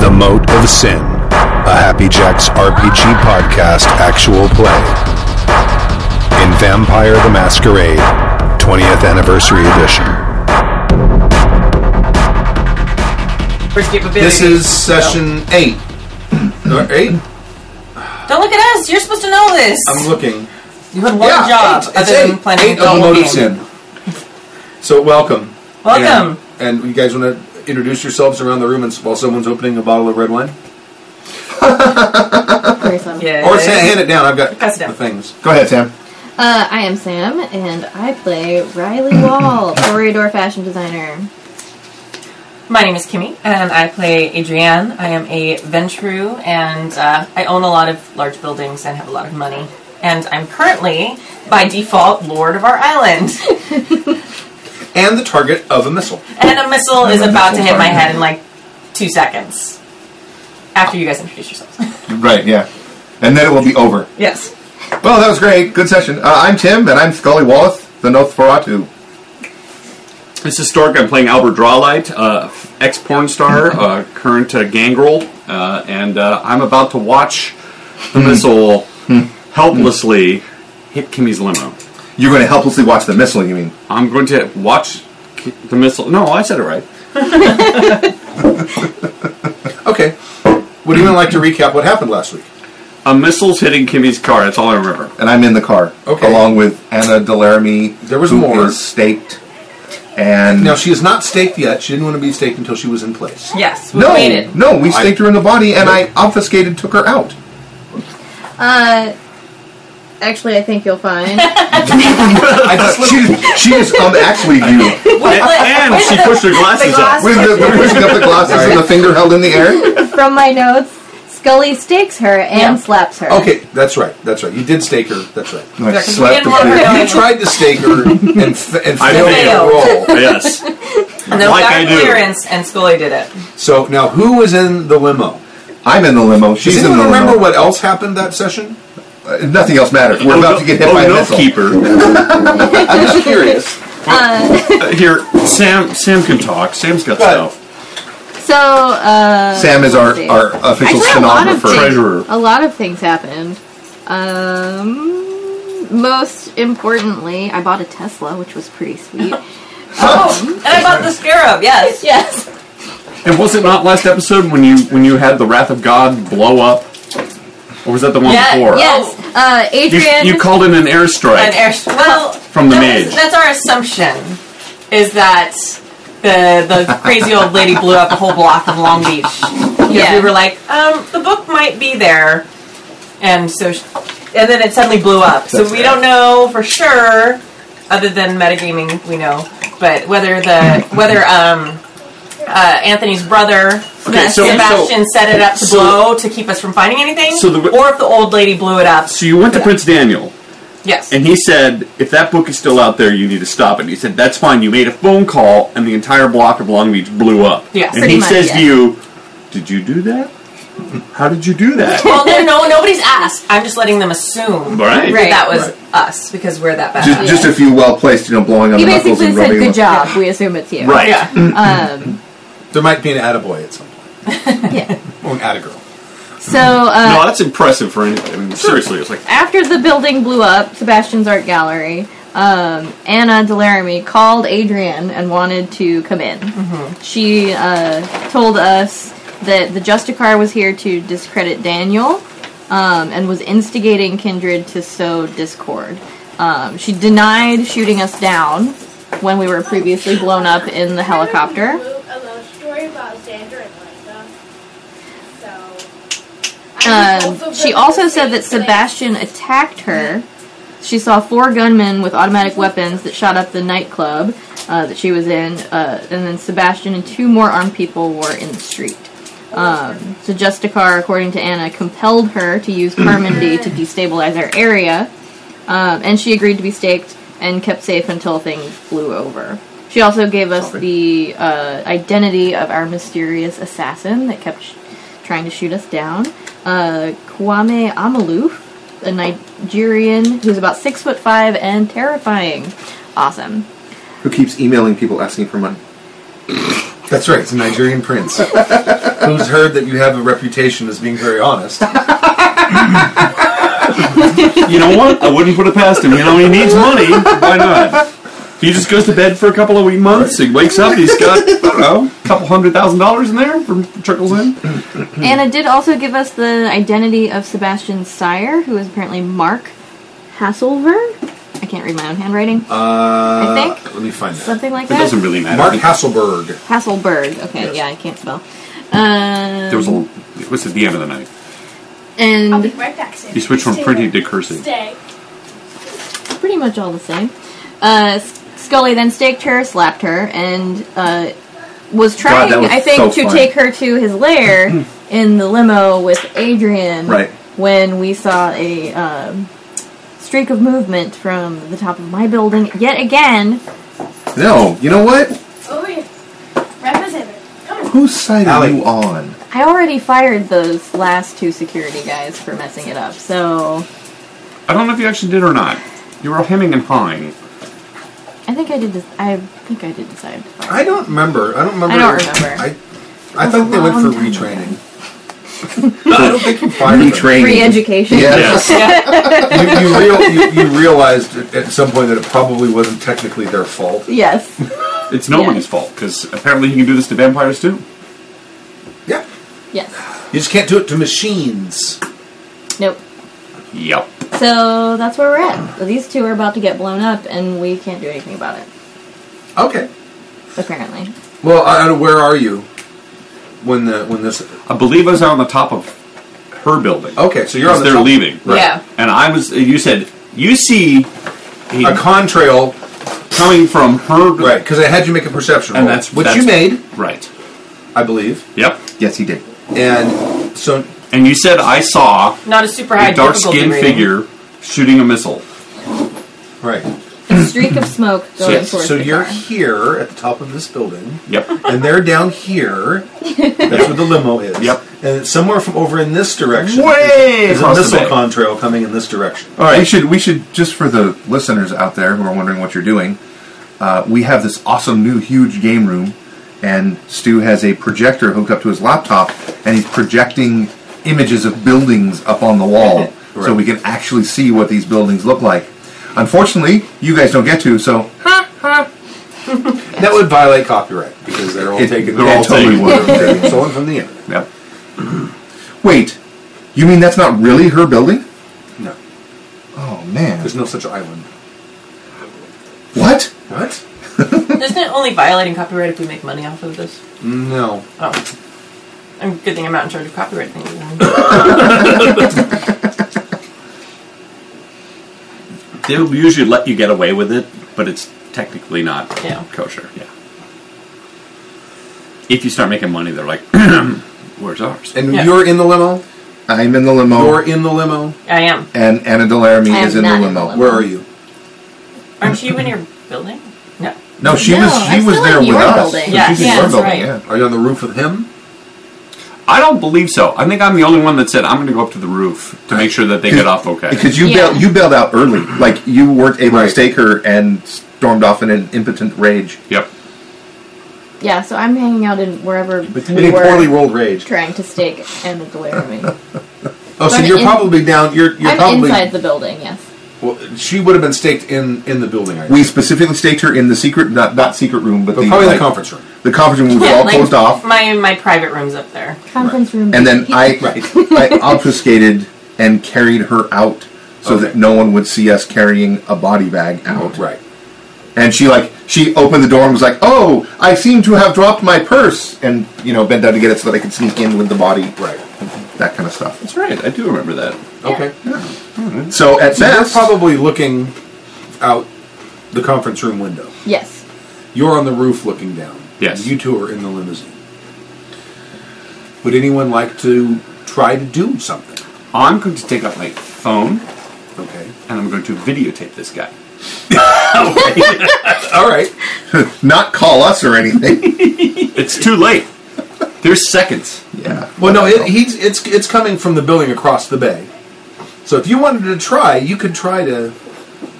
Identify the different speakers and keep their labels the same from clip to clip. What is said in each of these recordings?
Speaker 1: The Moat of Sin, a Happy Jacks RPG podcast actual play in Vampire the Masquerade 20th Anniversary Edition.
Speaker 2: This is session eight. Or eight?
Speaker 3: Don't look at us. You're supposed to know this.
Speaker 2: I'm looking.
Speaker 3: you had one
Speaker 2: yeah,
Speaker 3: job
Speaker 2: eight. It's
Speaker 3: other than
Speaker 2: eight.
Speaker 3: planning
Speaker 2: Eight
Speaker 3: the
Speaker 2: of the
Speaker 3: whole
Speaker 2: Moat of
Speaker 3: game.
Speaker 2: Sin. So welcome.
Speaker 3: Welcome.
Speaker 2: And, and you guys want to introduce yourselves around the room and, while someone's opening a bottle of red wine,
Speaker 3: Yes.
Speaker 2: or sa- hand it down. I've got
Speaker 3: Pass it down.
Speaker 2: the things.
Speaker 4: Go ahead, Sam.
Speaker 5: Uh, I am Sam, and I play Riley Wall, corridor fashion designer.
Speaker 3: My name is Kimmy, and I play Adrienne. I am a Ventru, and uh, I own a lot of large buildings and have a lot of money. And I'm currently, by default, Lord of our island.
Speaker 2: And the target of a missile.
Speaker 3: and a missile is about to hit my head in like two seconds. After you guys introduce yourselves.
Speaker 4: Right, yeah. And then it will be over.
Speaker 3: yes.
Speaker 4: Well, that was great. Good session. Uh, I'm Tim, and I'm Scully Wallace, the Nosferatu.
Speaker 6: This is Stork. I'm playing Albert Drawlight, uh, ex porn star, uh, current uh, gangrel, uh, and uh, I'm about to watch the
Speaker 4: Hmm.
Speaker 6: missile helplessly hit Kimmy's limo.
Speaker 4: You're going to helplessly watch the missile, you mean?
Speaker 6: I'm going to watch Ki- the missile. No, I said it right.
Speaker 2: Okay. Would anyone like to recap what happened last week?
Speaker 6: A missile's hitting Kimmy's car. That's all I remember.
Speaker 4: And I'm in the car.
Speaker 2: Okay.
Speaker 4: Along with Anna Delaramie.
Speaker 2: There was
Speaker 4: who
Speaker 2: more.
Speaker 4: is staked. And.
Speaker 2: Now she is not staked yet. She didn't want to be staked until she was in place.
Speaker 3: Yes. We
Speaker 4: no,
Speaker 3: waited.
Speaker 4: no, we
Speaker 2: I-
Speaker 4: staked her in the body, and I obfuscated, took her out.
Speaker 5: Uh, actually, I think you'll find.
Speaker 2: I just
Speaker 4: She's, she is um, actually you.
Speaker 6: and she pushed her glasses up.
Speaker 4: With the, the pushing up the glasses and the finger held in the air.
Speaker 5: From my notes, Scully stakes her and
Speaker 3: Yeah.
Speaker 5: slaps her.
Speaker 2: okay. That's right. That's right. You did stake her. That's right.
Speaker 4: I
Speaker 3: Because we
Speaker 4: slapped
Speaker 3: didn't
Speaker 4: the
Speaker 3: want her
Speaker 4: finger.
Speaker 3: to-
Speaker 2: You tried to stake her and, fa- and
Speaker 6: I
Speaker 2: failed
Speaker 6: failed.
Speaker 2: the roll.
Speaker 6: Yes.
Speaker 3: And then
Speaker 6: Like
Speaker 3: we got
Speaker 6: I do.
Speaker 3: clearance, and Scully did it.
Speaker 2: So now, who was in the limo?
Speaker 4: I'm in the limo.
Speaker 2: Does
Speaker 4: She's in the
Speaker 2: anyone
Speaker 4: limo.
Speaker 2: remember what else happened that session?
Speaker 4: Uh, Nothing else matters. We're about to get hit
Speaker 6: oh,
Speaker 4: by a
Speaker 6: no
Speaker 4: missile.
Speaker 6: keeper.
Speaker 4: I'm just curious.
Speaker 6: Uh, Here, Sam. Sam can talk. Sam's got
Speaker 2: Go ahead.
Speaker 6: stuff.
Speaker 5: So, uh.
Speaker 4: Sam is our,
Speaker 5: let's see.
Speaker 4: our official
Speaker 5: Actually, a lot of
Speaker 4: stenographer.
Speaker 5: things.
Speaker 6: treasurer.
Speaker 5: A lot of things happened. Um. Most importantly, I bought a Tesla, which was pretty sweet.
Speaker 3: Oh, and I bought the scarab. Yes.
Speaker 5: yes.
Speaker 6: And was it not last episode when you when you had the wrath of God blow up, or was that the one
Speaker 3: Yeah,
Speaker 6: before?
Speaker 5: Yes. Uh, Adrian.
Speaker 6: You, you called in an airstrike.
Speaker 3: An air- well,
Speaker 6: From the
Speaker 3: that was-
Speaker 6: mage.
Speaker 3: that's our assumption. Is that the the crazy old lady blew up a whole block of Long Beach? Because
Speaker 5: Yeah.
Speaker 3: we were like, um, the book might be there, and so, sh and then it suddenly blew up. so we don't know for sure. Other than metagaming, we know, but whether the whether um. Uh, Anthony's brother
Speaker 6: Okay, so-
Speaker 3: Sebastian set it up to
Speaker 6: so-
Speaker 3: blow to keep us from finding anything,
Speaker 6: So the-
Speaker 3: or if the old lady blew it up.
Speaker 6: so you went to Prince Daniel,
Speaker 3: Yes,
Speaker 6: and he said, "If that book is still out there, you need to stop it." And he said, "That's fine." You made a phone call, and the entire block of Long Beach blew up.
Speaker 3: Yeah,
Speaker 6: and
Speaker 3: pretty
Speaker 6: he
Speaker 5: much,
Speaker 6: says
Speaker 5: yeah.
Speaker 6: to you, "Did you do that? How did you do that?"
Speaker 3: Well, no, no, nobody's asked. I'm just letting them assume
Speaker 6: right.
Speaker 3: that that was us because we're that bad.
Speaker 4: Just, just a few well placed, you know, blowing on
Speaker 5: He
Speaker 4: the knuckles
Speaker 5: basically
Speaker 4: and
Speaker 5: said,
Speaker 4: rubbing
Speaker 5: "Good
Speaker 4: them.
Speaker 5: job." We assume it's you.
Speaker 6: Right.
Speaker 3: yeah.
Speaker 5: Um,
Speaker 2: There might be an attaboy at some point,
Speaker 5: yeah.
Speaker 2: or an attagirl.
Speaker 5: So uh,
Speaker 6: No, that's impressive for anybody. I mean, seriously, it's like
Speaker 5: after the building blew up, Sebastian's art gallery, um, Anna Delaramie called Adrian and wanted to come in. She uh, told us that the Justicar was here to discredit Daniel um, and was instigating Kindred to sow discord. Um, she denied shooting us down when we were previously blown up in the helicopter.
Speaker 7: A love story about Xander and Lysa. So. I was
Speaker 5: Um, she
Speaker 7: given
Speaker 5: also
Speaker 7: the
Speaker 5: said
Speaker 7: same
Speaker 5: that
Speaker 7: thing.
Speaker 5: Sebastian attacked her. She saw four gunmen with automatic weapons that shot up the nightclub uh, that she was in, uh, and then Sebastian and two more armed people were in the street. Um, so Justicar, according to Anna, compelled her to use Carmody to destabilize our area, um, and she agreed to be staked and kept safe until things blew over. She also gave us the uh, identity of our mysterious assassin that kept sh- trying to shoot us down, uh, Kwame Amaluf, with a Nigerian who's about six foot five and terrifying. Awesome.
Speaker 8: Who keeps emailing people asking for money?
Speaker 2: That's right. It's a Nigerian prince who's heard that you have a reputation as being very honest.
Speaker 6: You know what? I wouldn't put it past him. You know, he needs money. Why not? He just goes to bed for a couple of wee months. He wakes up. He's got I don't know, a couple hundred thousand dollars in there from trickles in.
Speaker 5: Anna did also give us the identity of Sebastian's sire, who is apparently Mark Hasselberg. I can't read my own handwriting.
Speaker 2: Uh,
Speaker 5: I think-
Speaker 2: Let me find that.
Speaker 5: Something like
Speaker 6: It
Speaker 5: that.
Speaker 6: doesn't really matter.
Speaker 2: Mark Hasselberg.
Speaker 5: Hasselberg. Okay,
Speaker 2: Yes.
Speaker 5: yeah, I can't spell. Um,
Speaker 6: there was a. It was at the end of the night.
Speaker 5: and
Speaker 7: I'll be right back. Sam.
Speaker 6: You switch from
Speaker 7: Stay
Speaker 6: pretty
Speaker 7: there.
Speaker 6: to cursive.
Speaker 7: Stay.
Speaker 5: pretty much all the same. Uh, S- Scully then staked her, slapped her, and uh, was trying,
Speaker 8: that was
Speaker 5: I think,
Speaker 8: so
Speaker 5: to
Speaker 8: funny.
Speaker 5: take her to his lair in the limo with Adrian.
Speaker 8: Right.
Speaker 5: When we saw a um, streak of movement from the top of my building yet again.
Speaker 8: No, you know what?
Speaker 7: Oh, yeah. Representative. Come on.
Speaker 8: Whose side are
Speaker 2: Allie.
Speaker 8: you on?
Speaker 5: I already fired those last two security guys for messing it up, so
Speaker 6: I don't know if you actually did or not. You were hemming and hawing.
Speaker 5: I think I did. Des- I think I did decide to fire.
Speaker 2: I don't remember. I don't remember.
Speaker 5: I don't remember.
Speaker 2: I, I
Speaker 5: was
Speaker 2: thought they
Speaker 5: a
Speaker 2: went for
Speaker 5: long time ago.
Speaker 2: retraining. I don't think you fired them.
Speaker 5: Re-education.
Speaker 8: Yes.
Speaker 2: You, you, real, you, you realized at- at some point that it probably wasn't technically their fault.
Speaker 5: Yes.
Speaker 6: It's nobody's fault because apparently he can do this to vampires too.
Speaker 2: Yeah.
Speaker 5: Yes.
Speaker 2: You just can't do it to machines.
Speaker 5: Nope.
Speaker 6: Yep.
Speaker 5: So that's where we're at. These two are about to get blown up, and we can't do anything about it.
Speaker 2: Okay.
Speaker 5: Apparently,
Speaker 2: Well, I, I- where are you when the when this?
Speaker 6: I believe I was out on the top of her building.
Speaker 2: Okay, so Oh, you're
Speaker 6: As
Speaker 2: on the
Speaker 6: they're
Speaker 2: top-
Speaker 6: leaving.
Speaker 3: Yeah.
Speaker 6: And I was. You said you see he
Speaker 2: a contrail,
Speaker 6: coming from her.
Speaker 2: right? Because I had you make a perception
Speaker 6: And
Speaker 2: roll,
Speaker 6: that's
Speaker 2: which
Speaker 6: that's-
Speaker 2: you made,
Speaker 6: Right.
Speaker 2: I believe.
Speaker 6: Yep.
Speaker 8: yes, he did.
Speaker 2: And so
Speaker 6: And you said I saw
Speaker 3: Not a super high
Speaker 6: a dark
Speaker 3: difficulty
Speaker 6: skinned
Speaker 3: rating.
Speaker 6: figure shooting a missile.
Speaker 2: right.
Speaker 5: a streak of smoke going
Speaker 6: Yes,
Speaker 5: towards
Speaker 2: So
Speaker 5: the
Speaker 2: you're
Speaker 5: car.
Speaker 2: here at the top of this building,
Speaker 6: Yep.
Speaker 2: and they're down here. That's where the limo is.
Speaker 6: Yep.
Speaker 2: And it's somewhere from over in this direction.
Speaker 6: Way
Speaker 2: There's a
Speaker 6: across the
Speaker 2: missile
Speaker 6: bay.
Speaker 2: contrail coming in this direction.
Speaker 8: All right. We should we should just for the listeners out there who are wondering what you're doing, uh, we have this awesome new huge game room, and Stu has a projector hooked up to his laptop, and he's projecting images of buildings up on the wall, so
Speaker 2: Right.
Speaker 8: we can actually see what these buildings look like. Unfortunately, you guys don't get to, so
Speaker 2: That would violate copyright because they're all
Speaker 8: it,
Speaker 2: taken.
Speaker 8: they're all
Speaker 6: all
Speaker 8: totally
Speaker 6: taken.
Speaker 8: would.
Speaker 2: they're taken- stolen from the internet.
Speaker 6: Yep.
Speaker 8: Wait, you mean that's not really her building?
Speaker 2: No,
Speaker 8: Oh man,
Speaker 2: there's no such island.
Speaker 8: what?
Speaker 2: What?
Speaker 3: Isn't it only violating copyright if we make money off of this?
Speaker 2: No.
Speaker 3: Oh. I'm good thing I'm not in charge of copyright things.
Speaker 6: They'll usually let you get away with it, but it's technically not
Speaker 3: Yeah.
Speaker 6: kosher. Yeah. If you start making money, they're like, "Where's ours?"
Speaker 2: And
Speaker 3: Yeah.
Speaker 2: you're in the limo.
Speaker 8: I'm in the limo,
Speaker 2: You're in the limo.
Speaker 3: I am.
Speaker 8: and Anna Delarmy
Speaker 5: I am
Speaker 8: is in the
Speaker 5: not in
Speaker 8: limo.
Speaker 5: the limo.
Speaker 2: Where are you?
Speaker 3: Aren't you in your building? No.
Speaker 8: No, she
Speaker 5: No,
Speaker 8: was she
Speaker 5: I'm
Speaker 8: was
Speaker 5: still
Speaker 8: there
Speaker 5: in
Speaker 8: with
Speaker 5: your
Speaker 8: us.
Speaker 5: building.
Speaker 8: So
Speaker 3: Yeah,
Speaker 8: she's in
Speaker 3: yeah,
Speaker 8: your
Speaker 3: that's
Speaker 8: building,
Speaker 3: right.
Speaker 8: yeah.
Speaker 2: Are you on the roof with him?
Speaker 6: I don't believe so. I think I'm the only one that said I'm going to go up to the roof to make sure that they get off okay.
Speaker 8: Because you
Speaker 5: Yeah.
Speaker 8: bailed you bailed out early, like you weren't able to
Speaker 2: Right.
Speaker 8: stake her and stormed off in an impotent rage.
Speaker 6: Yep.
Speaker 5: yeah. So I'm hanging out in wherever
Speaker 2: In
Speaker 5: we
Speaker 2: a poorly
Speaker 5: were
Speaker 2: rolled rage.
Speaker 5: trying to stake Anna Delarmy.
Speaker 2: Oh, so
Speaker 5: I'm
Speaker 2: you're
Speaker 5: in-
Speaker 2: probably down. You're you're
Speaker 5: I'm
Speaker 2: probably.
Speaker 5: inside the building. Yes.
Speaker 2: Well, she would have been staked in in the building. I
Speaker 8: We
Speaker 2: guess.
Speaker 8: specifically staked her in the secret, not not secret room, but,
Speaker 2: but
Speaker 8: the,
Speaker 2: probably
Speaker 8: like,
Speaker 2: the conference room.
Speaker 8: The conference room was
Speaker 3: Yeah,
Speaker 8: all
Speaker 3: like,
Speaker 8: closed off,
Speaker 3: My my private room's up there.
Speaker 5: Conference room.
Speaker 8: and then I
Speaker 2: Right.
Speaker 8: I obfuscated and carried her out so that
Speaker 2: Okay.
Speaker 8: no one would see us carrying a body bag out.
Speaker 2: Oh, Right.
Speaker 8: And she like she opened the door and was like, "Oh, I seem to have dropped my purse," and you know bent down to get it so that I could sneak in with the body,
Speaker 2: Right.
Speaker 8: that kind of stuff.
Speaker 6: That's right. I do remember that.
Speaker 2: Okay.
Speaker 8: So at
Speaker 2: So you're
Speaker 8: best,
Speaker 2: probably looking out the conference room window.
Speaker 5: yes.
Speaker 2: You're on the roof looking down.
Speaker 6: Yes.
Speaker 2: You two are in the limousine. Would anyone like to try to do something?
Speaker 6: I'm going to take out my phone
Speaker 2: Okay.
Speaker 6: and I'm going to videotape this guy.
Speaker 2: All right.
Speaker 8: not call us or anything.
Speaker 6: It's too late. There's seconds.
Speaker 8: yeah.
Speaker 2: Well, no, it, he's it's it's coming from the building across the bay. So if you wanted to try, you could try to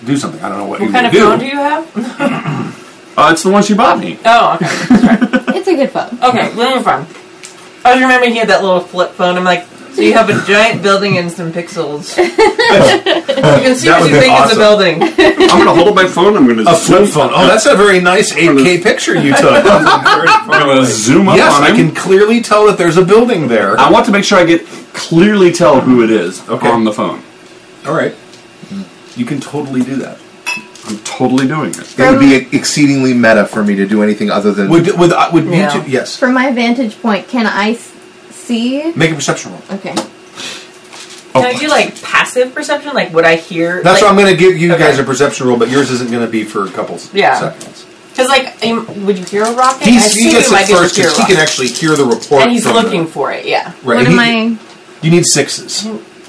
Speaker 2: do something. I don't know what, you
Speaker 3: What kind
Speaker 2: would
Speaker 3: of
Speaker 2: do.
Speaker 3: phone do you have?
Speaker 9: Uh, it's the one she bought me.
Speaker 3: Oh, okay.
Speaker 5: It's a good phone.
Speaker 3: Okay, then you're fine. I was remembering he had that little flip phone. I'm like, so you have a giant building and some pixels. you can see
Speaker 2: That
Speaker 3: what
Speaker 2: would
Speaker 3: you
Speaker 2: be
Speaker 3: think is a
Speaker 2: awesome.
Speaker 3: building.
Speaker 9: I'm gonna hold up my phone. I'm gonna
Speaker 2: a flip phone. Oh, that's a very nice 8K picture you took.
Speaker 9: I'm gonna zoom up
Speaker 2: yes,
Speaker 9: on
Speaker 2: I
Speaker 9: him.
Speaker 2: can clearly tell that there's a building there.
Speaker 9: I want to make sure I get clearly tell who it is
Speaker 2: Okay.
Speaker 9: on the phone.
Speaker 2: All right, you can totally do that.
Speaker 9: I'm totally doing it.
Speaker 8: It would be exceedingly meta for me to do anything other than
Speaker 2: Would would uh, would
Speaker 3: Yeah.
Speaker 2: YouTube? Yes.
Speaker 5: From my vantage point, can I s- see?
Speaker 2: Make a perception roll.
Speaker 5: Okay.
Speaker 3: Can I do like passive perception? Like, would I hear? like,
Speaker 2: That's what I'm going to give you
Speaker 3: Okay.
Speaker 2: guys a perception roll, but yours isn't going to be for couples.
Speaker 3: Yeah.
Speaker 2: Seconds.
Speaker 3: Because like, um, would you hear a rocket? I
Speaker 2: He's,
Speaker 3: assume
Speaker 2: he gets
Speaker 3: might
Speaker 2: it
Speaker 3: be able to
Speaker 2: first
Speaker 3: hear a
Speaker 2: because he
Speaker 3: rocket.
Speaker 2: can actually hear the report.
Speaker 3: and he's
Speaker 2: from
Speaker 3: looking
Speaker 2: The,
Speaker 3: for it. Yeah.
Speaker 2: right.
Speaker 5: What
Speaker 2: and
Speaker 5: am
Speaker 2: he-
Speaker 5: I?
Speaker 2: You need sixes.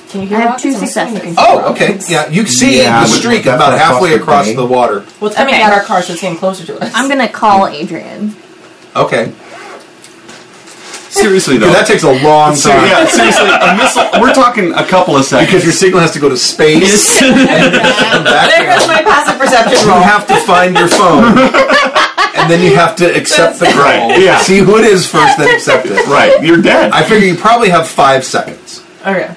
Speaker 3: Can you hear
Speaker 5: I have
Speaker 3: rockets?
Speaker 5: two
Speaker 3: I'm assuming you
Speaker 5: successes.
Speaker 3: can hear
Speaker 2: Oh,
Speaker 3: rockets.
Speaker 2: okay. Yeah, you see
Speaker 8: Yeah,
Speaker 2: the
Speaker 8: but
Speaker 2: streak
Speaker 8: that's
Speaker 2: about
Speaker 8: not
Speaker 2: halfway
Speaker 8: across
Speaker 2: across
Speaker 8: the bay.
Speaker 2: the water.
Speaker 3: Well, it's coming
Speaker 5: Okay.
Speaker 3: at our car, so it's getting closer to us.
Speaker 5: I'm gonna call Adrian.
Speaker 2: Okay.
Speaker 9: Seriously though,
Speaker 2: Dude, that takes a long
Speaker 9: So,
Speaker 2: time
Speaker 9: yeah, seriously, a missile. We're talking a couple of seconds.
Speaker 2: because your signal has to go to space. and back
Speaker 3: there
Speaker 2: down.
Speaker 3: goes my passive perception
Speaker 2: you
Speaker 3: roll.
Speaker 2: have to find your phone, and then you have to accept the call.
Speaker 9: Right, yeah.
Speaker 2: See who it is first, then accept it.
Speaker 9: right, you're dead.
Speaker 2: I figure you probably have five seconds.
Speaker 3: Okay.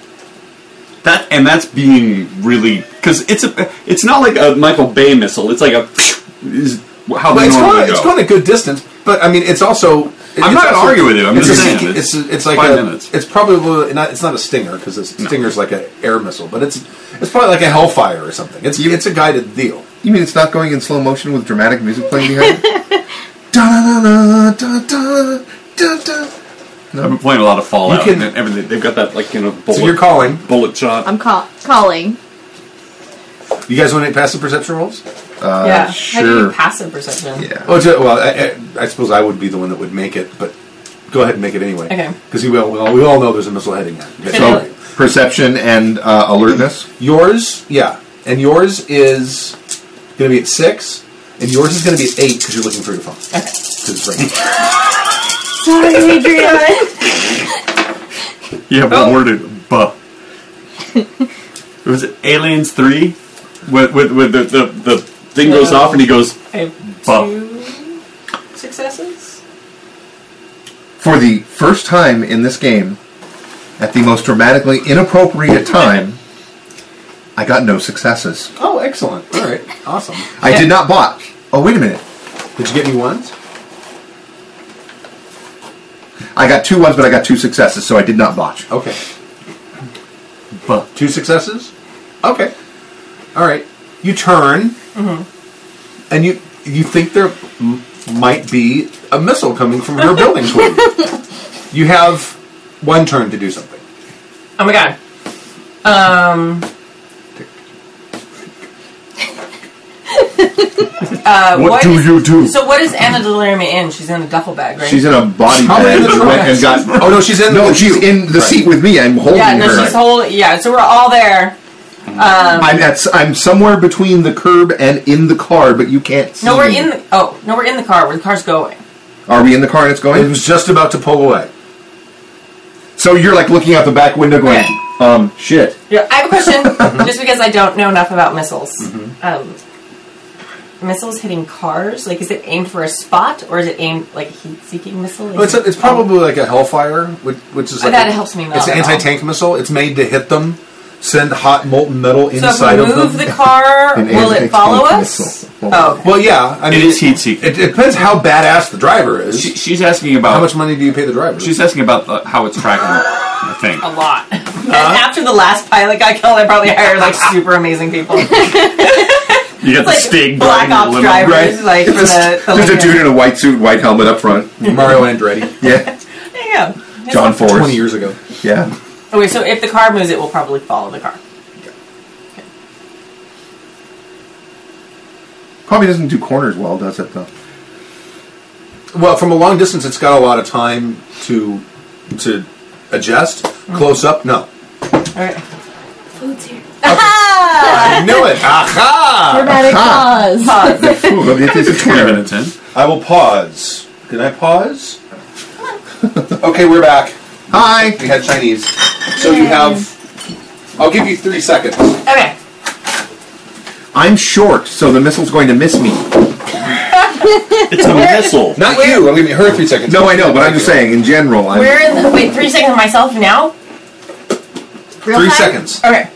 Speaker 9: that and that's being really because it's a. It's not like a Michael Bay missile. It's like a. Is how
Speaker 2: Well,
Speaker 9: they
Speaker 2: it's
Speaker 9: normally
Speaker 2: gone.
Speaker 9: go.
Speaker 2: It's gone a good distance, but I mean, it's also.
Speaker 9: I'm not gonna argue with you, I'm
Speaker 2: it's
Speaker 9: just
Speaker 2: a
Speaker 9: saying,
Speaker 2: sneaky-
Speaker 9: it's
Speaker 2: It's it's like
Speaker 9: five
Speaker 2: a,
Speaker 9: minutes.
Speaker 2: It's probably not. It's not a stinger because a stinger's like an air missile, but it's it's probably like a hellfire or something. It's it's a guided deal.
Speaker 8: You mean it's not going in slow motion with dramatic music playing behind? it?
Speaker 9: I've been playing a lot of Fallout.
Speaker 2: You can-
Speaker 9: and everything. They've got that like you know bullet,
Speaker 2: So you're calling.
Speaker 9: bullet shot.
Speaker 5: I'm call- calling.
Speaker 2: You guys want to pass the perception rolls? Uh,
Speaker 3: yeah. How do you
Speaker 8: sure.
Speaker 3: passive perception?
Speaker 8: Yeah.
Speaker 2: Oh, it's a- well, I, I, I suppose I would be the one that would make it, but go ahead and make it anyway.
Speaker 3: Okay.
Speaker 2: Because we all, we all- we all know there's a missile heading at you.
Speaker 3: So-
Speaker 8: Oh, perception and uh, alertness.
Speaker 2: yours, yeah, and yours is going to be at six, and yours is going to be at eight because you're looking for your phone. Okay. it's right.
Speaker 5: Sorry, Adrian.
Speaker 9: You have one word it, buh. Oh. was it Aliens Three, with with, with the, the the thing goes
Speaker 3: No.
Speaker 9: off and he goes
Speaker 3: I have
Speaker 9: Buff.
Speaker 3: two successes.
Speaker 8: For the first time in this game, at the most dramatically inappropriate time, I got no successes.
Speaker 2: Oh, excellent. All right. Awesome.
Speaker 8: I did not bot. Oh wait a minute.
Speaker 2: Did you get any ones?
Speaker 8: I got two ones, but I got two successes, so I did not botch.
Speaker 2: Okay.
Speaker 9: buh.
Speaker 2: Two successes? Okay. All right. You turn,
Speaker 3: Mm-hmm.
Speaker 2: and you you think there m- might be a missile coming from your building toward you. You have one turn to do something.
Speaker 3: Oh my god. Um. uh,
Speaker 9: What do
Speaker 3: is-
Speaker 9: you do?
Speaker 3: So what is Anna Delirium in? She's in a duffel bag, right?
Speaker 8: She's in a body
Speaker 2: Probably
Speaker 8: bag
Speaker 2: in the
Speaker 8: and
Speaker 2: trunk.
Speaker 8: went and got.
Speaker 2: Oh no, she's in.
Speaker 8: No,
Speaker 2: with
Speaker 8: she's
Speaker 2: you.
Speaker 8: in the
Speaker 2: Right.
Speaker 8: seat with me. I'm holding
Speaker 3: yeah, no,
Speaker 8: her.
Speaker 3: she's whole. Yeah, so we're all there.
Speaker 8: I'm at. s- I'm somewhere between the curb and in the car, but you can't see.
Speaker 3: No, we're
Speaker 8: me.
Speaker 3: in
Speaker 2: Mm-hmm.
Speaker 3: the. Oh, no, we're in the car. Where the car's going.
Speaker 8: Are we in the car and it's
Speaker 2: It
Speaker 8: going?
Speaker 2: was just about to pull away.
Speaker 8: So you're like looking out the back window, going, um, shit.
Speaker 3: Yeah, I have a question, just because I don't know enough about missiles.
Speaker 2: Mm-hmm.
Speaker 3: Um, missiles hitting cars, like is it aimed for a spot or is it aimed like a heat-seeking missile?
Speaker 2: Well, it's, a, it's probably like a Hellfire, which, which is
Speaker 3: Oh,
Speaker 2: like
Speaker 3: that
Speaker 2: a-
Speaker 3: helps me not
Speaker 2: It's an
Speaker 3: at all.
Speaker 2: anti-tank missile. It's made to hit them, send hot molten metal
Speaker 3: Oh. so if
Speaker 2: inside
Speaker 3: we
Speaker 2: of
Speaker 3: move
Speaker 2: them.
Speaker 3: the car,
Speaker 8: An
Speaker 3: will it
Speaker 8: anti-tank
Speaker 3: follow us?
Speaker 8: missile.
Speaker 3: Oh, okay.
Speaker 2: well, yeah, I
Speaker 9: It
Speaker 2: mean,
Speaker 9: is heat seeking.
Speaker 2: It, it depends how badass the driver is.
Speaker 9: She, she's asking about
Speaker 2: how much money do you pay the driver?
Speaker 9: She's asking about uh, how it's tracking. I think.
Speaker 3: a lot. and after the last pilot got killed, I probably hired like super amazing people,
Speaker 9: You got the
Speaker 3: like
Speaker 9: sting
Speaker 3: black
Speaker 9: driving the
Speaker 3: ops
Speaker 9: limo.
Speaker 3: drivers,
Speaker 8: Right.
Speaker 3: like for the, the
Speaker 8: There's a
Speaker 3: Lincoln.
Speaker 8: dude in a white suit, white helmet up front.
Speaker 2: Mario Andretti,
Speaker 3: There
Speaker 8: Yeah,
Speaker 3: you go. Yes.
Speaker 8: John Force.
Speaker 2: twenty years ago.
Speaker 8: Yeah.
Speaker 3: Okay, so if the car moves, it will probably follow the car.
Speaker 8: Probably doesn't do corners well, does it though?
Speaker 2: Well, from a long distance, it's got a lot of time to to adjust. Close up, no.
Speaker 3: Okay.
Speaker 2: I knew it. Aha!
Speaker 5: Dramatic pause.
Speaker 8: Ooh, it is a
Speaker 9: Twenty
Speaker 8: turn.
Speaker 9: minutes in.
Speaker 2: I will pause. Did I pause? okay, we're back.
Speaker 8: Hi.
Speaker 2: We had Chinese. So you have I'll give you three seconds.
Speaker 3: Okay.
Speaker 8: I'm short, so the missile's going to miss me.
Speaker 9: It's a missile.
Speaker 2: Not you. I'll give you her three seconds.
Speaker 8: No, I know, but I'm just saying, in general, I'm.
Speaker 3: We're in the, wait, three seconds of myself now? Real
Speaker 2: Three
Speaker 3: time?
Speaker 2: seconds.
Speaker 3: Okay.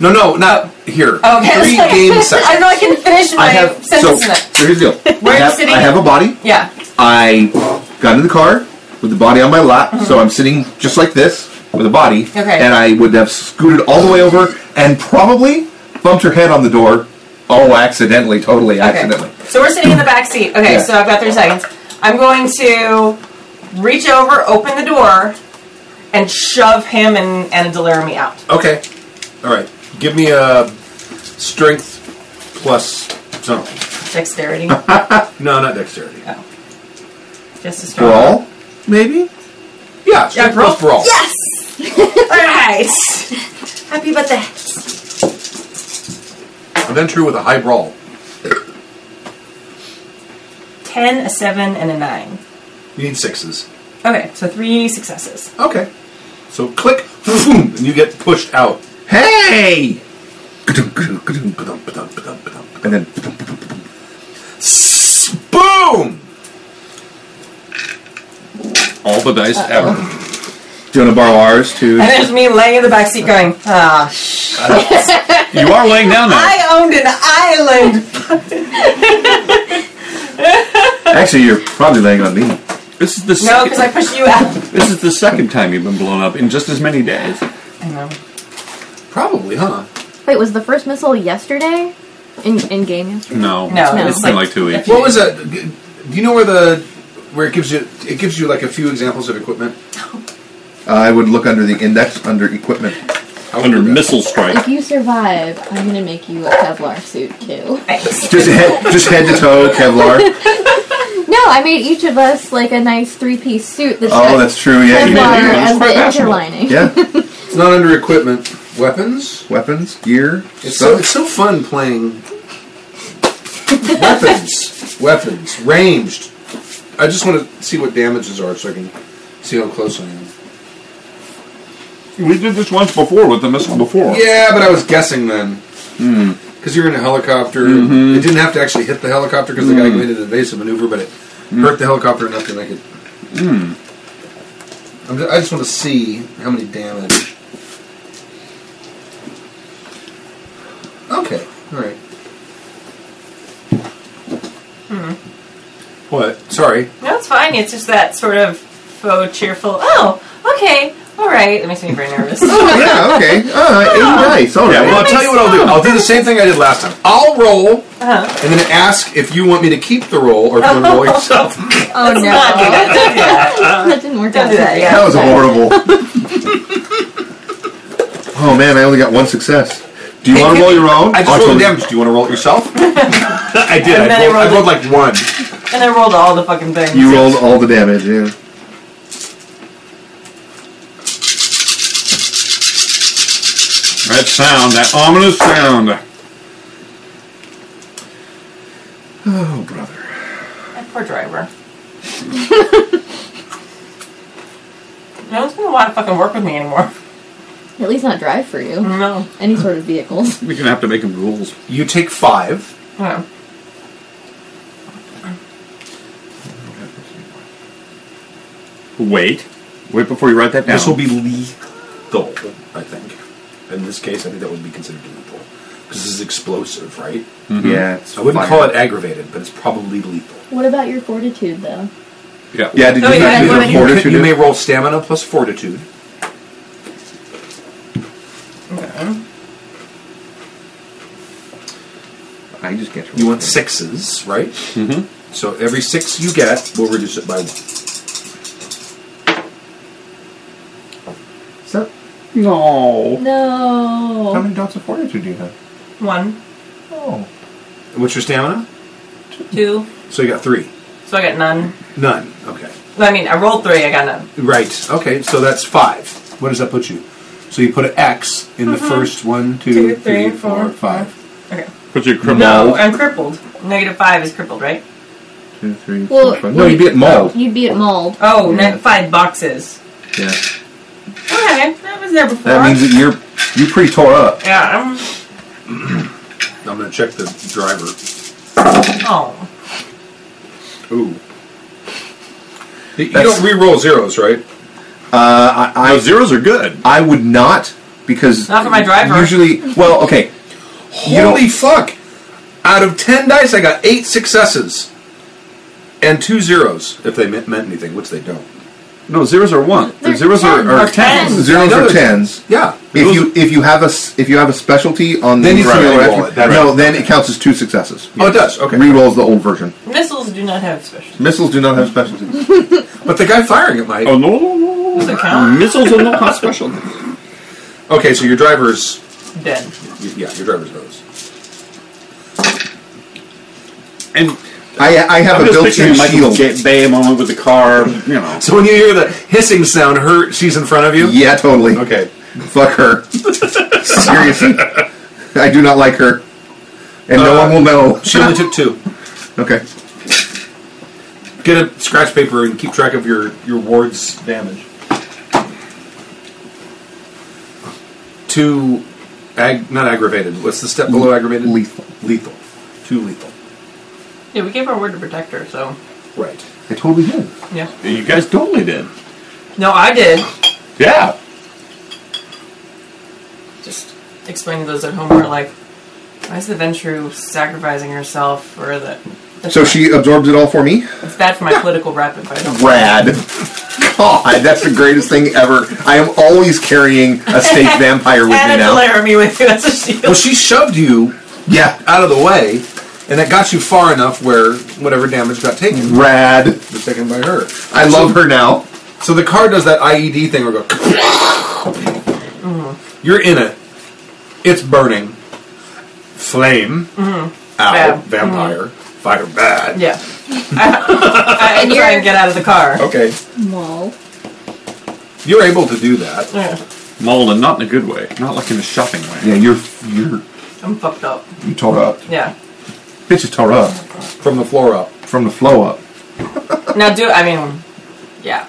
Speaker 2: No, no, not here.
Speaker 3: Oh, okay.
Speaker 2: Three game seconds.
Speaker 3: I know I can finish my
Speaker 8: I have so,
Speaker 3: sentence
Speaker 8: so
Speaker 3: in it.
Speaker 8: here's the deal.
Speaker 3: Where
Speaker 8: I
Speaker 3: are you
Speaker 8: have,
Speaker 3: sitting?
Speaker 8: I have a body.
Speaker 3: Yeah.
Speaker 8: I got in the car with the body on my lap, so I'm sitting just like this with a body.
Speaker 3: Okay.
Speaker 8: And I would have scooted all the way over and probably bumped her head on the door. Oh, accidentally, totally accidentally.
Speaker 3: So we're sitting in the back seat. Okay,
Speaker 8: Yeah.
Speaker 3: so I've got three seconds. I'm going to reach over, open the door, and shove him and Anna Deliramy out.
Speaker 2: Okay. All right. Give me a strength plus something.
Speaker 3: Dexterity.
Speaker 2: No, not dexterity.
Speaker 3: Just a strong.
Speaker 8: Brawl, maybe?
Speaker 2: Yeah, strength
Speaker 3: Yeah, roll.
Speaker 2: plus brawl.
Speaker 3: Yes! Alright! Happy about that.
Speaker 2: And then true with a high brawl.
Speaker 3: 10, a 7, and a 9.
Speaker 2: You need sixes.
Speaker 3: Okay, so three successes.
Speaker 2: Okay. So click, boom, and you get pushed out.
Speaker 8: Hey!
Speaker 2: Boom!
Speaker 8: And then,
Speaker 9: All the dice ever.
Speaker 8: do you want to borrow ours too?
Speaker 3: And there's me laying in the back seat going, ah, sh-
Speaker 9: You are laying down now.
Speaker 3: I owned an island!
Speaker 8: Actually, you're probably laying on me.
Speaker 9: This is the
Speaker 3: No,
Speaker 9: second,
Speaker 3: because I pushed you out.
Speaker 9: this is the second time you've been blown up in just as many days.
Speaker 3: I know.
Speaker 2: Probably, huh?
Speaker 5: Wait, was the first missile yesterday? In in game yesterday?
Speaker 9: No,
Speaker 3: No,
Speaker 5: No.
Speaker 3: it's
Speaker 9: it's been
Speaker 3: like-
Speaker 9: like two weeks.
Speaker 2: What was that? Do you know where the where it gives you it gives you like a few examples of equipment?
Speaker 8: I would look under the index under equipment.
Speaker 2: I would
Speaker 9: Under
Speaker 2: do that.
Speaker 9: missile strike.
Speaker 5: If you survive, I'm gonna make you a Kevlar suit too.
Speaker 3: Thanks.
Speaker 8: Just head, just head to toe, Kevlar.
Speaker 5: No, I made each of us like a nice three piece suit that's
Speaker 8: Oh,
Speaker 5: got
Speaker 8: that's true. Yeah, you
Speaker 5: Kevlar
Speaker 8: did.
Speaker 9: It's
Speaker 5: as the
Speaker 9: quite
Speaker 5: interlining.
Speaker 9: fashionable.
Speaker 8: Yeah,
Speaker 2: It's not under equipment. Weapons.
Speaker 8: weapons, gear,
Speaker 2: It's so
Speaker 8: stuff.
Speaker 2: it's so fun playing weapons, weapons, ranged. I just want to see what damages are so I can see how close I am.
Speaker 9: We did this once before with the missile before.
Speaker 2: Yeah, but I was guessing then. Because you were in a helicopter. It didn't have to actually hit the helicopter because the guy committed an evasive maneuver, but it hurt the helicopter enough to make it. I'm ju- I just want to see how many damage. Okay, alright. What? Sorry.
Speaker 3: No, it's fine. It's just that sort of faux cheerful, oh, okay, alright. That makes me very nervous.
Speaker 8: Oh, yeah, okay. Uh, eighty dice. All
Speaker 9: Yeah, well,
Speaker 8: right.
Speaker 2: Well, I'll tell you what I'll do. I'll do the same thing I did last time. I'll roll
Speaker 3: Uh-huh.
Speaker 2: and then ask if you want me to keep the roll or if you want to roll yourself.
Speaker 5: Oh no,
Speaker 3: Not do that. Don't do that.
Speaker 5: that didn't work
Speaker 3: Don't
Speaker 5: out.
Speaker 3: do that,
Speaker 5: right.
Speaker 3: yeah.
Speaker 8: That was horrible. oh man, I only got one success. Do you want to roll your own?
Speaker 2: I
Speaker 8: Oh,
Speaker 2: just rolled
Speaker 8: told
Speaker 2: the
Speaker 8: you.
Speaker 2: damage. Do you want to roll it yourself? I did.
Speaker 3: And then
Speaker 2: I
Speaker 3: I
Speaker 2: rolled, I rolled
Speaker 3: rolled
Speaker 2: like one.
Speaker 3: And I rolled all the fucking things.
Speaker 8: You rolled all the damage. Yeah.
Speaker 9: That sound, that ominous sound.
Speaker 8: Oh brother.
Speaker 3: That poor driver. no one's gonna want to fucking work with me anymore.
Speaker 5: At least not drive for you.
Speaker 3: No.
Speaker 5: Any sort of vehicles.
Speaker 9: We're gonna have to make him rules.
Speaker 2: You take five.
Speaker 3: No.
Speaker 9: Wait, wait before you write that down.
Speaker 2: This will be lethal, I think. In this case, I think that would be considered lethal because this is explosive, right?
Speaker 8: Yeah. It's
Speaker 2: I wouldn't
Speaker 8: fire.
Speaker 2: call it aggravated, but it's probably lethal.
Speaker 5: What about your fortitude though?
Speaker 9: yeah.
Speaker 8: Yeah. Did
Speaker 3: Oh,
Speaker 8: you
Speaker 3: yeah, I
Speaker 8: not use
Speaker 3: wanna
Speaker 8: a
Speaker 3: hear-
Speaker 2: You,
Speaker 8: fortitude?
Speaker 2: could- you may roll stamina plus fortitude.
Speaker 8: I just get. to
Speaker 2: You
Speaker 8: roll.
Speaker 2: want sixes, right? Mm-hmm. So every six you get, we'll reduce it by one.
Speaker 8: Is that- No. How
Speaker 5: No.
Speaker 8: many dots of fortitude do you have?
Speaker 3: One,
Speaker 8: Oh.
Speaker 2: What's your stamina?
Speaker 3: two.
Speaker 2: So you got three.
Speaker 3: So I got none.
Speaker 2: None. Okay.
Speaker 3: I mean, I rolled three. I got none.
Speaker 2: Right. Okay. So that's five. What does that put you? So you put an X in the first one,
Speaker 3: Two,
Speaker 2: Uh-huh. two,
Speaker 3: three,
Speaker 2: three, four,
Speaker 3: four,
Speaker 2: five.
Speaker 3: Okay.
Speaker 9: Put your cripple.
Speaker 3: No, I'm crippled. Negative five is crippled, right?
Speaker 8: Two, three,
Speaker 5: Well,
Speaker 8: four, five. No, you'd be at mauled.
Speaker 5: You'd be at mauled.
Speaker 3: Oh,
Speaker 8: Yeah.
Speaker 3: ne- five boxes.
Speaker 8: Oh, Yeah.
Speaker 3: Okay, that was there before.
Speaker 8: That means that you're You pretty tore up.
Speaker 3: Yeah, I'm.
Speaker 2: I'm going to check the driver.
Speaker 3: Oh.
Speaker 2: Ooh. You
Speaker 8: That's-
Speaker 2: don't re-roll zeros, right?
Speaker 9: No, zeros are good.
Speaker 8: I would not because
Speaker 3: Not for my driver.
Speaker 8: Usually, well, okay.
Speaker 2: Holy fuck! Out of ten dice, I got eight successes and two zeros. If they meant, meant anything, which they don't.
Speaker 9: No, zeros are one.
Speaker 5: They're
Speaker 9: zeros
Speaker 5: ten.
Speaker 9: are, are
Speaker 5: They're
Speaker 9: tens.
Speaker 5: ten.
Speaker 8: zeros
Speaker 2: I know
Speaker 8: or
Speaker 2: there's-
Speaker 8: tens.
Speaker 2: Yeah.
Speaker 8: If you if you have a s- if you have a specialty on the
Speaker 2: Then you
Speaker 8: driver,
Speaker 2: can re-roll
Speaker 8: action-
Speaker 2: it, that's
Speaker 8: no, then it counts as two successes.
Speaker 2: Oh, it does. Okay.
Speaker 8: Rerolls the old version.
Speaker 3: Missiles do not have special.
Speaker 8: Missiles do not have specialties.
Speaker 2: But the guy firing it might.
Speaker 9: Oh no, no, no,
Speaker 3: Does it
Speaker 9: no.
Speaker 3: count?
Speaker 9: Missiles are not special.
Speaker 2: Okay, so your driver's.
Speaker 3: Dead.
Speaker 2: Yeah, your driver's those.
Speaker 9: And
Speaker 8: I I have
Speaker 9: I'm
Speaker 8: a
Speaker 9: just
Speaker 8: built-in
Speaker 9: picturing Michael
Speaker 8: shield.
Speaker 9: J- Bay moment with the car. You know,
Speaker 2: So when you hear the hissing sound, her she's in front of you.
Speaker 8: Yeah, totally.
Speaker 2: Okay.
Speaker 8: Fuck her. Seriously, I do not like her, and no
Speaker 2: Uh,
Speaker 8: one will know.
Speaker 2: She only took two.
Speaker 8: Okay.
Speaker 2: Get a scratch paper and keep track of your your ward's damage. Two, ag- not aggravated. What's the step below aggravated?
Speaker 8: Lethal.
Speaker 2: Lethal. Two lethal.
Speaker 3: Yeah, we gave our word to protect her, so.
Speaker 2: Right.
Speaker 8: I totally did.
Speaker 3: Yeah.
Speaker 9: you guys totally did.
Speaker 3: No, I did.
Speaker 9: Yeah.
Speaker 3: Just explain to those at home who are like, why is the Ventru sacrificing herself for the.
Speaker 8: So she absorbs it all for me.
Speaker 3: It's bad for my political rep if I don't.
Speaker 8: Rad. God, that's the greatest thing ever. I am always carrying a state vampire with me
Speaker 3: Anna
Speaker 8: now.
Speaker 3: Delaramy with you as a shield.
Speaker 2: Well, she shoved you
Speaker 8: Yeah.
Speaker 2: out of the way, and that got you far enough where whatever damage got taken
Speaker 8: Rad.
Speaker 2: was taken by her.
Speaker 8: I love her now.
Speaker 2: So the car does that IED thing where it goes.
Speaker 3: Mm-hmm.
Speaker 2: You're in it. It's burning. Flame. Ow.
Speaker 3: Mm-hmm. Bad. Mm-hmm.
Speaker 2: Vampire. Fire bad.
Speaker 3: Yeah. I, I
Speaker 5: And
Speaker 3: try
Speaker 5: you're-
Speaker 3: and get out of the car.
Speaker 2: Okay.
Speaker 5: Mole.
Speaker 2: You're able to do that.
Speaker 3: Yeah.
Speaker 9: Mauled and not in a good way. Not like in a shopping way.
Speaker 8: Yeah, you're you're
Speaker 3: I'm fucked up.
Speaker 8: you tore up.
Speaker 3: Yeah.
Speaker 8: Bitch is tore up
Speaker 2: From the floor up.
Speaker 8: from the flow up.
Speaker 3: Now do I mean, yeah.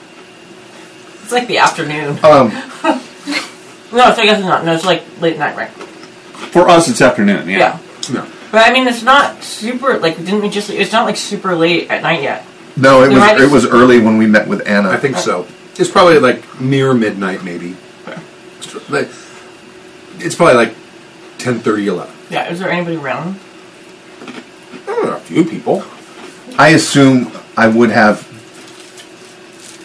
Speaker 3: It's like the afternoon.
Speaker 2: Oh.
Speaker 8: Um,
Speaker 3: No, it's, I guess it's not. No, it's like late night, right?
Speaker 9: For us, it's afternoon. Yeah.
Speaker 3: Yeah.
Speaker 2: No.
Speaker 3: But I mean, it's not super. Like, didn't we just? It's not like super late at night yet.
Speaker 8: no, it
Speaker 3: You're right.
Speaker 8: was it was early when we met with Anna.
Speaker 2: I think so. It's probably like near midnight, maybe. Like, It's probably like 10 11.
Speaker 3: Yeah. Is there anybody around?
Speaker 2: There are a few people.
Speaker 8: I assume I would have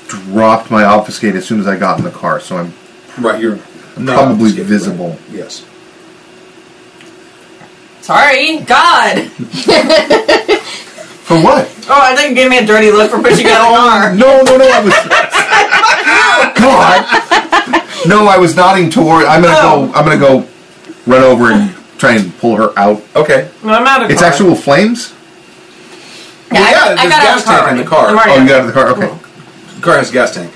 Speaker 8: dropped my obfuscate as soon as I got in the car, so I'm
Speaker 2: Right, you're not
Speaker 8: probably
Speaker 2: obfuscated,
Speaker 8: visible.
Speaker 2: right? Yes.
Speaker 3: Sorry, God.
Speaker 8: For what?
Speaker 3: Oh, I think you gave me a dirty look for pushing out an R.
Speaker 8: No, no, no. I was. God. No, I was nodding toward. I'm gonna go. I'm gonna go. Run over and try and pull her out.
Speaker 2: Okay.
Speaker 3: No, I'm out of.
Speaker 8: It's
Speaker 3: car.
Speaker 8: actual flames.
Speaker 3: Yeah, I- I
Speaker 2: there's
Speaker 3: got out
Speaker 2: gas
Speaker 3: of the car
Speaker 2: tank in the
Speaker 3: already. I'm
Speaker 2: car.
Speaker 3: already
Speaker 8: Oh, you
Speaker 3: out.
Speaker 8: got out of the car. Okay.
Speaker 2: The car has a gas tank.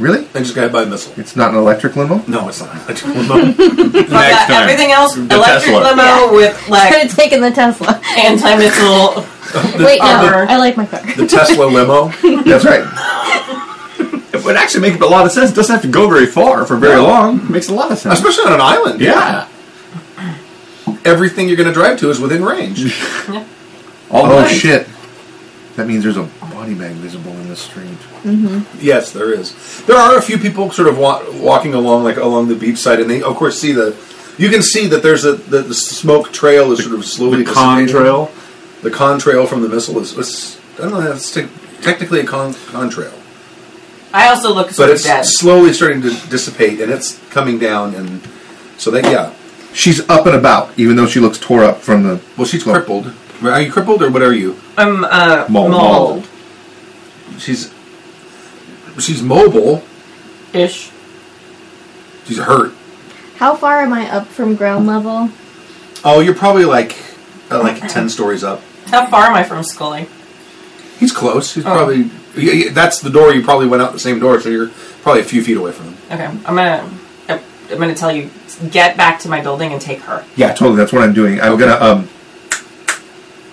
Speaker 8: Really?
Speaker 2: They just got hit by a missile.
Speaker 8: It's not an electric limo.
Speaker 2: No, it's not. I don't know.
Speaker 3: Fuck that.
Speaker 9: time.
Speaker 3: Everything else, electric
Speaker 9: Tesla.
Speaker 3: limo with
Speaker 5: Could
Speaker 3: like
Speaker 5: have taken the Tesla.
Speaker 3: anti-missile.
Speaker 5: Wait, no.
Speaker 3: other-
Speaker 5: I like my car.
Speaker 2: the Tesla limo.
Speaker 8: That's right.
Speaker 9: It would actually make a lot of sense. It doesn't have to go very far for very
Speaker 2: No.
Speaker 9: long. Makes a lot of sense.
Speaker 2: Especially on an island.
Speaker 9: Yeah.
Speaker 2: Everything you're going to drive to is within range.
Speaker 9: All
Speaker 8: Oh
Speaker 9: night.
Speaker 8: shit. That means there's a body bag visible in the street.
Speaker 2: yes, there is. There are a few people sort of wa- walking along, like along the beachside, and they, of course, see the. You can see that there's a the, the smoke trail is sort of slowly
Speaker 9: The con
Speaker 2: dissipating.
Speaker 9: trail.
Speaker 2: The con trail from the missile is. is I don't know. That's te- technically a con, con trail,
Speaker 3: I also look
Speaker 2: but
Speaker 3: sort of
Speaker 2: it's
Speaker 3: dead.
Speaker 2: slowly starting to dissipate, and it's coming down, and so that yeah.
Speaker 8: She's up and about, even though she looks tore up from the.
Speaker 2: Well, she's crippled. Are you crippled or what are you?
Speaker 3: I'm uh,
Speaker 8: Mold.
Speaker 3: mold
Speaker 2: She's she's mobile.
Speaker 3: ish.
Speaker 2: She's hurt.
Speaker 5: How far am I up from ground level?
Speaker 2: Oh, you're probably like uh, like ten stories up.
Speaker 3: How far am I from Scully?
Speaker 2: He's close. He's
Speaker 3: Oh.
Speaker 2: probably yeah, yeah, that's the door. You probably went out the same door, so you're probably a few feet away from him.
Speaker 3: Okay, I'm gonna. I'm gonna tell you, get back to my building and take her.
Speaker 8: Yeah, totally. That's what I'm doing. I'm gonna um,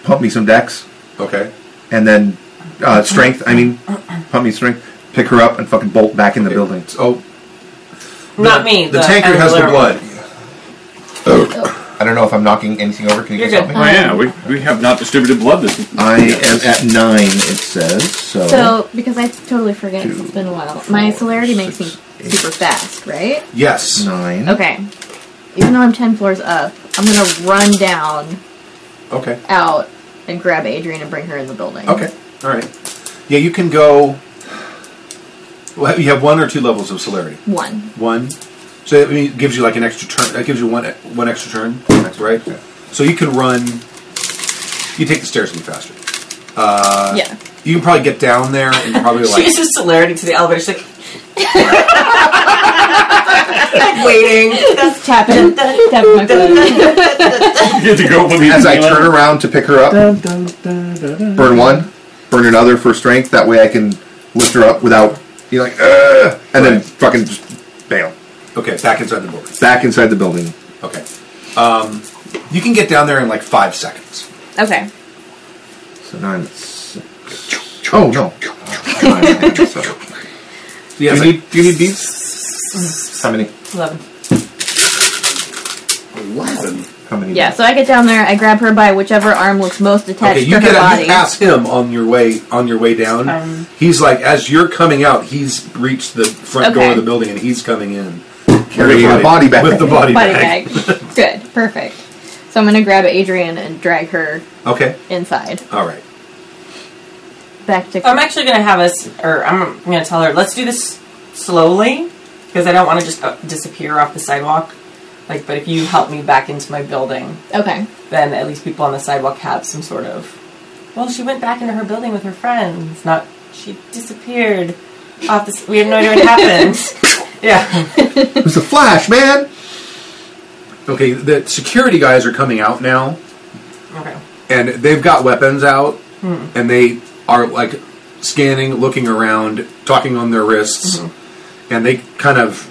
Speaker 8: pump me some decks.
Speaker 2: Okay.
Speaker 8: and then uh, strength. I mean, pump me strength. Pick her up and fucking bolt back in the building.
Speaker 2: Oh,
Speaker 3: Not me.
Speaker 2: The, tankard has the
Speaker 3: elderly woman.
Speaker 2: blood.
Speaker 5: Oh,
Speaker 8: I don't know if I'm knocking anything over. Can you
Speaker 3: You're
Speaker 8: guys
Speaker 3: good.
Speaker 2: Oh,
Speaker 5: Um,
Speaker 8: help me?
Speaker 9: Oh, yeah, we, we have not distributed blood this
Speaker 8: I am at nine. It says so.
Speaker 5: So, because I totally forget, 'cause it's been a while. My celerity makes me super fast, right?
Speaker 2: Yes.
Speaker 8: nine.
Speaker 5: Okay. Even though I'm ten floors up, I'm gonna run down,
Speaker 2: Okay.
Speaker 5: out, and grab Adrian and bring her in the building.
Speaker 2: Okay. All right. Yeah, you can go. Well, you have one or two levels of celerity.
Speaker 5: One.
Speaker 2: One. So that mean- gives you like an extra turn. That gives you one one extra turn, right? So you can run. You take the stairs a little faster. Uh,
Speaker 5: yeah.
Speaker 2: You can probably get down there and probably
Speaker 3: She
Speaker 2: like
Speaker 3: uses celerity to the elevator. She's like, like waiting.
Speaker 5: Just tapping, tapping my foot.
Speaker 9: You get to go with the
Speaker 8: As I turn around to pick her up, burn one, burn another for strength. That way I can lift her up without you like, Ugh! and then
Speaker 2: Right.
Speaker 8: fucking just bam
Speaker 2: okay back inside the building.
Speaker 8: back inside the building.
Speaker 2: Okay. Um, you can get down there in like five seconds.
Speaker 5: Okay.
Speaker 8: So now I'm at six. Oh no! How
Speaker 2: So yeah, it's like-
Speaker 9: do you need these?
Speaker 8: many?
Speaker 3: Eleven.
Speaker 9: Eleven.
Speaker 8: How many?
Speaker 5: Yeah, so I get down there, I grab her by whichever arm looks most attached
Speaker 2: Okay, you
Speaker 5: to her
Speaker 2: get out,
Speaker 5: body.
Speaker 2: you pass him on your way on your way down.
Speaker 3: Um,
Speaker 2: he's like as you're coming out, he's reached the front door
Speaker 5: Okay.
Speaker 2: of the building and he's coming in.
Speaker 8: Carrying the body bag.
Speaker 2: with the body,
Speaker 5: body
Speaker 2: bag.
Speaker 5: bag. Good, perfect. So I'm gonna grab Adrian and drag her
Speaker 2: Okay,
Speaker 5: inside.
Speaker 2: all right.
Speaker 5: Back to
Speaker 3: I'm actually going to have us, or I'm going to tell her, let's do this slowly because I don't want to just uh, disappear off the sidewalk. Like, but if you help me back into my building,
Speaker 5: Okay.
Speaker 3: then at least people on the sidewalk have some sort of. Well, she went back into her building with her friends. Not she disappeared off the. s- We have no idea what happened. yeah.
Speaker 8: It was a flash, man.
Speaker 2: Okay, the security guys are coming out now,
Speaker 3: Okay.
Speaker 2: and they've got weapons out, and they are like scanning, looking around, talking on their wrists, and they kind of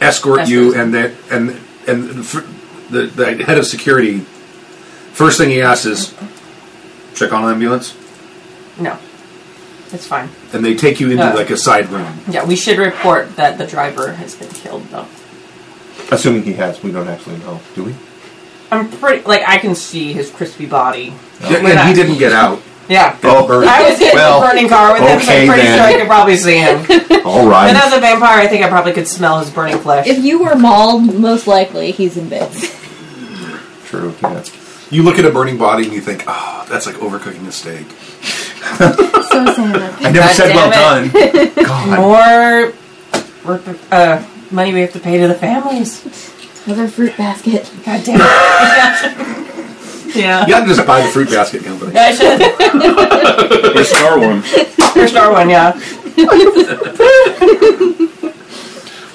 Speaker 2: escort you.
Speaker 3: Escort.
Speaker 2: And they and and the fir- the, the head of security, first thing he asks is, "Check on ambulance,"
Speaker 3: No. It's fine.
Speaker 2: and they take you into
Speaker 3: Uh.
Speaker 2: like a side room.
Speaker 3: Yeah, we should report that the driver has been killed, though.
Speaker 8: Assuming he has, we don't actually know, do we?
Speaker 3: I'm pretty like I can see his crispy body.
Speaker 2: Yeah, and he didn't get out.
Speaker 3: Yeah.
Speaker 8: Oh, burn.
Speaker 3: I was in
Speaker 8: well,
Speaker 3: the burning car with him, so
Speaker 8: okay
Speaker 3: I'm pretty
Speaker 8: then.
Speaker 3: sure I could probably see him.
Speaker 8: all
Speaker 3: and as
Speaker 8: right.
Speaker 3: a vampire, I think I probably could smell his burning flesh.
Speaker 5: If you were mauled, most likely he's in bits.
Speaker 8: True. Yeah.
Speaker 2: You look at a burning body and you think, "Ah, that's like overcooking a steak."
Speaker 5: so sad.
Speaker 8: I never
Speaker 3: God
Speaker 8: said well
Speaker 3: damn
Speaker 8: done. God.
Speaker 3: More rep- uh, money we have to pay to the families.
Speaker 5: Another fruit basket.
Speaker 3: God damn it. yeah.
Speaker 2: You got to just buy the fruit basket company.
Speaker 3: I should.
Speaker 9: Or Star One.
Speaker 3: First star one, yeah.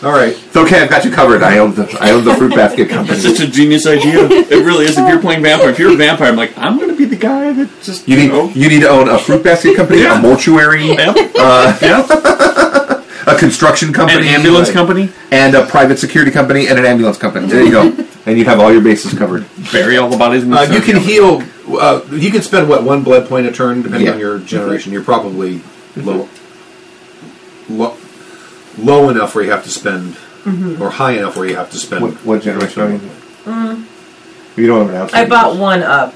Speaker 2: All right.
Speaker 8: It's okay. I've got you covered. I own the I own the fruit basket company.
Speaker 9: That's such a genius idea. It really is. If you're playing vampire, if you're a vampire, I'm like, I'm going to be the guy that just
Speaker 8: You need
Speaker 9: know,
Speaker 8: you need to own a fruit basket company,
Speaker 9: Yeah.
Speaker 8: a mortuary,
Speaker 9: yeah, Uh, yeah,
Speaker 8: a construction
Speaker 9: an
Speaker 8: company,
Speaker 9: ambulance
Speaker 8: like-
Speaker 9: company,
Speaker 8: and a private security company, and an ambulance company. There you go. and you'd have all your bases covered.
Speaker 9: bury all the bodies in the
Speaker 2: Uh, you
Speaker 9: cemetery.
Speaker 2: can heal. Uh, you can spend what one blood point a turn, depending
Speaker 8: Yeah.
Speaker 2: on your generation. You're probably low,
Speaker 8: Mm-hmm.
Speaker 2: low, low enough where you have to spend, or high enough where you have to spend.
Speaker 8: What, what generation are you?
Speaker 2: Mm-hmm.
Speaker 8: You don't announce.
Speaker 3: I
Speaker 8: it.
Speaker 3: bought one up.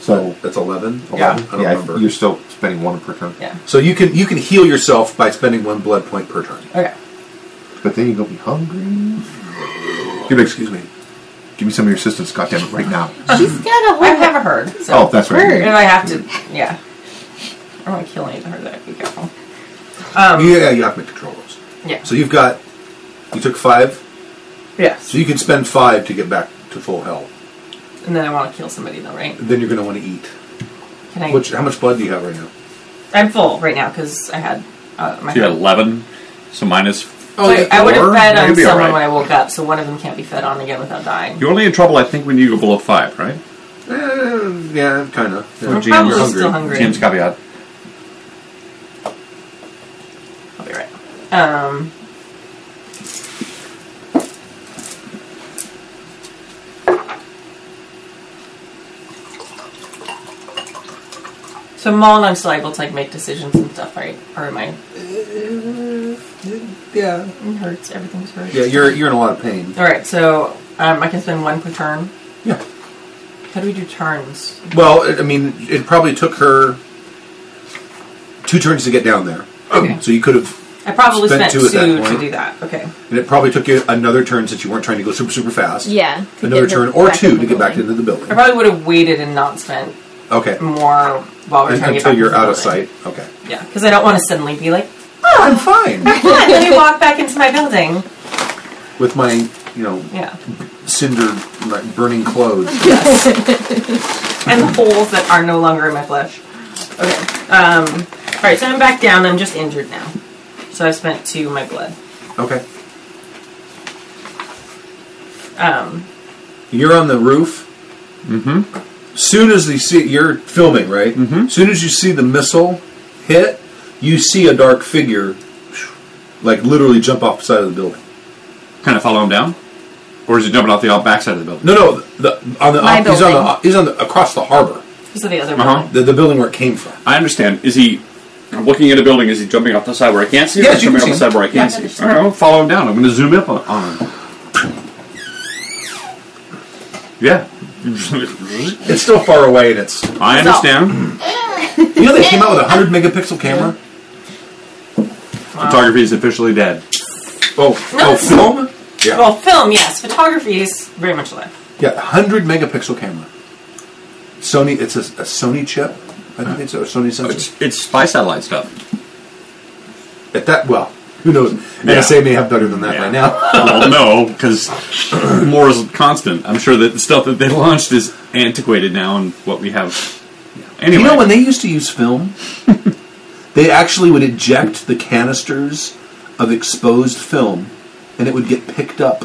Speaker 8: so.
Speaker 2: That's eleven.
Speaker 8: Yeah,
Speaker 2: I don't
Speaker 8: yeah,
Speaker 2: remember.
Speaker 8: you're still spending one per turn.
Speaker 3: Yeah.
Speaker 2: So you can you can heal yourself by spending one blood point per turn.
Speaker 3: Okay.
Speaker 8: But then you're gonna be hungry. You're like, excuse me. Give me some of your assistance, goddammit, right now.
Speaker 5: She's got a
Speaker 3: I
Speaker 5: whole
Speaker 3: have a herd. So.
Speaker 8: Oh, that's right.
Speaker 3: If I have to, yeah. I don't want to kill any of the herd. That I'd be careful. Um,
Speaker 8: Mm.
Speaker 2: yeah, you have to make control rolls.
Speaker 3: Yeah.
Speaker 2: So you've got you took five,
Speaker 3: yes.
Speaker 2: so you can spend five to get back to full health.
Speaker 3: And then I want to kill somebody though, right?
Speaker 2: Then you're going to want to eat.
Speaker 3: Can I?
Speaker 2: Which how much blood do you have right now?
Speaker 3: I'm full right now because I had uh, my.
Speaker 9: So you had
Speaker 3: herd.
Speaker 9: 11, so minus.
Speaker 3: So I- I would have
Speaker 9: Oh, four?
Speaker 3: fed
Speaker 9: You'll
Speaker 3: on
Speaker 9: be
Speaker 3: someone
Speaker 9: alright.
Speaker 3: when I woke up, so one of them can't be fed on again without dying.
Speaker 9: You're only in trouble, I think, when you go below five, right?
Speaker 2: Eh, yeah, kind of.
Speaker 3: I'm
Speaker 9: James,
Speaker 3: probably
Speaker 9: you're
Speaker 3: still hungry.
Speaker 9: James caveat.
Speaker 3: I'll be right. Um, so Maul and I'm still able to like make decisions and stuff, right? Or am I?
Speaker 2: Yeah.
Speaker 3: It hurts. Everything's hurts.
Speaker 2: Yeah, you're you're in a lot of pain.
Speaker 3: All right, so um, I can spend one per turn.
Speaker 2: Yeah.
Speaker 3: How do we do turns?
Speaker 2: Well, it, I mean, it probably took her two turns to get down there.
Speaker 3: Okay.
Speaker 2: So you could have,
Speaker 3: I probably
Speaker 2: Spend
Speaker 3: spent,
Speaker 2: two
Speaker 3: two,
Speaker 2: at that
Speaker 3: to
Speaker 2: point.
Speaker 3: do that. Okay.
Speaker 2: and it probably took you another turn since you weren't trying to go super super fast.
Speaker 5: Yeah. to
Speaker 2: Another
Speaker 5: get her
Speaker 2: turn or
Speaker 5: back in
Speaker 2: two
Speaker 5: the
Speaker 2: to get back
Speaker 5: building.
Speaker 2: into the building.
Speaker 3: I probably would have waited and not spent
Speaker 2: Okay.
Speaker 3: more while we're
Speaker 2: Un-
Speaker 3: Mm-hmm. trying to get
Speaker 2: Until
Speaker 3: back
Speaker 2: you're
Speaker 3: into the
Speaker 2: out of
Speaker 3: building.
Speaker 2: sight. Okay.
Speaker 3: Yeah, because I don't want to suddenly be like,
Speaker 2: I'm fine
Speaker 3: "Ah, let me walk back into my building.
Speaker 2: with my you know
Speaker 3: Yeah,
Speaker 2: cinder my burning clothes.
Speaker 3: and the holes that are no longer in my flesh. Okay. Um. All right, so I'm back down. I'm just injured now, so I've spent two of my blood.
Speaker 2: Okay.
Speaker 3: Um.
Speaker 2: You're on the roof. Mm-hmm. Soon as you see, you're filming, right? Mm-hmm. Soon as you see the missile hit, you see a dark figure, like literally jump off the side of the building.
Speaker 6: Kind of follow him down, or is he jumping off the backside of the building?
Speaker 2: No, no, the on the uh,
Speaker 5: My
Speaker 2: he's on the
Speaker 5: building.
Speaker 2: he's on the across the harbor,
Speaker 3: So the other
Speaker 6: Uh-huh.
Speaker 3: one.
Speaker 2: the, the building where it came from.
Speaker 6: I understand. Is he? I'm looking at a building. Is he jumping off the side where I can't see? or
Speaker 2: Yes, you can
Speaker 6: jumping off the
Speaker 2: see him.
Speaker 6: side where I
Speaker 3: Yeah, I
Speaker 6: can't see.
Speaker 3: understand.
Speaker 6: All right, I'll follow him down. I'm going to zoom up on, on him. Yeah,
Speaker 2: It's still far away, and it's
Speaker 6: I understand.
Speaker 2: you know they came out with a hundred megapixel camera.
Speaker 6: Photography is officially dead.
Speaker 2: Oh,
Speaker 3: No,
Speaker 2: oh,
Speaker 3: it's-
Speaker 2: film. Yeah,
Speaker 3: Well, film, yes. Photography is very much alive.
Speaker 2: yeah, hundred megapixel camera. Sony, it's a, a Sony chip. I think it's a Sony sensor.
Speaker 6: It's, it's spy satellite stuff.
Speaker 2: At that, well, who knows? NSA may have better than that
Speaker 6: Yeah.
Speaker 2: by now.
Speaker 6: well, no, because more is constant. I'm sure that the stuff that they launched is antiquated now, and what we have. Anyway,
Speaker 2: You know, when they used to use film, they actually would eject the canisters of exposed film, and it would get picked up.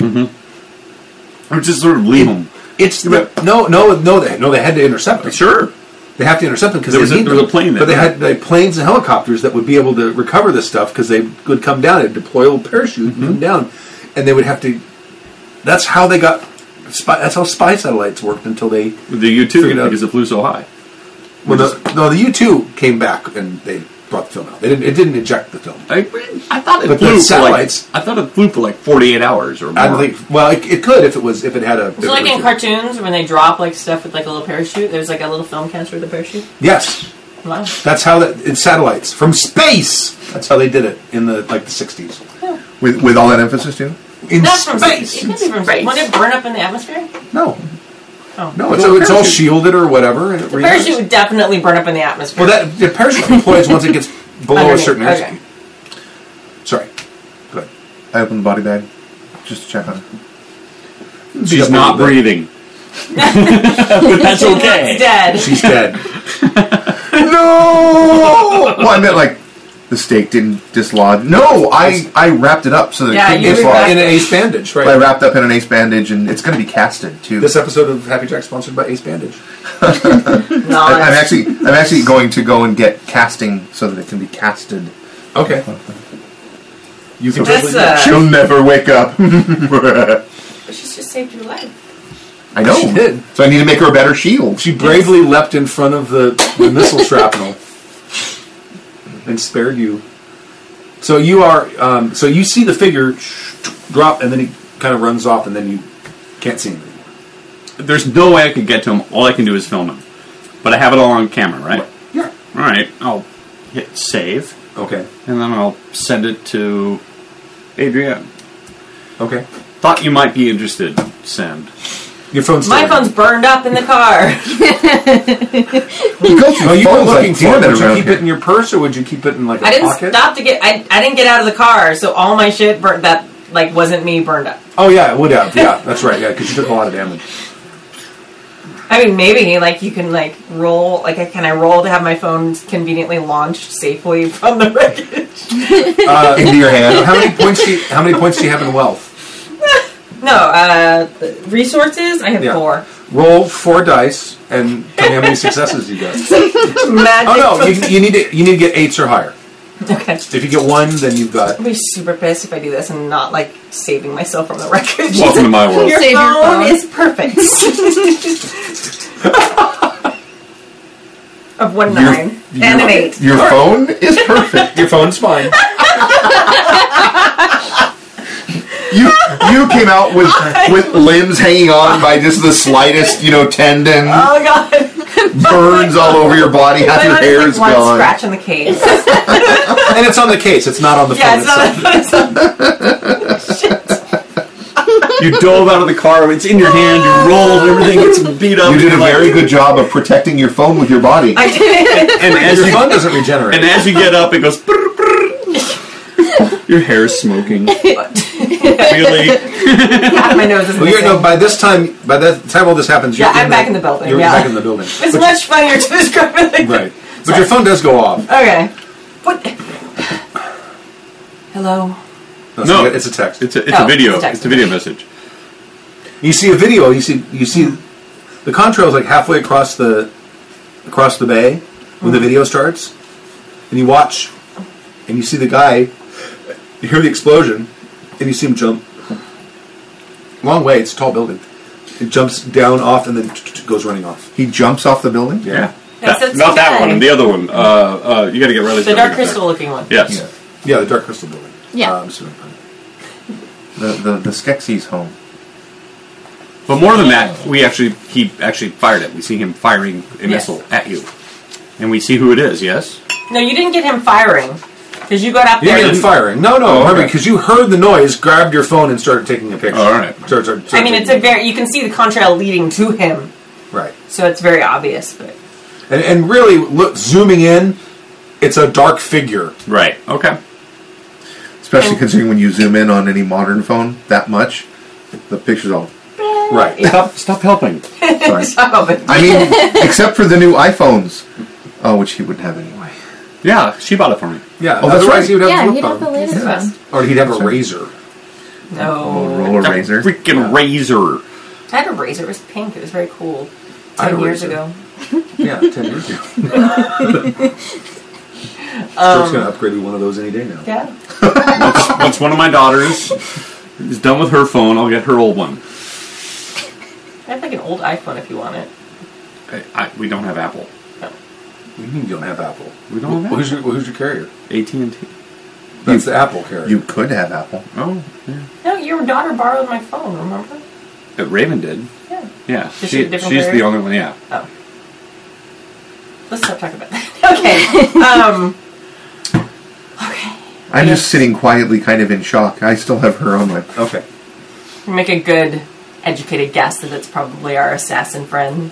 Speaker 6: or just sort of leave them.
Speaker 2: It's
Speaker 6: Yeah,
Speaker 2: the, no, no, no. They no, they had to intercept them.
Speaker 6: Sure.
Speaker 2: They have to intercept them because
Speaker 6: There
Speaker 2: they
Speaker 6: was a-
Speaker 2: need
Speaker 6: there was
Speaker 2: them.
Speaker 6: a plane
Speaker 2: but they
Speaker 6: there,
Speaker 2: had they had planes and helicopters that would be able to recover this stuff because they would come down and deploy a little parachute and
Speaker 6: Mm-hmm.
Speaker 2: come down, and they would have to. That's how they got. Spy, that's how spy satellites worked until they.
Speaker 6: The U
Speaker 2: Figured
Speaker 6: two
Speaker 2: out.
Speaker 6: because it flew so high.
Speaker 2: Well, the, no, the U two came back and they brought the film out. They didn't. It didn't eject the film.
Speaker 6: I, I thought it
Speaker 2: But
Speaker 6: flew
Speaker 2: the
Speaker 6: for like,
Speaker 2: satellites-
Speaker 6: I thought it flew for like 48 hours or more.
Speaker 2: I don't think. Well, it, it could if it was if it had a.
Speaker 3: So, like in cartoons, when they drop like stuff with like a little parachute, there's like a little film canister with a parachute.
Speaker 2: Yes,
Speaker 3: Wow.
Speaker 2: that's how that in satellites from space. That's how they did it in the like the sixties.
Speaker 8: With, with all that emphasis, too?
Speaker 2: In
Speaker 3: That's from space.
Speaker 2: space.
Speaker 3: It could be from space. Wouldn't it burn up in the atmosphere?
Speaker 2: No,
Speaker 3: Oh.
Speaker 2: no, it's, it's all shielded or whatever. And it
Speaker 3: The
Speaker 2: reacts.
Speaker 3: parachute would definitely burn up in the atmosphere.
Speaker 2: Well, that the parachute deploys once it gets below
Speaker 3: Underneath,
Speaker 2: a certain
Speaker 3: okay.
Speaker 2: airspeed. Sorry. Good.
Speaker 8: I opened the body bag just to check on it.
Speaker 6: She's not breathing. but that's okay.
Speaker 3: It's dead.
Speaker 2: She's dead.
Speaker 8: No! well, I meant like the stake didn't dislodge. No, I, I wrapped it up so that
Speaker 3: Yeah,
Speaker 8: it
Speaker 3: you
Speaker 8: couldn't
Speaker 2: It's
Speaker 8: dislodge.
Speaker 2: in an ace bandage,
Speaker 8: I
Speaker 2: right?
Speaker 8: wrapped up in an ace bandage, and it's going to be casted too.
Speaker 2: This episode of Happy Jack sponsored by Ace Bandage.
Speaker 3: No,
Speaker 8: I, I'm
Speaker 3: that's-
Speaker 8: actually I'm actually going to go and get casting so that it can be casted.
Speaker 2: Okay. You can
Speaker 3: That's,
Speaker 2: totally-
Speaker 3: uh,
Speaker 8: She'll never wake up.
Speaker 3: she's just saved your life.
Speaker 8: I know.
Speaker 2: She did.
Speaker 8: So I need to make her a better shield.
Speaker 2: She bravely leapt in front of the, the missile shrapnel and spared you. So you are. Um, so you see the figure sh- drop, and then he kind of runs off, and then you can't see him anymore.
Speaker 6: There's no way I could get to him. All I can do is film him. But I have it all on camera, right?
Speaker 2: Yeah.
Speaker 6: All right. I'll hit save,
Speaker 2: Okay.
Speaker 6: and then I'll send it to Adrienne.
Speaker 2: Okay.
Speaker 6: Thought you might be interested. Send.
Speaker 2: Your phone's.
Speaker 3: My
Speaker 2: still
Speaker 3: phone's burned up in the car.
Speaker 8: You go
Speaker 2: Oh,
Speaker 8: through
Speaker 2: you were
Speaker 8: phones
Speaker 2: looking
Speaker 8: like
Speaker 2: for it.
Speaker 8: damn it
Speaker 2: Would you
Speaker 8: around
Speaker 2: keep
Speaker 8: here.
Speaker 2: it in your purse or would you keep it in like a
Speaker 3: I didn't
Speaker 2: pocket?
Speaker 3: stop to get. I, I didn't get out of the car, so all my shit burnt. That like wasn't me burned up.
Speaker 2: Oh yeah, it would have. Yeah, that's right. Yeah, because you took a lot of damage.
Speaker 3: I mean, maybe like you can like roll. Like, I can I roll to have my phone conveniently launched safely from the wreckage?
Speaker 8: into your hand.
Speaker 2: Uh, How many points? Do you, how many points do you have in wealth?
Speaker 3: No, uh, resources. I have
Speaker 2: Yeah.
Speaker 3: four.
Speaker 2: Roll four dice and tell me how many successes you got. Oh
Speaker 3: Magic.
Speaker 2: no, you, you need to you need to get eights or higher.
Speaker 3: Okay.
Speaker 2: If you get one, then you've got.
Speaker 3: I'd be super pissed if I do this and not like saving myself from the wreckage.
Speaker 6: Welcome to my world.
Speaker 3: Your
Speaker 5: Save your
Speaker 3: phone,
Speaker 5: phone.
Speaker 3: is perfect. of one nine and an eight.
Speaker 8: Your phone is perfect.
Speaker 2: Your phone's fine.
Speaker 8: You you came out with with limbs hanging on by just the slightest, you know, tendon
Speaker 3: Oh god.
Speaker 8: burns all over your body. Half
Speaker 3: I
Speaker 8: your
Speaker 3: noticed,
Speaker 8: hair is
Speaker 3: like one
Speaker 8: gone.
Speaker 3: scratch on the case.
Speaker 2: and it's on the case. It's not on the
Speaker 3: yeah,
Speaker 2: phone
Speaker 3: it's
Speaker 2: itself.
Speaker 3: not. It's not
Speaker 9: You dove out of the car. It's in your hand. You rolled. Everything gets beat up.
Speaker 8: You did a
Speaker 9: You're like-
Speaker 8: very good job of protecting your phone with your body.
Speaker 3: I did it.
Speaker 9: And as
Speaker 2: Your
Speaker 9: you
Speaker 2: phone doesn't regenerate.
Speaker 9: and as you get up, it goes. brr, brr. Your hair is smoking. really?
Speaker 3: Half my nose is
Speaker 2: Well, you
Speaker 3: missing.
Speaker 2: know, by this time, by the time all this happens, you're
Speaker 3: Yeah, I'm
Speaker 2: in
Speaker 3: back in the building,
Speaker 2: You're
Speaker 3: yeah.
Speaker 2: back in the building,
Speaker 3: it's much funnier to describe it like
Speaker 2: right? But your phone does go off.
Speaker 3: that. Okay. What? Hello.
Speaker 2: No,
Speaker 9: No.
Speaker 2: it's a text.
Speaker 9: It's a, it's
Speaker 3: Oh,
Speaker 9: a video.
Speaker 3: it's a text
Speaker 9: It's a video message.
Speaker 2: you see a video. You see, you see, the contrail's like halfway across the across the bay when the video starts, and you watch, and you see the guy. You hear the explosion, and you see him jump. Long way. It's a tall building. It jumps down off and then t- t- goes running off.
Speaker 8: He jumps off the building.
Speaker 9: Yeah.
Speaker 3: Yes,
Speaker 9: That-
Speaker 3: it's
Speaker 9: not that
Speaker 3: okay.
Speaker 9: one. The other one. Uh, uh, you got to get rid of
Speaker 3: The dark crystal looking one.
Speaker 9: Yes.
Speaker 8: Yeah.
Speaker 2: Yeah, the dark crystal building.
Speaker 5: Yeah.
Speaker 2: Um, so-
Speaker 8: The the the Skeksis home.
Speaker 9: But more than that, we actually he actually fired it. We see him firing a
Speaker 3: Yes.
Speaker 9: missile at you, and we see who it is. Yes.
Speaker 3: No, you didn't get him firing because you got out
Speaker 2: You
Speaker 3: there.
Speaker 2: didn't
Speaker 3: and-
Speaker 2: firing. No, no,
Speaker 9: Oh,
Speaker 2: Harvey,
Speaker 9: okay.
Speaker 2: because you heard the noise, grabbed your phone, and started taking a picture.
Speaker 8: Oh,
Speaker 9: All right.
Speaker 2: Start- start- start
Speaker 3: I mean, it's a
Speaker 2: taking-
Speaker 3: very. You can see the contrail leading to him,
Speaker 2: right,
Speaker 3: so it's very obvious. But
Speaker 2: and, and really look, zooming in, it's a dark figure.
Speaker 9: Right. Okay.
Speaker 8: Especially considering when you zoom in on any modern phone that much, the picture's all.
Speaker 2: Right.
Speaker 9: Stop. Stop helping.
Speaker 8: Sorry.
Speaker 3: oh, but
Speaker 8: I mean, except for the new iPhones, oh, which he wouldn't have anyway.
Speaker 9: Yeah, she bought it for me.
Speaker 2: Yeah.
Speaker 8: Oh, that's
Speaker 2: otherwise
Speaker 8: right.
Speaker 2: He would have
Speaker 5: yeah,
Speaker 2: a
Speaker 5: he'd
Speaker 2: flip
Speaker 5: have the
Speaker 2: phone.
Speaker 5: latest
Speaker 8: Yeah.
Speaker 5: one.
Speaker 2: or he'd have
Speaker 8: That's
Speaker 2: a
Speaker 8: right.
Speaker 2: razor.
Speaker 8: Oh,
Speaker 3: no.
Speaker 8: roller razor.
Speaker 9: Freaking razor.
Speaker 3: I had a razor. It was pink. It was very cool.
Speaker 2: I had a
Speaker 3: Ten years
Speaker 2: razor.
Speaker 3: ago.
Speaker 2: Yeah, ten years ago. Kirk's gonna upgrade you one of those any day now.
Speaker 3: Yeah.
Speaker 9: Once, once one of my daughters is done with her phone, I'll get her old one.
Speaker 3: I have like an old iPhone if you want it.
Speaker 9: I, I, we don't have Apple.
Speaker 2: What do You mean you don't have Apple?
Speaker 9: We don't have
Speaker 2: Who's your, who's your carrier?
Speaker 9: AT and T.
Speaker 2: That's the Apple carrier.
Speaker 8: You could have Apple.
Speaker 9: Oh, yeah.
Speaker 3: No, your daughter borrowed my phone. Remember?
Speaker 9: But Raven did.
Speaker 3: Yeah.
Speaker 9: Yeah,
Speaker 3: Is
Speaker 9: she,
Speaker 3: she a different
Speaker 9: she's the
Speaker 3: carrier?
Speaker 9: only one. Yeah.
Speaker 3: Oh. Let's stop talking about that. Okay. um. Okay.
Speaker 8: I'm just sitting quietly, kind of in shock. I still have her on my.
Speaker 2: okay.
Speaker 3: Make a good, educated guess that it's probably our assassin friend.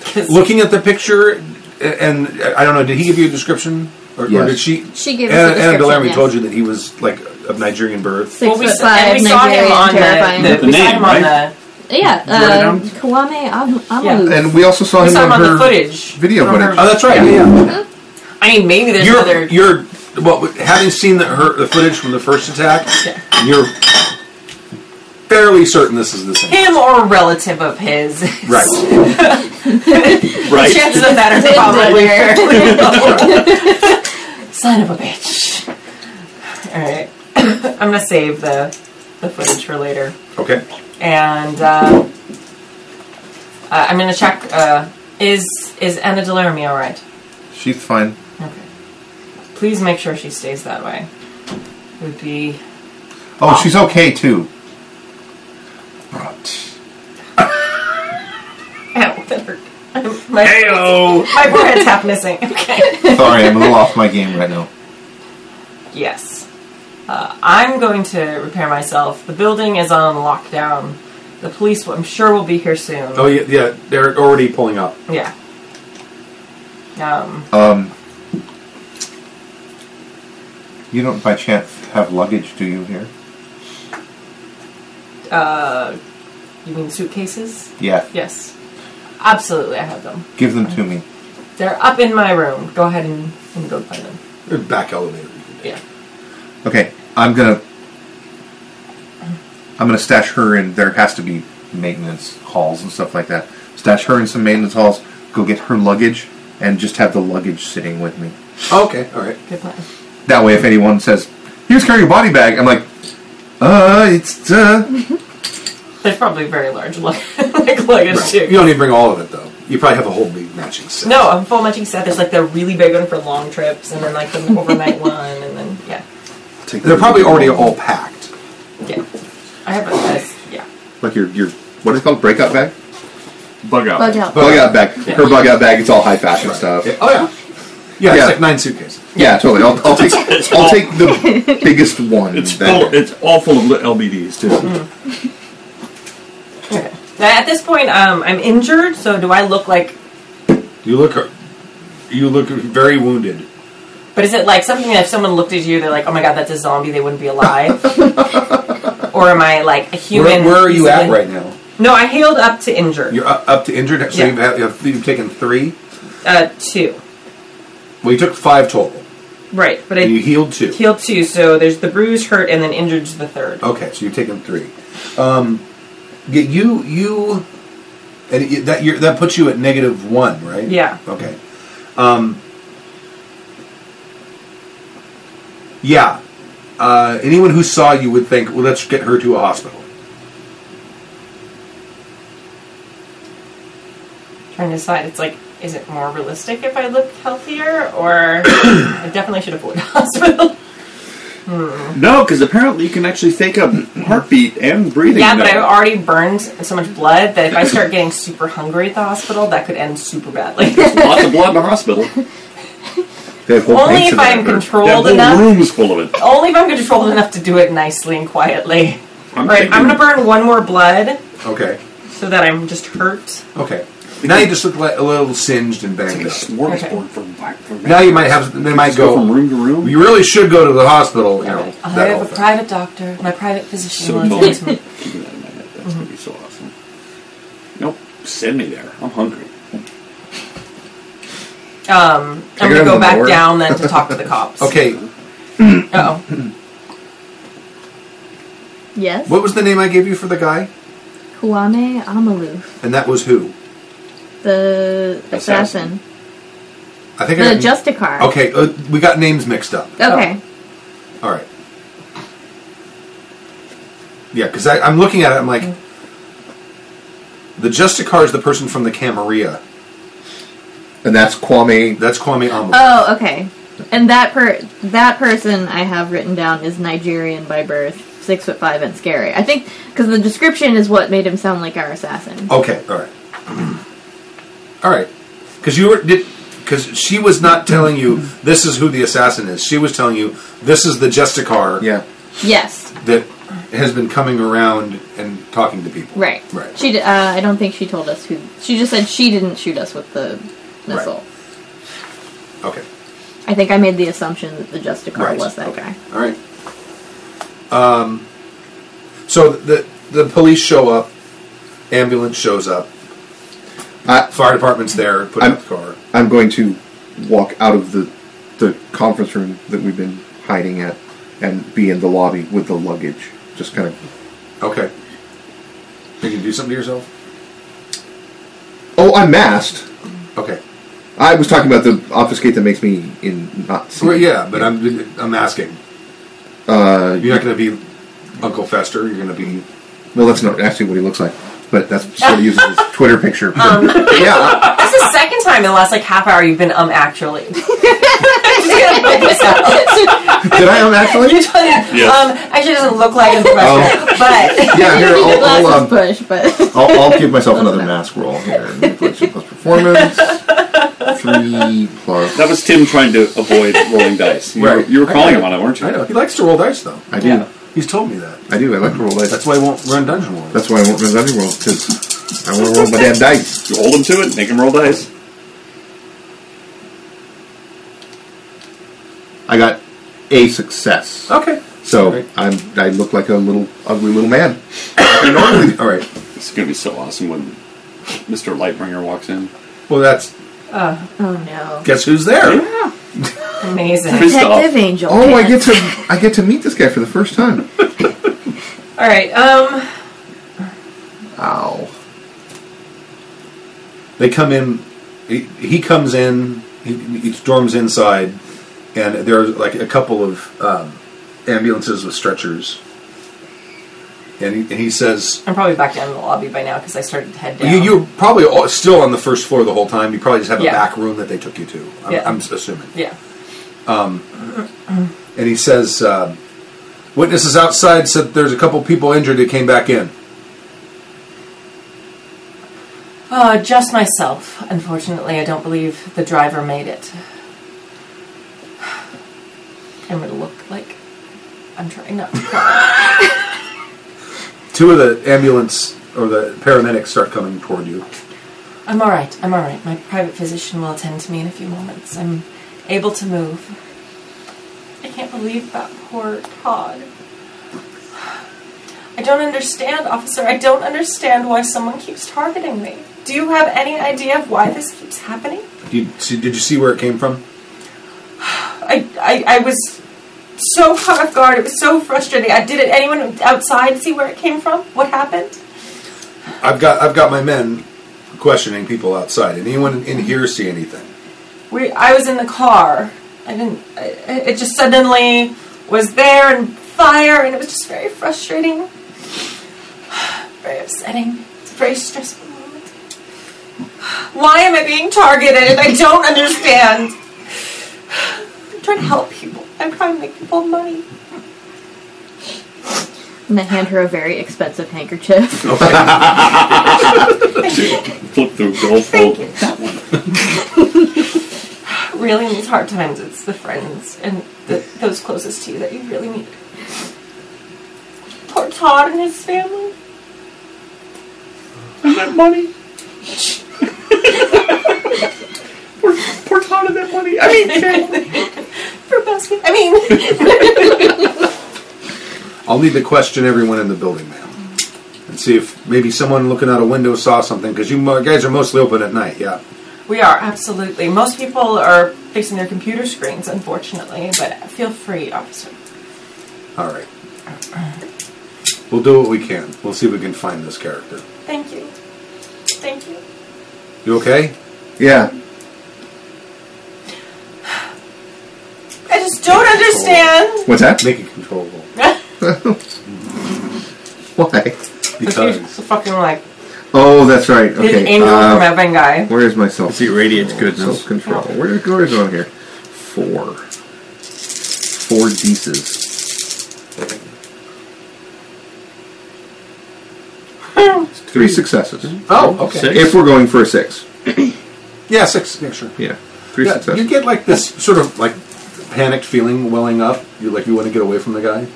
Speaker 3: 'Cause-
Speaker 2: Looking at the picture, a- and I don't know, did he give you a description, or, or
Speaker 8: Yes.
Speaker 2: did she?
Speaker 5: She gave us
Speaker 2: Anna,
Speaker 5: a
Speaker 2: Anna
Speaker 5: description,
Speaker 2: Delarmy
Speaker 5: yes.
Speaker 2: told you that he was like of Nigerian birth.
Speaker 5: Six
Speaker 3: Well, we,
Speaker 5: foot
Speaker 3: s-
Speaker 5: five,
Speaker 3: and we saw him
Speaker 5: Nigerian,
Speaker 3: on
Speaker 5: terrifying.
Speaker 3: the, the, we
Speaker 9: The
Speaker 3: saw
Speaker 9: name,
Speaker 3: him on
Speaker 9: right?
Speaker 5: yeah,
Speaker 9: wrote it
Speaker 5: uh,
Speaker 9: down?
Speaker 5: Kwame Am-
Speaker 3: Yeah.
Speaker 5: Amalu.
Speaker 8: And we also saw
Speaker 3: the we
Speaker 8: him
Speaker 3: saw him
Speaker 8: on
Speaker 3: on
Speaker 8: her
Speaker 3: the footage.
Speaker 8: video
Speaker 3: from her-
Speaker 8: footage.
Speaker 2: Oh, that's right. Yeah,
Speaker 3: I mean, maybe there's
Speaker 2: you're
Speaker 3: other.
Speaker 2: you're well, having seen the, her, the footage from the first attack, you're fairly certain this is the same.
Speaker 3: him or a relative of his.
Speaker 2: Right.
Speaker 9: Right.
Speaker 3: Chances of that are probably fairly low. Son of a bitch. All right, I'm gonna save the the footage for later,
Speaker 2: Okay.
Speaker 3: and uh, uh, I'm gonna check. Uh, is is Anna Delarmi all right?
Speaker 8: She's fine.
Speaker 3: Okay. Please make sure she stays that way. Would be
Speaker 8: Oh, she's okay too.
Speaker 3: Ow, that hurt. My, my forehead's half missing. Okay.
Speaker 8: Sorry, I'm a little off my game right now.
Speaker 3: Yes. Uh, I'm going to repair myself. The building is on lockdown. The police, I'm sure, will be here soon.
Speaker 2: Oh yeah, yeah. They're already pulling up.
Speaker 3: yeah. Um,
Speaker 8: Um, you don't by chance have luggage, do you? Here?
Speaker 3: uh, you mean suitcases?
Speaker 8: Yeah.
Speaker 3: Yes. Absolutely, I have them.
Speaker 8: Give them to me.
Speaker 3: They're up in my room. Go ahead and, and go find them.
Speaker 2: They're back elevator.
Speaker 3: Yeah.
Speaker 8: Okay, I'm gonna. I'm gonna stash her in. There has to be maintenance halls and stuff like that. Stash her in some maintenance halls. Go get her luggage and just have the luggage sitting with me.
Speaker 2: Okay. All right.
Speaker 3: Good plan.
Speaker 8: That way, if anyone says he was carrying a body bag, I'm like, uh, it's uh.
Speaker 3: They're probably very large, like, like luggage
Speaker 2: Right.
Speaker 3: too.
Speaker 2: You don't need to bring all of it though. You probably have a whole big matching set.
Speaker 3: No, a full matching set. There's like the really big one for long trips, and then like the overnight one, and then yeah.
Speaker 8: Take
Speaker 2: They're probably already all packed.
Speaker 3: Yeah. I have a this. Yeah.
Speaker 8: like your your what is it called breakout bag.
Speaker 9: Bug out.
Speaker 5: Bug out.
Speaker 8: Bug out bag. Her bug out bag. It's all high fashion stuff.
Speaker 2: Yeah. Oh yeah. Yeah,
Speaker 8: Yeah.
Speaker 2: it's like nine suitcases.
Speaker 8: Yeah, totally. I'll, I'll take I'll take the biggest one.
Speaker 9: It's
Speaker 8: then.
Speaker 9: full, it's all full of li- LBDs too.
Speaker 3: Okay. Now, at this point, um, I'm injured, so do I look like?
Speaker 2: You look, you look very wounded.
Speaker 3: But is it like something that if someone looked at you, they're like, "Oh my god, that's a zombie. They wouldn't be alive." or am I like a
Speaker 2: Where,
Speaker 3: human?
Speaker 2: where are you at
Speaker 3: human-
Speaker 2: right now?
Speaker 3: No, I healed up to injured.
Speaker 2: You're up, up to injured. So
Speaker 3: Yeah.
Speaker 2: you've, had, you've, you've taken three.
Speaker 3: uh, two.
Speaker 2: Well, you took five total.
Speaker 3: Right, but I
Speaker 2: And you healed two.
Speaker 3: healed two, so there's the bruise, hurt, and then injured's the third.
Speaker 2: Okay, so you've taken three. Um, yeah, you you and it, that you're, that puts you at negative one, right?
Speaker 3: Yeah.
Speaker 2: Okay. Um, yeah. Uh, anyone who saw you would think, well, let's get her to a hospital.
Speaker 3: Trying to decide, it's like, is it more realistic if I look healthier, or I definitely should avoid a hospital?
Speaker 9: No, because apparently you can actually fake up heartbeat and breathing.
Speaker 3: yeah, but
Speaker 9: now.
Speaker 3: I've already burned so much blood that if I start getting super hungry at the hospital, that could end super badly.
Speaker 9: lots of blood in the hospital.
Speaker 8: They have whole
Speaker 3: Only if
Speaker 8: tanks of
Speaker 3: I'm
Speaker 8: that bird.
Speaker 9: That
Speaker 3: controlled
Speaker 9: whole
Speaker 3: enough.
Speaker 9: room's full of it.
Speaker 3: Only if I'm controlled enough to do it nicely and quietly.
Speaker 9: I'm
Speaker 3: right,
Speaker 9: thinking-
Speaker 3: I'm gonna burn one more blood
Speaker 2: Okay.
Speaker 3: so that I'm just hurt.
Speaker 2: Okay. Now you just look like a little singed and banged
Speaker 9: Like a
Speaker 2: up.
Speaker 9: smorgasbord
Speaker 3: Okay.
Speaker 9: from, from
Speaker 2: Now you might have. They might
Speaker 9: Just go
Speaker 2: go.
Speaker 9: from room to room?
Speaker 2: You really should go to the hospital. You know.
Speaker 3: I
Speaker 2: that whole
Speaker 3: have a
Speaker 2: thing.
Speaker 3: private doctor. My private physician
Speaker 9: So
Speaker 3: will
Speaker 9: dumb.
Speaker 3: attend to me.
Speaker 9: Keeping that in my head. That's gonna be so awesome. Nope, send me there. I'm hungry.
Speaker 3: Um, I'm
Speaker 8: it
Speaker 3: gonna
Speaker 8: on
Speaker 3: go
Speaker 8: the
Speaker 3: back
Speaker 8: board.
Speaker 3: down then to talk to the cops.
Speaker 2: Okay.
Speaker 3: Oh,
Speaker 5: Yes.
Speaker 2: What was the name I gave you for the guy?
Speaker 5: Kwame Amalu,
Speaker 2: And that was who?
Speaker 5: the
Speaker 9: Assassin.
Speaker 5: assassin.
Speaker 2: I think I
Speaker 5: The
Speaker 2: got-
Speaker 5: Justicar.
Speaker 2: Okay, uh, we got names mixed up.
Speaker 5: Okay.
Speaker 2: All right. Yeah, because I'm looking at it. I'm like, the Justicar is the person from the Camarilla.
Speaker 8: and that's Kwame.
Speaker 2: That's Kwame Amu.
Speaker 5: Oh, okay. And that per that person I have written down is Nigerian by birth, six foot five and scary. I think because the description is what made him sound like our assassin.
Speaker 8: Oh.
Speaker 3: Oh.
Speaker 2: okay, all right, all right. Because you were did because she was not telling you this is who the assassin is. She was telling you this is the Justicar
Speaker 8: Yeah,
Speaker 5: Yes,
Speaker 2: that has been coming around and talking to people.
Speaker 5: right.
Speaker 2: Right.
Speaker 5: She. d- Uh, I don't think she told us who. She just said she didn't shoot us with the missile.
Speaker 2: Okay.
Speaker 5: I think I made the assumption that the Justicar
Speaker 2: Right.
Speaker 5: was that
Speaker 2: okay.
Speaker 5: guy.
Speaker 2: All right. Um, so the the police show up, ambulance shows up,
Speaker 8: I,
Speaker 2: fire department's there, put
Speaker 8: I'm-
Speaker 2: out the car.
Speaker 8: I'm going to walk out of the the conference room that we've been hiding at and be in the lobby with the luggage. Just kind of.
Speaker 2: Okay. You can do something to yourself.
Speaker 8: Oh, I'm masked.
Speaker 2: Okay.
Speaker 8: I was talking about the obfuscate that makes me in not. See.
Speaker 2: Well, yeah, but I'm I'm asking.
Speaker 8: Uh,
Speaker 2: You're not going to be Uncle Fester. You're going to be.
Speaker 8: well, that's not actually what he looks like, but that's sort of uses his Twitter picture. yeah,
Speaker 3: that's the second time in the last like half hour you've been um actually. I'm just gonna point this out.
Speaker 8: did I am actually?
Speaker 3: You told me,
Speaker 9: Yes.
Speaker 3: um, actually doesn't look like a professional, but
Speaker 8: Yeah, here I'll,
Speaker 5: Glasses
Speaker 8: I'll, um,
Speaker 5: push, but
Speaker 8: I'll, I'll give myself another mask roll here. Manipulation plus performance. Three plus.
Speaker 9: That was Tim trying to avoid rolling dice. You,
Speaker 2: Right.
Speaker 9: were, you were
Speaker 2: I
Speaker 9: calling
Speaker 2: know.
Speaker 9: him on it, weren't you?
Speaker 2: I know he likes to roll dice though.
Speaker 8: I do.
Speaker 9: Yeah.
Speaker 2: He's told me that.
Speaker 8: I do. I like to roll dice.
Speaker 2: That's why I won't run dungeon world.
Speaker 8: That's why I won't run any roll because I want to roll my damn dice.
Speaker 9: You hold him to it, make him roll dice.
Speaker 8: I got a success.
Speaker 2: okay.
Speaker 8: So
Speaker 2: Right.
Speaker 8: I'm. I look like a little ugly little man.
Speaker 2: All right.
Speaker 9: It's going to be so awesome when Mr. Lightbringer walks in.
Speaker 2: Well, that's
Speaker 5: oh no,
Speaker 2: guess who's there?
Speaker 3: amazing.
Speaker 9: Christoph.
Speaker 5: Detective Angel.
Speaker 8: Oh, I get to. I get to meet this guy for the first time.
Speaker 3: All right, um,
Speaker 8: Ow.
Speaker 2: They come in. He, he comes in. He, he storms inside, and there's like a couple of um, ambulances with stretchers. And he, and he says,
Speaker 3: I'm probably back down in the lobby by now because I started to head down.
Speaker 2: you, "You're probably all, still on the first floor the whole time. You probably just have a
Speaker 3: Yeah.
Speaker 2: back room that they took you to. I'm,
Speaker 3: Yeah.
Speaker 2: I'm assuming."
Speaker 3: yeah.
Speaker 2: And he says, um, Witnesses outside said there's a couple people injured that came back in.
Speaker 3: Uh, just myself. Unfortunately, I don't believe the driver made it. I'm gonna look like I'm trying not to cry.
Speaker 2: Two of the ambulance or the paramedics start coming toward you.
Speaker 3: I'm all right. I'm all right. My private physician will attend to me in a few moments. I'm able to move. I can't believe that poor Todd. I don't understand, officer. I don't understand why someone keeps targeting me. Do you have any idea of why this keeps happening?
Speaker 2: Did you see, did you see where it came from?
Speaker 3: I, I, I was so caught off guard. It was so frustrating. I didn't anyone outside see where it came from? What happened?
Speaker 2: I've got I've got my men questioning people outside. Anyone in here see anything?
Speaker 3: We, I was in the car. I didn't. I, I- it just suddenly was there and fire, and it was just very frustrating, very upsetting. It's a very stressful moment. Why am I being targeted? I don't understand. I'm trying to help people. I'm trying to make people money.
Speaker 5: I'm gonna hand her a very expensive handkerchief.
Speaker 9: Flip through gold
Speaker 3: Thank
Speaker 9: fold.
Speaker 3: you. really in these hard times, it's the friends and the, those closest to you that you really need. Poor Todd and his family.
Speaker 9: And that money. poor, poor Todd and that money. I mean,
Speaker 3: For basket. I mean,
Speaker 2: I'll need to question everyone in the building, ma'am, and see if maybe someone looking out a window saw something because you mo- guys are mostly open at night. Yeah.
Speaker 3: we are absolutely. Most people are fixing their computer screens, unfortunately. But feel free, officer.
Speaker 2: All right. We'll do what we can. We'll see if we can find this character.
Speaker 3: Thank you. Thank you.
Speaker 2: You okay?
Speaker 8: Yeah.
Speaker 3: I just don't understand.
Speaker 8: What's that?
Speaker 2: Make it controllable.
Speaker 8: Why?
Speaker 2: Because
Speaker 3: He's fucking like
Speaker 8: Oh, that's right.
Speaker 3: his
Speaker 8: Okay.
Speaker 3: angel
Speaker 8: uh,
Speaker 3: from Heaven guy.
Speaker 8: where is my self?
Speaker 6: See, it radiates good.
Speaker 8: Self control. Where, where is it on here? Four. Four pieces. Three successes.
Speaker 2: oh, okay.
Speaker 6: Six.
Speaker 8: If we're going for a six.
Speaker 2: Yeah, six. Yeah, sure.
Speaker 8: Yeah. Three
Speaker 2: Yeah,
Speaker 8: successes.
Speaker 2: you get like this sort of like panicked feeling welling up. You like you want to get away from the guy.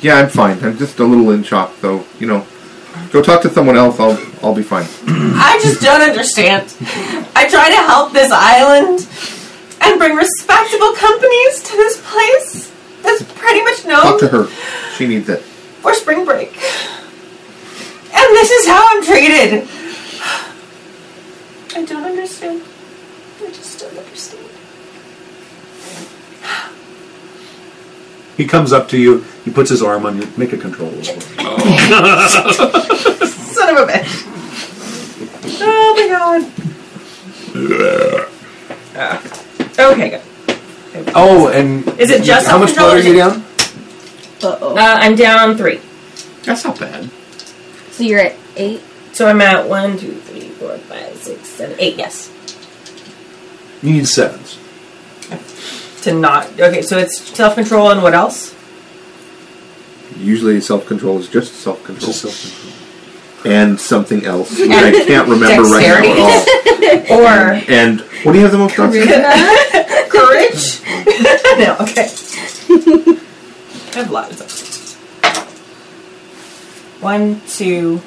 Speaker 8: yeah, I'm fine. I'm just a little in shock, though. You know, go talk to someone else. I'll I'll be fine.
Speaker 3: I just don't understand. I try to help this island and bring respectable companies to this place that's pretty much known
Speaker 8: Talk to her. She needs it.
Speaker 3: for spring break. And this is how I'm treated. I don't understand. I just don't understand.
Speaker 2: He comes up to you. He puts his arm on you. Make a controllable.
Speaker 3: Son of a bitch. Oh my god. Ah. Okay, good.
Speaker 2: Oh, and
Speaker 3: Is it just
Speaker 2: how much
Speaker 3: self-control
Speaker 2: blood
Speaker 3: or
Speaker 2: are
Speaker 3: is
Speaker 2: you
Speaker 3: it-
Speaker 2: down?
Speaker 5: Uh-oh.
Speaker 3: Uh, I'm down three.
Speaker 6: That's not bad.
Speaker 5: So you're at eight.
Speaker 3: So I'm at one, two, three, four, five, six, seven, eight. Yes.
Speaker 2: You need sevens.
Speaker 3: To not. Okay, so it's self control and what else?
Speaker 8: Usually, self control is just self control
Speaker 2: Just self-control.
Speaker 8: and something else that I can't remember right now at all.
Speaker 3: Or
Speaker 8: And what do you have the most?
Speaker 3: courage? no, okay. I have lots of stuff. One, two,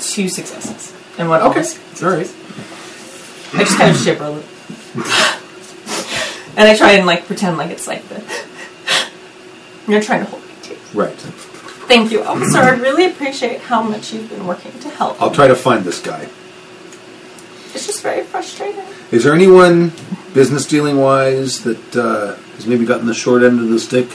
Speaker 3: two successes. And one
Speaker 2: Okay.
Speaker 3: almost.
Speaker 2: All right.
Speaker 3: I just kind of shiver a little. and I try and like pretend like it's like the. You're trying to hold me too.
Speaker 2: Right.
Speaker 3: Thank you, officer. I really appreciate how much you've been working to help.
Speaker 2: I'll try to find this guy.
Speaker 3: It's just very frustrating.
Speaker 2: Is there anyone, business dealing wise, that uh, has maybe gotten the short end of the stick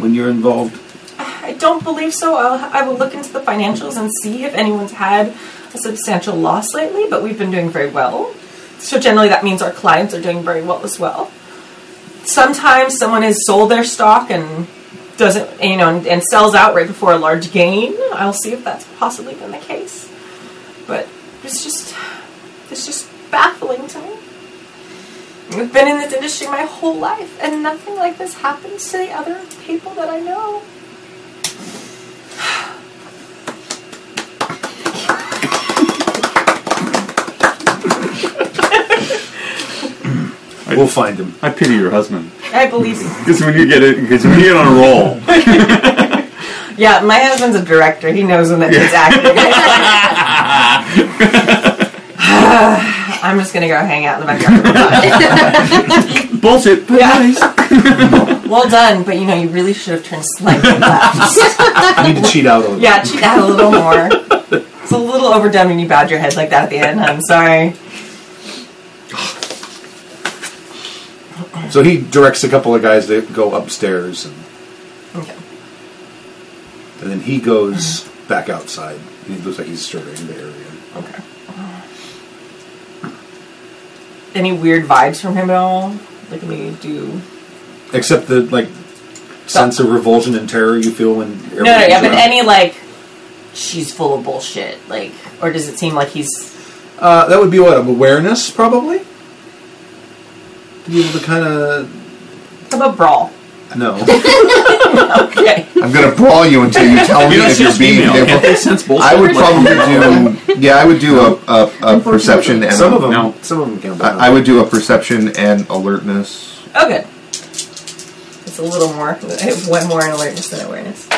Speaker 2: when you're involved?
Speaker 3: I don't believe so. I'll, I will look into the financials and see if anyone's had a substantial loss lately, but we've been doing very well. So generally that means our clients are doing very well as well. Sometimes someone has sold their stock and doesn't, you know, and, and sells out right before a large gain. I'll see if that's possibly been the case. But it's just, it's just baffling to me. I've been in this industry my whole life, and nothing like this happens to the other people that I know.
Speaker 2: We'll find him.
Speaker 9: I pity your husband
Speaker 3: I believe so.
Speaker 9: because when you get it, because when you get on a roll,
Speaker 3: Yeah, my husband's a director. He knows when that needs acting. I'm just gonna go hang out in the backyard.
Speaker 9: bullshit. But nice.
Speaker 3: well done, but you know you really should have turned slightly left.
Speaker 2: I need to cheat out on him.
Speaker 3: yeah, cheat out a little more. It's a little overdone when you bowed your head like that at the end. I'm sorry.
Speaker 2: So he directs a couple of guys to go upstairs, and,
Speaker 3: Okay.
Speaker 2: and then he goes back outside. He looks like he's surveying the area.
Speaker 3: Okay. Any weird vibes from him at all? Like we do.
Speaker 2: Except the like sense of revulsion and terror you feel when
Speaker 3: No, no, yeah, but any like she's full of bullshit, like, or does it seem like he's
Speaker 2: Uh, that would be what awareness probably. To be able to kind of
Speaker 3: how about brawl?
Speaker 2: no.
Speaker 3: Okay.
Speaker 8: I'm going to brawl you until you tell me
Speaker 9: You know,
Speaker 8: if you're
Speaker 9: she's
Speaker 8: being
Speaker 9: female. Can't
Speaker 8: nimble.
Speaker 9: they sense bullshit?
Speaker 8: I would probably do. Yeah, I would do a, a, a perception and
Speaker 2: some of them,
Speaker 9: No.
Speaker 2: some of them count. down.
Speaker 8: I, I would do a perception and alertness.
Speaker 3: Oh, good. It's a little more. I have one more in alertness than awareness.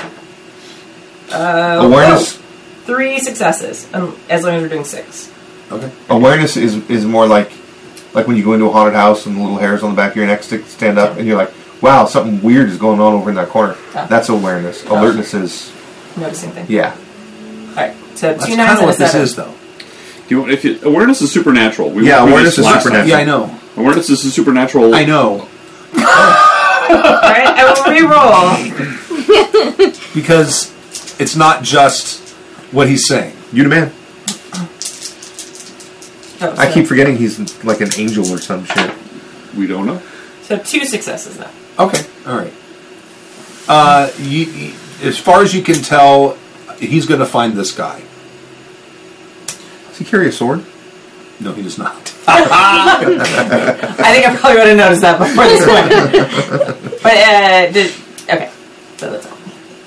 Speaker 3: Uh,
Speaker 8: awareness.
Speaker 3: oh, three successes, um, as long as we're doing six.
Speaker 2: Okay.
Speaker 8: Awareness is is more like like when you go into a haunted house and the little hairs on the back of your neck stick stand up and you're like, wow, something weird is going on over in that corner.
Speaker 3: Yeah.
Speaker 8: That's awareness. Alertness is
Speaker 3: Noticing things.
Speaker 8: yeah.
Speaker 3: All right. So
Speaker 2: That's
Speaker 3: two
Speaker 2: kind
Speaker 3: nines
Speaker 2: of
Speaker 3: and a
Speaker 2: what this
Speaker 3: seven.
Speaker 2: is, though.
Speaker 9: Do you, if you, awareness is supernatural. We
Speaker 8: Yeah,
Speaker 9: we
Speaker 8: awareness
Speaker 9: just
Speaker 8: is
Speaker 9: last
Speaker 8: supernatural.
Speaker 2: Yeah, I know.
Speaker 9: time. Awareness is a supernatural.
Speaker 2: I know
Speaker 3: All right. I will re-roll.
Speaker 2: because it's not just what he's saying.
Speaker 8: You the man.
Speaker 3: Oh,
Speaker 8: I
Speaker 3: so-
Speaker 8: keep forgetting he's like an angel or some shit.
Speaker 9: We don't know.
Speaker 3: So two successes now.
Speaker 2: Okay. All right. Uh, you, you- as far as you can tell, he's going to find this guy.
Speaker 8: Does he carry a sword?
Speaker 2: No, he does not.
Speaker 3: I think I probably would have noticed that before this one. but uh, did, okay. So that's all.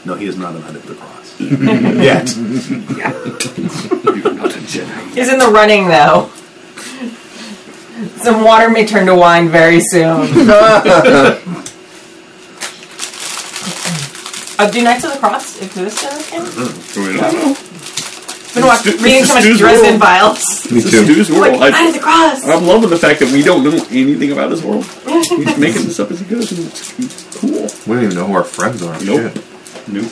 Speaker 2: No, he is not a knight of the cross yet.
Speaker 9: You're not a Jedi.
Speaker 3: He's in the running though. Some water may turn to wine very soon. uh, do Knights of the Cross exist in this game?
Speaker 9: So we don't know.
Speaker 3: Been watching, reading so much
Speaker 9: Stu's
Speaker 3: Dresden
Speaker 9: world.
Speaker 3: Files.
Speaker 8: Me
Speaker 9: This is Stu's
Speaker 3: Like,
Speaker 9: world.
Speaker 3: Knight
Speaker 9: I,
Speaker 3: of the Cross.
Speaker 8: Um,
Speaker 9: I'm loving the fact that we don't know anything about his world. He's making this up as he goes, and it's it's cool.
Speaker 8: We don't even know who our friends are.
Speaker 9: Nope.
Speaker 8: Shit.
Speaker 9: Nope.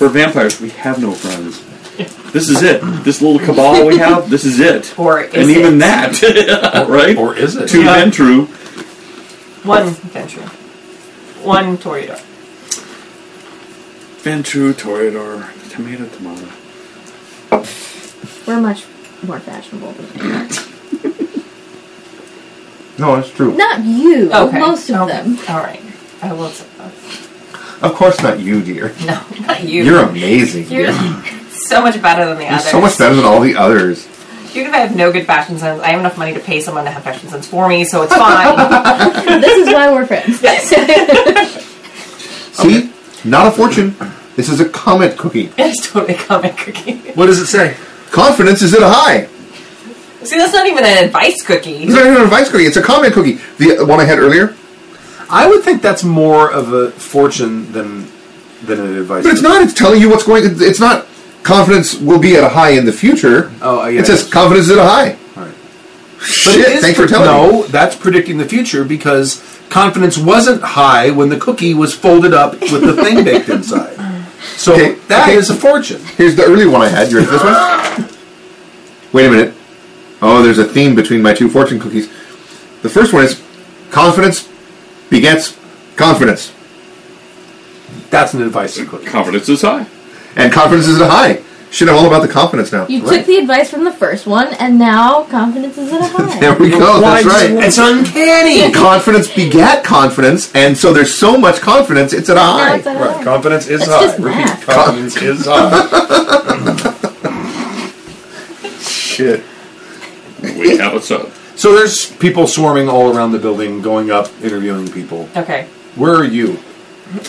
Speaker 9: We're vampires. We have no friends. This is it. This little cabal we have. This is it.
Speaker 3: Or is
Speaker 9: and even
Speaker 3: it?
Speaker 9: that, right?
Speaker 2: Or is it?
Speaker 9: two men true.
Speaker 3: One venture. One Toreador.
Speaker 9: Ventru, Toreador, tomato, tomato.
Speaker 5: We're much more fashionable than they are.
Speaker 8: No, that's true.
Speaker 5: Not you. but
Speaker 3: Okay.
Speaker 5: Most of
Speaker 3: Okay.
Speaker 5: them.
Speaker 3: All right. I will accept that.
Speaker 8: Of course not you, dear.
Speaker 3: No, not you.
Speaker 8: You're amazing.
Speaker 5: You're-
Speaker 8: dear.
Speaker 3: so much better than the
Speaker 8: You're
Speaker 3: others.
Speaker 8: so much better than all the others.
Speaker 3: Even if I have no good fashion sense, I have enough money to pay someone to have fashion sense for me, so it's fine.
Speaker 5: this is why we're friends.
Speaker 8: See? Not a fortune. This is a comment cookie.
Speaker 3: it's totally comic cookie.
Speaker 2: What does it say?
Speaker 8: Confidence is at a high.
Speaker 3: See, that's not even an advice cookie.
Speaker 8: It's not even an advice cookie. It's a comment cookie. The one I had earlier.
Speaker 2: I would think that's more of a fortune than than an advice.
Speaker 8: But it's not. It's telling you what's going. It's not. Confidence will be at a high in the future.
Speaker 2: Oh, yeah.
Speaker 8: It says confidence is at a high.
Speaker 2: All right. But it
Speaker 8: Shit.
Speaker 2: is
Speaker 8: Thanks for
Speaker 2: pre-
Speaker 8: telling me.
Speaker 2: No, that's predicting the future because confidence wasn't high when the cookie was folded up with the thing baked inside. So that
Speaker 8: Okay,
Speaker 2: is
Speaker 8: okay.
Speaker 2: a fortune.
Speaker 8: Here's the early one I had. You ready for this one? Wait a minute. Oh, there's a theme between my two fortune cookies. The first one is confidence begets confidence,
Speaker 2: That's an advice cookie.
Speaker 9: Confidence is high.
Speaker 8: and confidence is at a high. Shit, I'm all about the confidence now.
Speaker 5: You
Speaker 2: Right.
Speaker 5: took the advice from the first one, and now confidence is at a
Speaker 8: There
Speaker 5: high.
Speaker 8: we go. That's right.
Speaker 2: It's uncanny.
Speaker 8: confidence begat confidence, and so there's so much confidence, it's at a
Speaker 5: now it's
Speaker 8: high.
Speaker 5: at a
Speaker 2: Right,
Speaker 5: high.
Speaker 2: confidence is
Speaker 5: That's
Speaker 2: high.
Speaker 5: just
Speaker 2: Repeat,
Speaker 5: math.
Speaker 2: confidence is high.
Speaker 8: Shit.
Speaker 9: Wait, now what's up?
Speaker 2: So there's people swarming all around the building, going up, interviewing people.
Speaker 3: Okay.
Speaker 2: Where are you?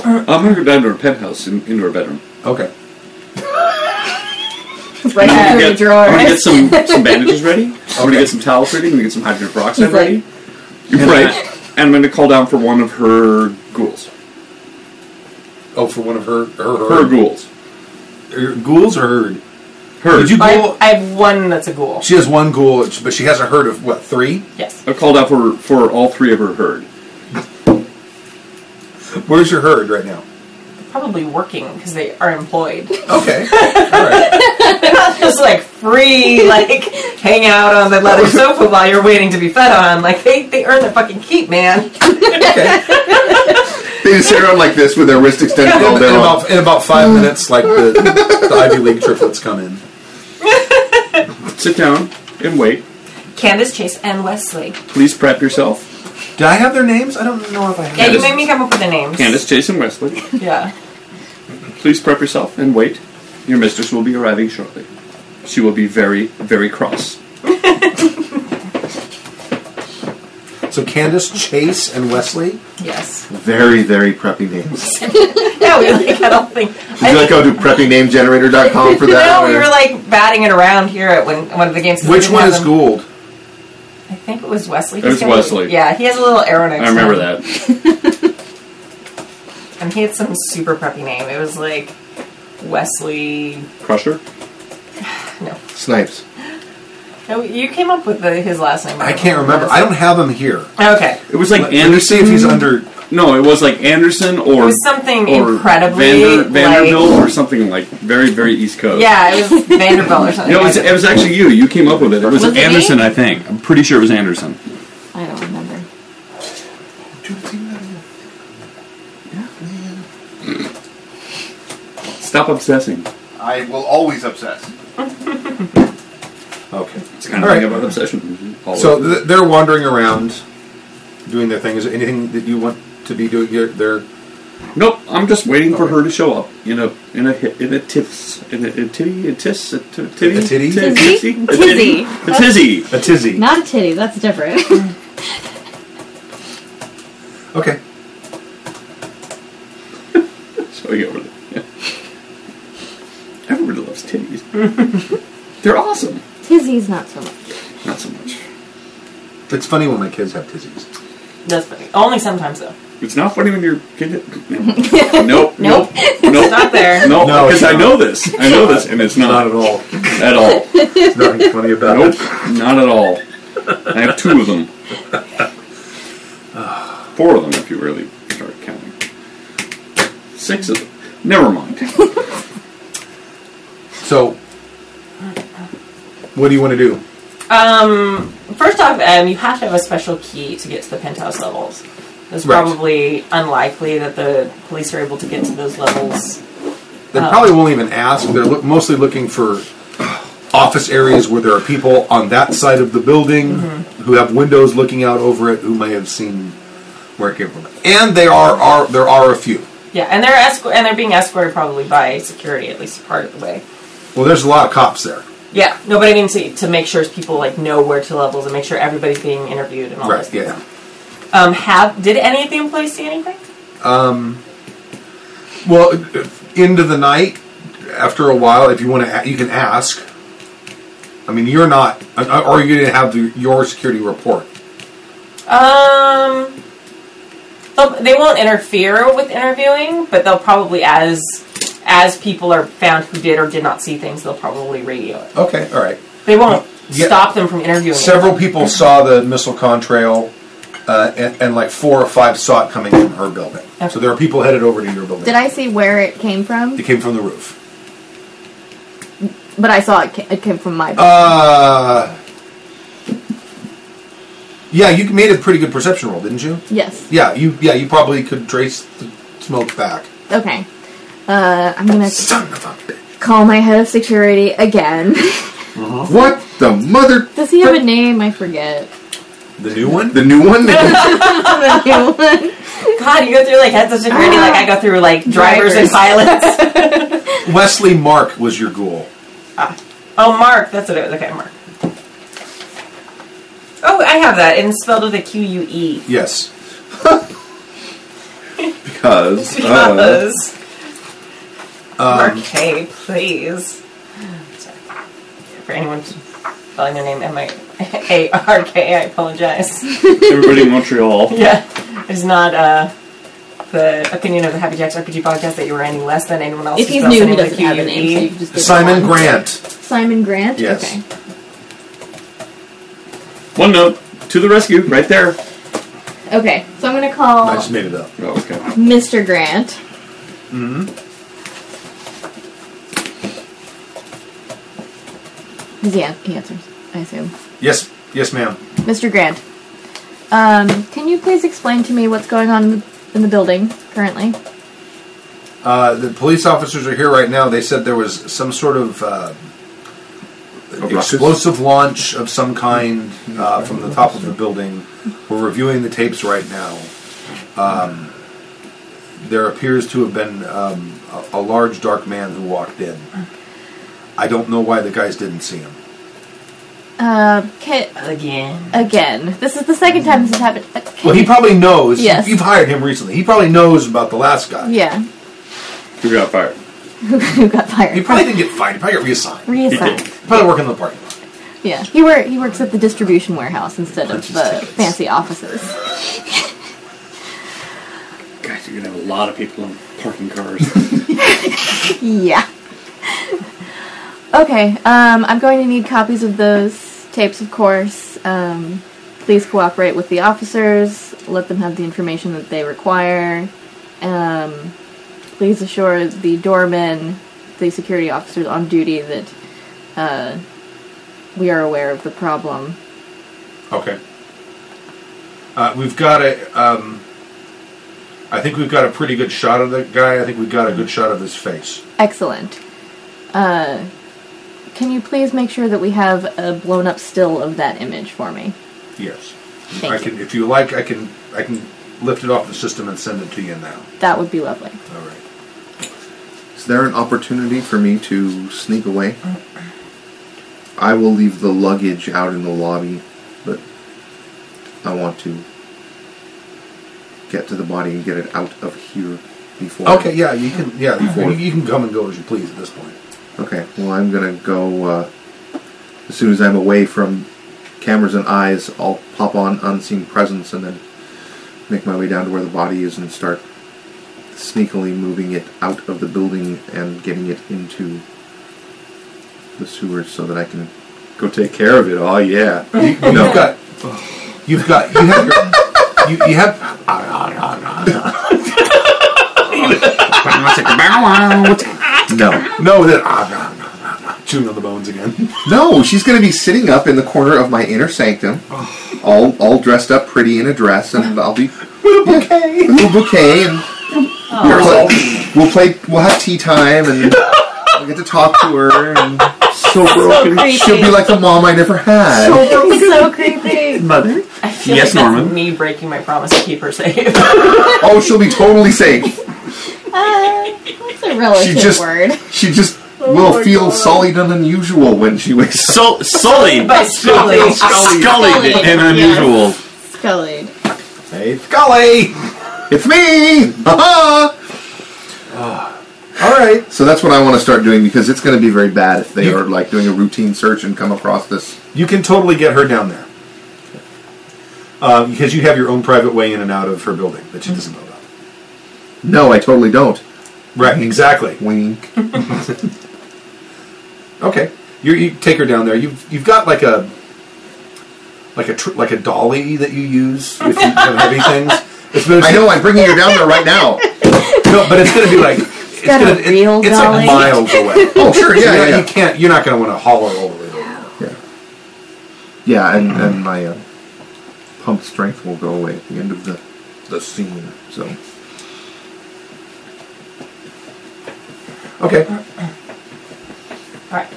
Speaker 6: I'm gonna go down to her penthouse in, into her bedroom.
Speaker 2: Okay.
Speaker 3: Uh,
Speaker 5: right
Speaker 6: I'm
Speaker 5: after
Speaker 6: gonna
Speaker 5: the
Speaker 6: get, I'm gonna get
Speaker 5: drawers.
Speaker 6: some, some bandages ready. I'm gonna get some towels ready. I'm gonna get some hydrogen peroxide
Speaker 5: He's like-
Speaker 6: ready. right. and I'm gonna call down for one of her ghouls.
Speaker 2: Oh, for one of her her, her,
Speaker 6: Her ghouls.
Speaker 2: her ghouls or herd.
Speaker 6: Her.
Speaker 2: Did you
Speaker 3: I,
Speaker 2: ghoul?
Speaker 3: I have one that's a ghoul.
Speaker 2: she has one ghoul, but she has a herd of what three?
Speaker 3: Yes.
Speaker 6: I called out for for all three of her herd.
Speaker 2: Where's your herd right now?
Speaker 3: Probably working because they are employed.
Speaker 2: Okay. all right.
Speaker 3: They're not just like free, like hang out on the leather sofa while you're waiting to be fed on. Like they, they earn their fucking keep, man.
Speaker 2: Okay.
Speaker 8: They just sit around like this with their wrist extended all
Speaker 2: in,
Speaker 8: day
Speaker 2: in
Speaker 8: long.
Speaker 2: about in about five minutes, like the, the Ivy League triplets come in.
Speaker 6: Sit down and wait.
Speaker 3: Candace Chase and Wesley.
Speaker 6: Please prep yourself.
Speaker 2: Did I have their names? I don't know if I have.
Speaker 3: Yeah, you
Speaker 6: Candace-
Speaker 3: made me come up with the names.
Speaker 6: Candace, Jason, Wesley.
Speaker 3: Yeah.
Speaker 6: Please prep yourself and wait. Your mistress will be arriving shortly. She will be very, very cross.
Speaker 2: So Candace, Chase, and Wesley.
Speaker 3: Yes.
Speaker 8: Very, very preppy names. Did
Speaker 3: Yeah, we like, I don't think. I
Speaker 8: you
Speaker 3: think
Speaker 8: like go to preppynamegenerator.com for that?
Speaker 3: no, we
Speaker 8: or-
Speaker 3: were like batting it around here at one, one of the games. 'cause we
Speaker 2: Which
Speaker 3: didn't
Speaker 2: one
Speaker 3: have
Speaker 2: is
Speaker 3: them.
Speaker 2: Gould?
Speaker 3: I think it was Wesley.
Speaker 6: It was
Speaker 3: He's gonna-
Speaker 6: Wesley.
Speaker 3: Yeah, he has a little arrow next
Speaker 6: I remember
Speaker 3: to him.
Speaker 6: that.
Speaker 3: And he had some super preppy name. It was like Wesley.
Speaker 6: Crusher.
Speaker 3: No,
Speaker 8: Snipes.
Speaker 3: no, you came up with the, his last name.
Speaker 2: I can't remember. I don't have him here.
Speaker 3: Okay,
Speaker 6: It was like
Speaker 2: Let
Speaker 6: Anderson.
Speaker 2: me see if he's under.
Speaker 6: No, it was like Anderson or
Speaker 3: it was something
Speaker 6: or
Speaker 3: incredibly
Speaker 6: Vander- Vanderbilt
Speaker 3: Like,
Speaker 6: or something like very very East Coast.
Speaker 3: yeah, it was Vanderbilt or something.
Speaker 6: No, it was, it was actually you. You came up with it. It was,
Speaker 5: Was it
Speaker 6: Anderson, I think. I'm pretty sure it was Anderson.
Speaker 5: I don't remember.
Speaker 6: Stop obsessing.
Speaker 8: I will always obsess.
Speaker 2: Okay.
Speaker 6: It's kind
Speaker 2: All
Speaker 6: of
Speaker 2: right.
Speaker 6: thing about obsession. Always.
Speaker 2: So th- they're wandering around, doing their thing. Is there anything that you want to be doing? Your, their
Speaker 6: nope. I'm just waiting for her to show up in a in a hi- in a tiffs in a, a titty a tiss a t- titty
Speaker 2: A titty?
Speaker 6: Ti-
Speaker 5: Tizzy?
Speaker 6: titsy? a titty
Speaker 5: Tizzy.
Speaker 6: a tizzy.
Speaker 2: a tizzy.
Speaker 5: Not a titty. That's different.
Speaker 2: Okay.
Speaker 6: So you over there. Everybody loves titties. They're awesome.
Speaker 5: Tizzy's not so much.
Speaker 6: Not so much.
Speaker 2: It's funny when my kids have tizzies.
Speaker 3: That's funny. Only sometimes though.
Speaker 6: It's not funny when you're kid. Nope. Nope. Nope.
Speaker 3: It's
Speaker 6: nope.
Speaker 3: not there.
Speaker 6: No,
Speaker 2: No,
Speaker 6: because
Speaker 2: it's
Speaker 6: I
Speaker 2: not.
Speaker 6: know this. I know this, and it's
Speaker 2: Not
Speaker 6: not
Speaker 2: at all.
Speaker 6: at all.
Speaker 2: There's nothing funny about
Speaker 6: Nope,
Speaker 2: it.
Speaker 6: not at all. I have two of them. Four of them, if you really start counting. Six of them. Never mind.
Speaker 2: So, what do you want to do?
Speaker 3: Um, first off, um, you have to have a special key to get to the penthouse levels. It's
Speaker 2: Right.
Speaker 3: probably unlikely that the police are able to get to those levels.
Speaker 2: They
Speaker 3: Oh.
Speaker 2: probably won't even ask. They're loo- mostly looking for office areas where there are people on that side of the building
Speaker 3: Mm-hmm.
Speaker 2: who have windows looking out over it who may have seen where it came from. And they are, are there are a few.
Speaker 3: Yeah, and they're escort and they're being escorted probably by security at least part of the way.
Speaker 2: Well, there's a lot of cops there.
Speaker 3: Yeah, no, but I mean to, to make sure people like know where to levels and make sure everybody's being interviewed and all
Speaker 2: Right,
Speaker 3: this.
Speaker 2: yeah.
Speaker 3: Um, have did any of the employees see anything?
Speaker 2: Well, into the night, after a while, if you want to, you can ask. I mean, you're not, uh, or you didn't have the, your security report.
Speaker 3: Um, they'll- they won't interfere with interviewing, but they'll probably as as people are found who did or did not see things, they'll probably radio it.
Speaker 2: Okay, all right.
Speaker 3: They won't
Speaker 2: Yeah.
Speaker 3: stop them from interviewing.
Speaker 2: Several people saw the missile contrail, uh, and, and like four or five saw it coming from her building. So there are people headed over to your building.
Speaker 5: Did I see where it came from?
Speaker 2: It came from the roof.
Speaker 5: But I saw it, ca- it came from my.
Speaker 2: Uh, yeah, you made a pretty good perception roll, didn't you?
Speaker 5: yes.
Speaker 2: Yeah, you yeah you probably could trace the smoke back.
Speaker 5: Okay. Uh, I'm gonna
Speaker 2: Son of a bitch.
Speaker 5: call my head of security again.
Speaker 8: What the mother?
Speaker 5: Does he have a name? I forget.
Speaker 2: The new one.
Speaker 8: The new one?
Speaker 5: The new one.
Speaker 3: God, you go through like heads of security, like I go through like drivers, and pilots.
Speaker 2: Wesley Mark was your ghoul.
Speaker 3: oh, Mark, that's what it was. Okay, Mark. Oh, I have that, and it's spelled with a Q U E.
Speaker 2: Yes.
Speaker 6: Because. uh,
Speaker 3: Because.
Speaker 5: Um,
Speaker 3: Marquet, please. Sorry. For anyone spelling their name M I A R K, I apologize.
Speaker 6: everybody in Montreal.
Speaker 3: Yeah, it's not uh, the opinion of the Happy Jacks RPG podcast that you were any less than anyone else.
Speaker 5: If
Speaker 3: who
Speaker 5: he's
Speaker 3: spells
Speaker 5: new,
Speaker 3: the
Speaker 5: he
Speaker 3: name with
Speaker 5: doesn't have a
Speaker 3: QUE.
Speaker 5: name. So you can just give
Speaker 2: Simon
Speaker 5: one.
Speaker 2: Grant.
Speaker 5: Simon Grant.
Speaker 2: Yes.
Speaker 5: Okay.
Speaker 6: One note to the rescue, right there.
Speaker 5: Okay. So I'm gonna call
Speaker 2: I just made it up.
Speaker 6: Oh, okay.
Speaker 5: Mr. Grant. Mm-hmm. He, an- he answers. I assume.
Speaker 2: Yes, yes, ma'am.
Speaker 5: Mr. Grant, um, can you please explain to me what's going on in the- in the building currently?
Speaker 2: Uh, the police officers are here right now. They said there was some sort of uh,
Speaker 6: ruckus?
Speaker 2: explosive launch of some kind uh, from the top of the building. We're reviewing the tapes right now. Um, there appears to have been um, a, a large dark man who walked in. I don't know why the guys didn't see him.
Speaker 5: Uh, ca-
Speaker 3: E. Again.
Speaker 5: again, this is the second time this has happened. Uh, can-
Speaker 2: Well, he probably knows.
Speaker 5: Yes.
Speaker 2: You've hired him recently. He probably knows about the last guy.
Speaker 5: yeah,
Speaker 6: Who got fired?
Speaker 5: who got
Speaker 2: He
Speaker 5: fired?
Speaker 2: probably didn't get fired. He probably got reassigned.
Speaker 5: Reassigned.
Speaker 2: He probably working in the parking lot.
Speaker 5: Yeah, he wor- he works at the distribution warehouse instead of
Speaker 2: Punches
Speaker 5: the
Speaker 2: tickets.
Speaker 5: fancy offices.
Speaker 6: Guys, you're gonna have a lot of people in parking cars.
Speaker 5: Yeah. Okay, um, I'm going to need copies of those tapes, of course. Um, please cooperate with the officers. Let them have the information that they require. Um, please assure the doormen, the security officers on duty, that uh, we are aware of the problem.
Speaker 2: Okay. Uh, we've got a. Um, I think we've got a pretty good shot of the guy. I think we've got a good shot of his face.
Speaker 5: Excellent. Uh, can you please make sure that we have a blown up still of that image for me?
Speaker 2: Yes.
Speaker 5: Thank
Speaker 2: I
Speaker 5: you.
Speaker 2: can, if you like, I can. I can lift it off the system and send it to you now.
Speaker 5: That would be lovely.
Speaker 2: All right.
Speaker 8: Is there an opportunity for me to sneak away? I will leave the luggage out in the lobby, but I want to get to the body and get it out of here before.
Speaker 2: Okay. Yeah. You can. Yeah.
Speaker 8: Before-
Speaker 2: You, you can come and go as you please at this point.
Speaker 8: Okay. Well, I'm gonna go uh, as soon as I'm away from cameras and eyes. I'll pop on unseen presence and then make my way down to where the body is and start sneakily moving it out of the building and getting it into the sewers so that I can go take care of it. Oh yeah.
Speaker 2: You've got. You've got. You have. Your, you, you have.
Speaker 8: No.
Speaker 2: No. That. Chewing on the bones again.
Speaker 8: No. She's gonna be sitting up in the corner of my inner sanctum, all all dressed up pretty in a dress, and I'll be with a bouquet, with a bouquet, and. We'll play, we'll play. We'll have tea time, and we'll get to talk to her. And
Speaker 6: so broken.
Speaker 8: she'll be like the mom I never had.
Speaker 5: It's so creepy.
Speaker 6: Mother.
Speaker 3: I feel like
Speaker 6: Yes,
Speaker 3: that's
Speaker 6: Norman.
Speaker 3: me breaking my promise to keep her safe.
Speaker 8: oh, she'll be totally safe.
Speaker 5: Uh, that's a relative
Speaker 8: She just,
Speaker 5: word.
Speaker 8: she just will feel sullied and unusual when she wakes up.
Speaker 9: Sul- sullied,
Speaker 3: By
Speaker 9: Filthy,
Speaker 3: stealing.
Speaker 9: scullied,
Speaker 5: Scullied,
Speaker 9: and unusual.
Speaker 5: Scullied.
Speaker 2: Hey, golly.
Speaker 8: It's me. Ha-ha!
Speaker 2: All right.
Speaker 8: so that's what I want to start doing because it's going to be very bad if they are like doing a routine search and come across this.
Speaker 2: You can totally get her down there. Um, because you have your own private way in and out of her building that she doesn't know about.
Speaker 8: No, I totally don't.
Speaker 2: Right, exactly.
Speaker 8: Wink.
Speaker 2: Okay, you you take her down there. You've you've got like a like a tr- like a dolly that you use with you kind of heavy things. It's gonna,
Speaker 8: I know I'm bringing her down there right now.
Speaker 2: no, but it's going to be like it's,
Speaker 5: got a
Speaker 2: gonna, it-
Speaker 5: real
Speaker 2: it's
Speaker 5: dolly.
Speaker 2: like miles away.
Speaker 8: Oh, sure, yeah, yeah,
Speaker 2: you,
Speaker 8: yeah.
Speaker 2: can't. You're not going to want to haul her over. there.
Speaker 8: Yeah. Yeah, and, and my uh, pump strength will go away at the end of the, the scene. So
Speaker 2: Okay,
Speaker 3: Alright.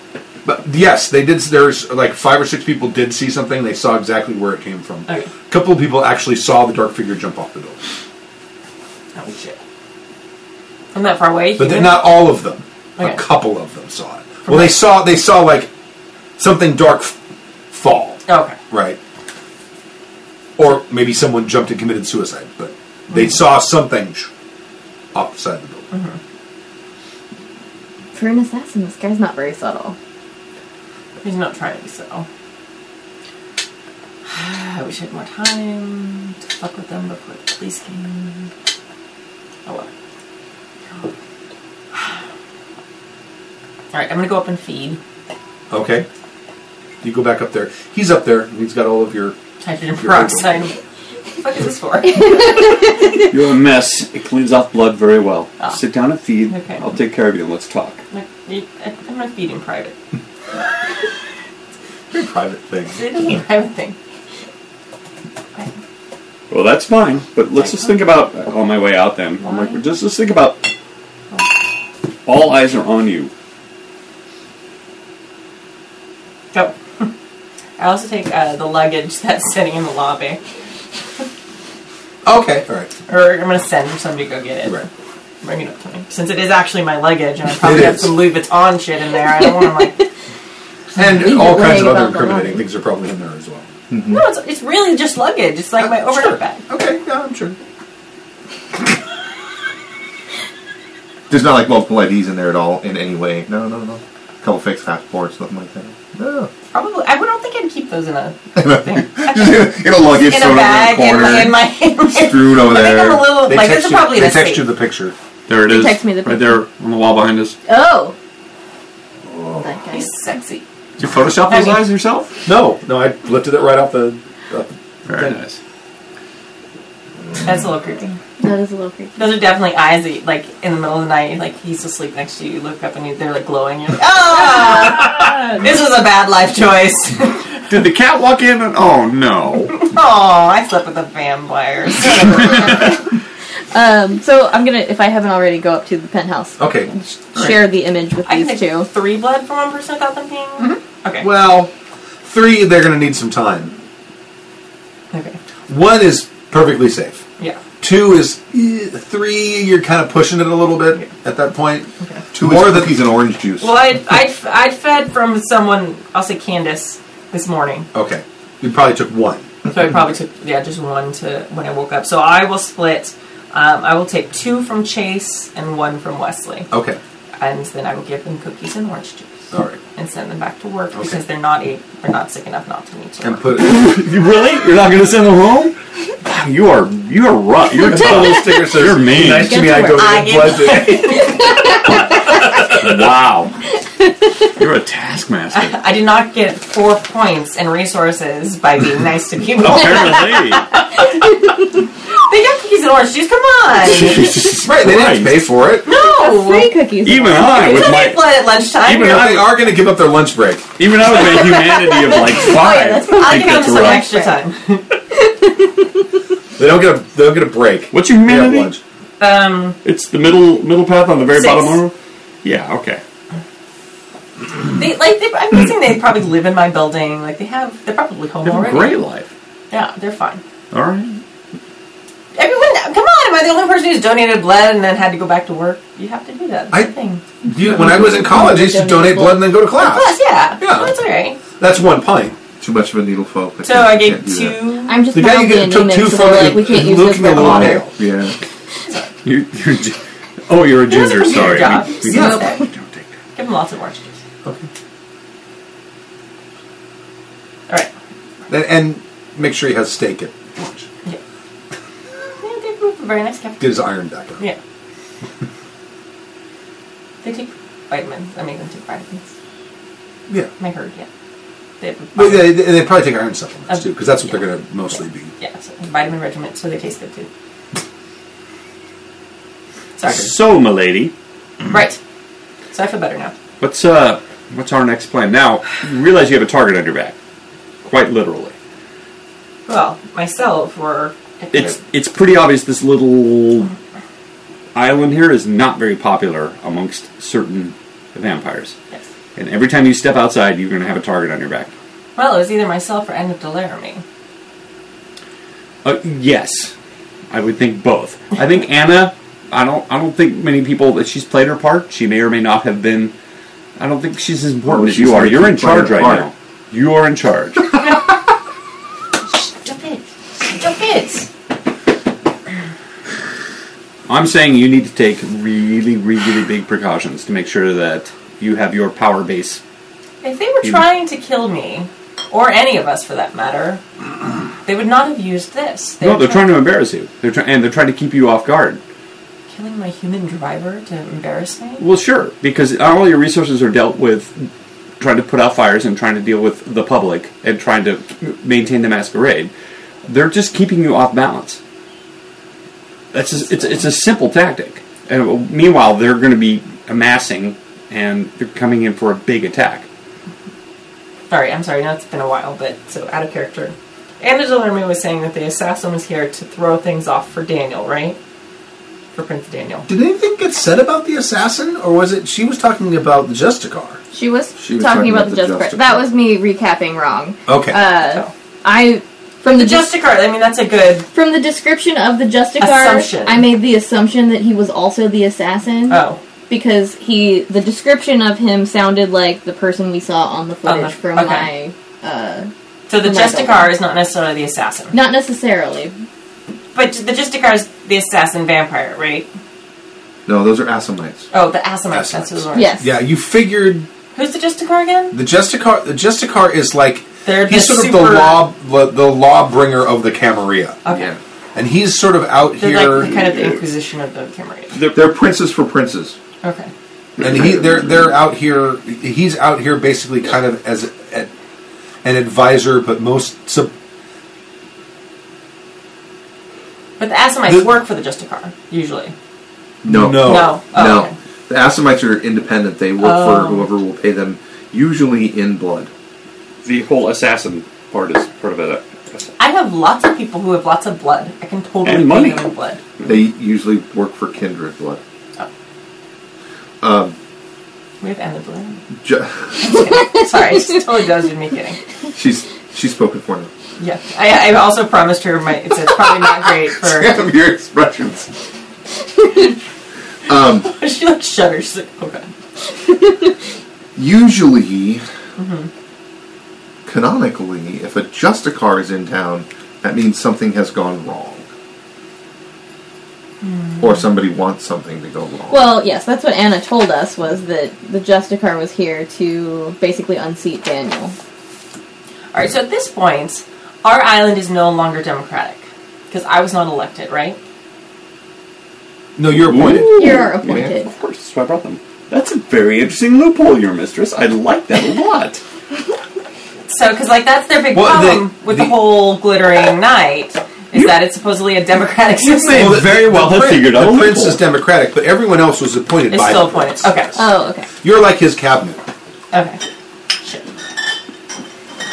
Speaker 2: but yes, they did. There's like five or six people did see something. They saw exactly where it came from.
Speaker 3: Okay.
Speaker 2: A couple of people actually saw the dark figure jump off the building.
Speaker 3: Oh shit. I'm not far away.
Speaker 2: But
Speaker 3: human?
Speaker 2: they're not all of them.
Speaker 3: Okay.
Speaker 2: A couple of them saw it. well, they saw they saw like something dark f- fall,
Speaker 3: Okay.
Speaker 2: right? Or maybe someone jumped and committed suicide, but
Speaker 3: Mm-hmm.
Speaker 2: they saw something sh- off the side of the building.
Speaker 5: For an assassin, this guy's not very subtle.
Speaker 3: He's not trying to be subtle. I wish I had more time to fuck with them before the police came. Oh well. Alright, I'm gonna go up and feed. Mm-hmm.
Speaker 2: Okay. You go back up there. He's up there, and he's got all of your.
Speaker 3: Hydrogen peroxide. What the fuck is this for?
Speaker 10: You're a mess. It cleans off blood very well.
Speaker 3: Ah.
Speaker 10: Sit down and feed.
Speaker 3: Okay.
Speaker 10: I'll take care of you and let's talk.
Speaker 3: I'm gonna feed in private.
Speaker 2: Very private thing.
Speaker 3: It isn't a private thing.
Speaker 10: Well, that's fine, but let's just think about on my way out. Then I'm like, just just think about. All eyes are on you.
Speaker 3: Go. I also take uh, the luggage that's sitting in the lobby.
Speaker 2: Okay, all right.
Speaker 3: Or I'm gonna send somebody to go get it.
Speaker 2: Right.
Speaker 3: Bring it up to me. Since it is actually my luggage and I probably
Speaker 2: It
Speaker 3: have
Speaker 2: is.
Speaker 3: some Louis Vuitton shit in there. I don't wanna like
Speaker 2: And
Speaker 5: Either
Speaker 2: all
Speaker 5: way,
Speaker 2: kinds of
Speaker 5: about
Speaker 2: other
Speaker 5: the
Speaker 2: incriminating
Speaker 5: line.
Speaker 2: things are probably in there as well.
Speaker 3: No, it's, it's really just luggage. It's like my overnight bag.
Speaker 2: Okay, yeah, I'm sure.
Speaker 8: There's not like multiple IDs in there at all in any way. No, no, no. Couple fake passports, nothing like that. No.
Speaker 3: Probably, I don't think I'd keep those in a
Speaker 8: Just in a luggage
Speaker 3: in a
Speaker 8: thrown
Speaker 3: bag
Speaker 8: over
Speaker 3: in,
Speaker 8: in the corner.
Speaker 3: in my. In my
Speaker 8: Strewn over
Speaker 3: I think I'm
Speaker 8: there.
Speaker 3: a little like this
Speaker 2: text
Speaker 3: is
Speaker 2: you,
Speaker 3: probably in
Speaker 2: they
Speaker 3: a
Speaker 2: text you
Speaker 3: safe.
Speaker 2: the picture.
Speaker 6: There it
Speaker 5: He
Speaker 6: is.
Speaker 5: texted me the
Speaker 6: right there on the wall behind us.
Speaker 5: Oh! That guy.
Speaker 3: He's sexy.
Speaker 6: Did you Photoshop
Speaker 3: I
Speaker 6: those
Speaker 3: mean-
Speaker 6: eyes yourself?
Speaker 2: No, no, I lifted it right off the. off the-
Speaker 6: Very nice.
Speaker 3: That's a little creepy.
Speaker 5: That is a little creepy.
Speaker 3: Those are definitely eyes that, you, like, in the middle of the night, like he's asleep next to you. You look up and you, they're like glowing. You're like, oh, this was a bad life choice.
Speaker 6: Did the cat walk in? And, oh no!
Speaker 3: oh, I slept with the vampires.
Speaker 5: Um, so I'm gonna, if I haven't already, go up to the penthouse.
Speaker 2: Okay.
Speaker 5: Share the image with
Speaker 3: I can
Speaker 5: these
Speaker 3: take
Speaker 5: two.
Speaker 3: three blood for one person without them being. Okay.
Speaker 2: Well, three, they're going to need some time.
Speaker 3: okay.
Speaker 2: One is perfectly safe.
Speaker 3: Yeah.
Speaker 2: Two is eh, three. You're kind of pushing it a little bit at that point.
Speaker 8: Two
Speaker 2: More
Speaker 8: more
Speaker 2: than-
Speaker 8: cookies and orange juice.
Speaker 3: Well, I I I fed from someone. I'll say Candace this morning,
Speaker 2: Okay, you probably took one.
Speaker 3: so I probably took yeah just one to when I woke up. So I will split. Um, I will take two from Chase and one from Wesley,
Speaker 2: Okay,
Speaker 3: and then I will give them cookies and orange juice
Speaker 2: all right,
Speaker 3: and send them back to work
Speaker 2: Okay.
Speaker 3: because they're not a, they're not sick enough not to need to.
Speaker 2: and
Speaker 3: work.
Speaker 2: put
Speaker 6: you really? You're not going to send them home? Wow, You are. You are rough. You're total sticker. So you're mean.
Speaker 2: nice to
Speaker 5: Get
Speaker 2: me.
Speaker 5: to
Speaker 2: I
Speaker 5: work.
Speaker 2: don't
Speaker 3: I
Speaker 2: get blood today.
Speaker 6: Wow. You're a taskmaster.
Speaker 3: I did not get four points in resources by being nice to people.
Speaker 6: Apparently.
Speaker 3: they got cookies and orange juice. Come on,
Speaker 6: Jesus
Speaker 2: Right, they didn't
Speaker 6: Christ.
Speaker 2: pay for it.
Speaker 5: Free
Speaker 3: no.
Speaker 5: cookies.
Speaker 6: Even I,
Speaker 3: It's
Speaker 6: with
Speaker 3: only
Speaker 6: my
Speaker 3: blood at lunchtime.
Speaker 6: Even
Speaker 2: Even if
Speaker 6: I-
Speaker 2: they are going to give up their lunch break,
Speaker 6: even I with my humanity of like five,
Speaker 5: Oh, that's
Speaker 3: I'll
Speaker 6: I
Speaker 3: give
Speaker 6: think
Speaker 3: them some
Speaker 6: that's rough.
Speaker 3: extra time.
Speaker 2: they don't get a they don't get a break.
Speaker 6: What's
Speaker 2: They have
Speaker 6: humanity?
Speaker 2: lunch.
Speaker 3: Um,
Speaker 6: It's the middle middle path on the very
Speaker 3: Six.
Speaker 6: bottom row. Yeah. Okay.
Speaker 3: They like they, I'm guessing they probably live in my building. Like they have, they're probably home
Speaker 6: You have a
Speaker 3: already.
Speaker 6: great life.
Speaker 3: Yeah, they're fine.
Speaker 6: All right.
Speaker 3: Everyone, come on! Am I the only person who's donated blood and then had to go back to work? You have to do that. It's
Speaker 2: I-
Speaker 3: a thing.
Speaker 2: You, when I was in college, I used to donate blood and then go to
Speaker 3: Plus,
Speaker 2: class.
Speaker 3: yeah,
Speaker 2: Yeah.
Speaker 3: that's all right.
Speaker 2: That's one pint.
Speaker 8: Too much of a needle folk.
Speaker 3: So I
Speaker 8: can't
Speaker 3: gave
Speaker 8: do that.
Speaker 3: two.
Speaker 5: I'm just
Speaker 2: The guy you
Speaker 5: mildly
Speaker 2: get took
Speaker 5: anemic,
Speaker 2: two
Speaker 5: so
Speaker 2: from
Speaker 5: we're
Speaker 2: is
Speaker 5: like, we can't use this
Speaker 2: looking
Speaker 5: for
Speaker 2: a little
Speaker 5: water.
Speaker 2: pale.
Speaker 8: Yeah.
Speaker 6: You, you're, gi- oh, you're a
Speaker 3: That's
Speaker 6: ginger.
Speaker 3: a computer
Speaker 6: Sorry.
Speaker 3: job.
Speaker 6: We- we-
Speaker 3: So it's okay.
Speaker 6: we don't take that.
Speaker 3: Give them lots of orange juice. All right.
Speaker 2: And, and make sure he has steak at lunch.
Speaker 3: Yeah. Yeah, they have a very nice cafe.
Speaker 2: Get his iron back up.
Speaker 3: Yeah. they take vitamins. I make them take vitamins.
Speaker 2: Yeah.
Speaker 3: My herd, yeah. They have.
Speaker 2: But they, they they probably take iron supplements
Speaker 3: Uh,
Speaker 2: too, because that's what
Speaker 3: yeah.
Speaker 2: they're going to mostly be.
Speaker 3: Yeah, so vitamin regimen, so they taste good too. Sorry.
Speaker 6: So, milady,
Speaker 3: Right. So I feel better now.
Speaker 6: what's uh, what's our next plan? Now, you realize you have a target on your back, quite literally.
Speaker 3: Well, myself or
Speaker 6: It's it's pretty obvious this little island here is not very popular amongst certain vampires.
Speaker 3: Yes.
Speaker 6: And every time you step outside, you're going to have a target on your back.
Speaker 3: Well, it was either myself or end of Delaramie.
Speaker 6: Uh, yes, I would think both. I think Anna. I don't. I don't think many people that she's played her part. She may or may not have been. I don't think she's as important
Speaker 8: Oh,
Speaker 6: as you
Speaker 8: she's
Speaker 6: are.
Speaker 8: like
Speaker 6: You're in
Speaker 8: playing
Speaker 6: charge
Speaker 8: her
Speaker 6: right
Speaker 8: part.
Speaker 6: now. You are in charge.
Speaker 3: Stop it.
Speaker 5: hits.
Speaker 9: I'm saying you need to take really, really big precautions to make sure that you have your power base.
Speaker 3: If they were
Speaker 9: You-
Speaker 3: trying to kill me, or any of us for that matter, they would not have used this. They
Speaker 9: No,
Speaker 3: were
Speaker 9: they're trying to embarrass you. They're try- and they're trying to keep you off guard.
Speaker 3: killing my human driver to embarrass me.
Speaker 9: Well, sure, because all your resources are dealt with trying to put out fires and trying to deal with the public and trying to maintain the masquerade. They're just keeping you off balance. That's just, it's it's a simple tactic. And meanwhile, they're going to be amassing and they're coming in for a big attack.
Speaker 3: Sorry, I'm sorry. Now it's been a while, but so out of character. Anna Delorme was saying that the assassin was here to throw things off for Daniel, right? For Prince Daniel.
Speaker 2: Did anything get said about the assassin, or was it she was talking about the Justicar?
Speaker 5: She was,
Speaker 8: She was
Speaker 5: talking, about, the Justicar. That was me recapping wrong.
Speaker 2: Okay.
Speaker 5: Uh, I from
Speaker 3: Oh. The
Speaker 5: the dis-
Speaker 3: Justicar. I mean, that's a good.
Speaker 5: from the description of the
Speaker 3: Assumption.
Speaker 5: Justicar, I made the assumption that he was also the assassin.
Speaker 3: Oh,
Speaker 5: because he the description of him sounded like the person we saw on the footage
Speaker 3: the-
Speaker 5: from
Speaker 3: okay.
Speaker 5: my uh
Speaker 3: so the
Speaker 5: Oh my
Speaker 3: Justicar
Speaker 5: God.
Speaker 3: is not necessarily the assassin,
Speaker 5: not necessarily
Speaker 3: but the Justicar is the assassin vampire, right?
Speaker 8: No, those are Assamites.
Speaker 3: Oh, the Asimite. That's
Speaker 2: Asimite.
Speaker 3: who it was.
Speaker 5: yes
Speaker 2: yeah, you figured
Speaker 3: Who's the Justicar again?
Speaker 2: the Justicar. The Justicar is like
Speaker 3: They're
Speaker 2: he's
Speaker 3: the
Speaker 2: sort of
Speaker 3: super-
Speaker 2: the law, the, the lawbringer of the Camarilla,
Speaker 3: Okay.
Speaker 8: Yeah.
Speaker 2: and he's sort of out
Speaker 3: They're
Speaker 2: here,
Speaker 3: like the, kind of the Inquisition of the Camarilla.
Speaker 8: They're princes for princes.
Speaker 3: Okay.
Speaker 2: and he they're they're out here. He's out here basically kind of as a, an advisor, but most sub,
Speaker 3: But the Asimites
Speaker 2: The-
Speaker 3: work for the Justicar, usually.
Speaker 8: No.
Speaker 2: No.
Speaker 3: No. Oh,
Speaker 8: no.
Speaker 3: okay.
Speaker 8: The Assamites are independent. They work
Speaker 3: Oh.
Speaker 8: for whoever will pay them, usually in blood.
Speaker 6: The whole assassin part is part of it.
Speaker 3: I have lots of people who have lots of blood. I can totally
Speaker 6: And
Speaker 3: pay
Speaker 6: money.
Speaker 3: them in blood.
Speaker 8: They usually work for kindred blood.
Speaker 3: Oh.
Speaker 8: Um,
Speaker 3: We have ended blood.
Speaker 8: Ju-
Speaker 3: Sorry, I just totally dozed me kidding.
Speaker 8: she's she's spoken for now.
Speaker 3: Yeah. I, I also promised her my it's, it's probably not great for
Speaker 8: Damn your expressions. Um,
Speaker 3: she like shudders. She's like, Oh god.
Speaker 8: Usually,
Speaker 3: Mm-hmm.
Speaker 8: canonically, if a Justicar is in town, that means something has gone wrong,
Speaker 3: Hmm.
Speaker 8: or somebody wants something to go wrong.
Speaker 5: well yes that's what anna told us was that the justicar was here to basically unseat daniel
Speaker 3: Alright, so at this point, our island is no longer democratic. Because I was not elected, right?
Speaker 2: no, you're appointed.
Speaker 5: you're
Speaker 6: Yeah,
Speaker 5: appointed
Speaker 6: of course, that's why I brought them. That's a very interesting loophole, your mistress. I like that a lot.
Speaker 3: So, because like that's their big
Speaker 2: Well, the-
Speaker 3: problem with the,
Speaker 2: the-
Speaker 3: whole glittering night is that it's supposedly a democratic system.
Speaker 2: the-
Speaker 9: very well
Speaker 2: the
Speaker 9: have
Speaker 2: prin-
Speaker 9: figured out a
Speaker 2: The prince
Speaker 9: loophole.
Speaker 2: is democratic, but everyone else was appointed
Speaker 3: It's
Speaker 2: by
Speaker 3: still
Speaker 2: the
Speaker 3: appointed.
Speaker 2: prince.
Speaker 3: Okay.
Speaker 5: oh okay
Speaker 2: You're like his cabinet.
Speaker 3: Okay.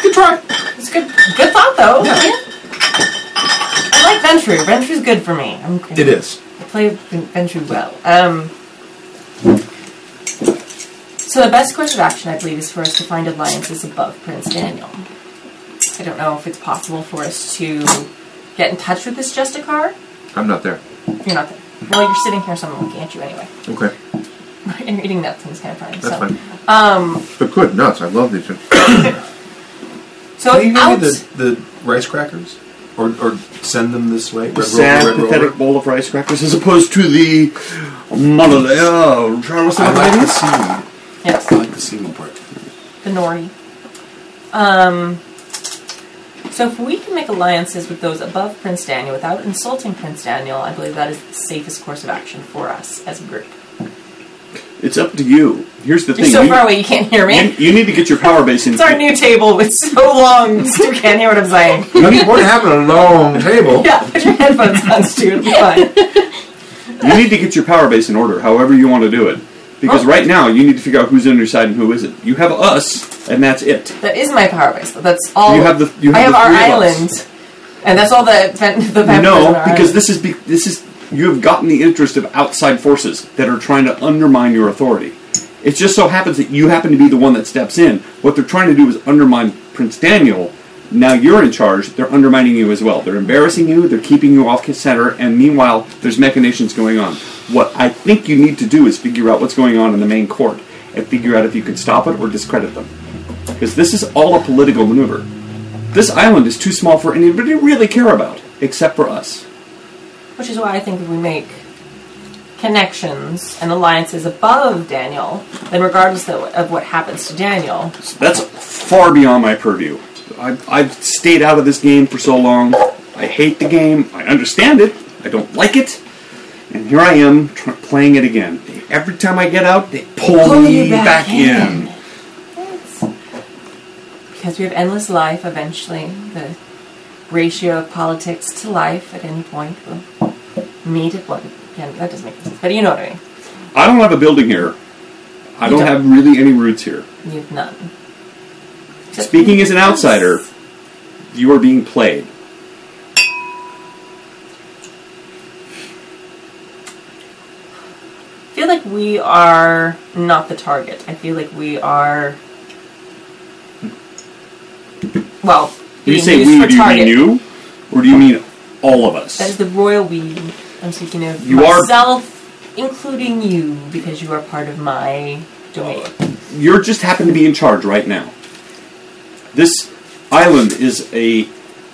Speaker 2: Good try.
Speaker 3: It's good. Good thought though. I like Ventru. Ventru's good for me. I'm
Speaker 2: It is.
Speaker 3: I play Ven- Ventru well. Um. So the best course of action, I believe, is for us to find alliances above Prince Daniel. I don't know if it's possible for us to get in touch with this Justicar.
Speaker 8: I'm not there.
Speaker 3: You're not there. Well, you're sitting here, so I'm looking at you anyway.
Speaker 8: Okay,
Speaker 3: and you're eating nuts, and it's kind of fun.
Speaker 8: that's
Speaker 3: so.
Speaker 8: fine. Um, but good nuts. I love these.
Speaker 3: So
Speaker 2: Can you
Speaker 3: out,
Speaker 2: give me the, the rice crackers? Or, or send them this way? Red
Speaker 6: Sad,
Speaker 2: rover, red
Speaker 6: pathetic
Speaker 2: rover.
Speaker 6: bowl of rice crackers as opposed to the monolith. Oh, Charles
Speaker 2: I like the
Speaker 6: Ladies?
Speaker 2: seaweed.
Speaker 3: yes,
Speaker 2: I like the seaweed part.
Speaker 3: the nori. Um, so if we can make alliances with those above Prince Daniel without insulting Prince Daniel, I believe that is the safest course of action for us as a group.
Speaker 6: It's up to you. Here's the
Speaker 3: You're
Speaker 6: thing.
Speaker 3: so
Speaker 6: you,
Speaker 3: far away, you can't hear
Speaker 6: you,
Speaker 3: me.
Speaker 6: you need to get your power base in.
Speaker 3: It's our new table. It's so long, Stu can't hear what I'm saying.
Speaker 2: what happened on a long table?
Speaker 3: Yeah, put your headphones on, Stu. It'll be fine.
Speaker 6: you need to get your power base in order, however you want to do it. Because
Speaker 3: Oh.
Speaker 6: right now, you need to figure out who's on your side and who isn't. You have us, and that's it.
Speaker 3: That is my power base. though. That's all.
Speaker 6: You have the- you
Speaker 3: I have
Speaker 6: have the
Speaker 3: our
Speaker 6: three of us.
Speaker 3: island, and that's all the the vampires
Speaker 6: No,
Speaker 3: on our
Speaker 6: because
Speaker 3: island.
Speaker 6: this is be- this is you have gotten the interest of outside forces that are trying to undermine your authority. It just so happens that you happen to be the one that steps in. What they're trying to do is undermine Prince Daniel. Now you're in charge. They're undermining you as well. They're embarrassing you. They're keeping you off center. And meanwhile, there's machinations going on. What I think you need to do is figure out what's going on in the main court and figure out if you can stop it or discredit them. Because this is all a political maneuver. This island is too small for anybody to really care about, except for us.
Speaker 3: Which is why I think if we make connections and alliances above Daniel, then regardless of of what happens to Daniel,
Speaker 6: So that's far beyond my purview. I've, I've stayed out of this game for so long. I hate the game. I understand it. I don't like it. And here I am tr- playing it again. Every time I get out, they pull,
Speaker 3: Pull
Speaker 6: me
Speaker 3: you back
Speaker 6: back,
Speaker 3: in.
Speaker 6: in.
Speaker 3: because we have endless life, eventually the ratio of politics to life at any point will meet at one. Again, that doesn't make sense, but you know what I mean.
Speaker 6: I don't have a building here. I
Speaker 3: You
Speaker 6: don't
Speaker 3: don't.
Speaker 6: have really any roots here.
Speaker 3: You've none. Except-
Speaker 6: Speaking as an outsider, you are being played.
Speaker 3: I feel like we are not the target. I feel like we are. Well,
Speaker 6: Do you
Speaker 3: being
Speaker 6: say
Speaker 3: used
Speaker 6: we?
Speaker 3: for
Speaker 6: Do you
Speaker 3: target.
Speaker 6: mean you, or do you mean all of
Speaker 3: That is
Speaker 6: us?
Speaker 3: the royal we. I'm speaking of
Speaker 6: You are-
Speaker 3: myself, including you, because you are part of my domain.
Speaker 6: You're just happen to be in charge right now. This island is a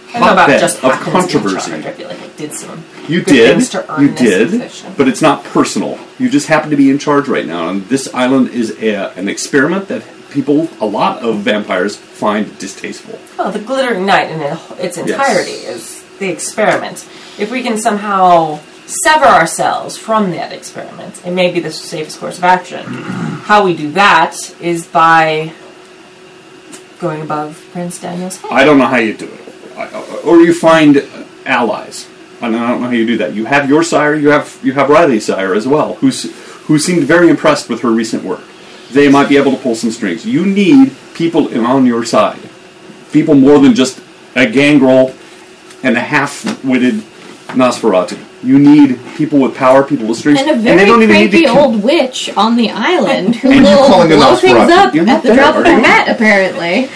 Speaker 3: I don't know about
Speaker 6: hotbed
Speaker 3: just
Speaker 6: of
Speaker 3: happens to be in
Speaker 6: controversy.
Speaker 3: charge. I feel like I did some.
Speaker 6: You
Speaker 3: good
Speaker 6: did,
Speaker 3: things to earn
Speaker 6: you
Speaker 3: this
Speaker 6: did,
Speaker 3: position.
Speaker 6: but it's not personal. You just happen to be in charge right now, and this island is a, an experiment that people, a lot of vampires, find distasteful.
Speaker 3: Well, Oh, the glittering knight in its entirety
Speaker 6: Yes.
Speaker 3: is the experiment. If we can somehow sever ourselves from that experiment, it may be the safest course of action. How we do that is by going above Prince Daniel's head.
Speaker 6: I don't know how you do it, I- or you find allies. I don't I don't know how you do that. You have your sire, you have you have Riley's sire as well, who's who seemed very impressed with her recent work. They might be able to pull some strings. You need people in- on your side, people more than just a gangrel and a half-witted Nosferatu. You need people with power, people with strings,
Speaker 5: And a very
Speaker 6: they don't even need
Speaker 5: cranky
Speaker 6: to. con-
Speaker 5: old witch on the island who
Speaker 8: And you
Speaker 5: will
Speaker 8: calling a
Speaker 5: blow things
Speaker 8: Nosferatu.
Speaker 5: up
Speaker 6: You're not
Speaker 5: at the
Speaker 6: there,
Speaker 5: drop of
Speaker 6: are
Speaker 5: a
Speaker 6: you?
Speaker 5: hat, apparently.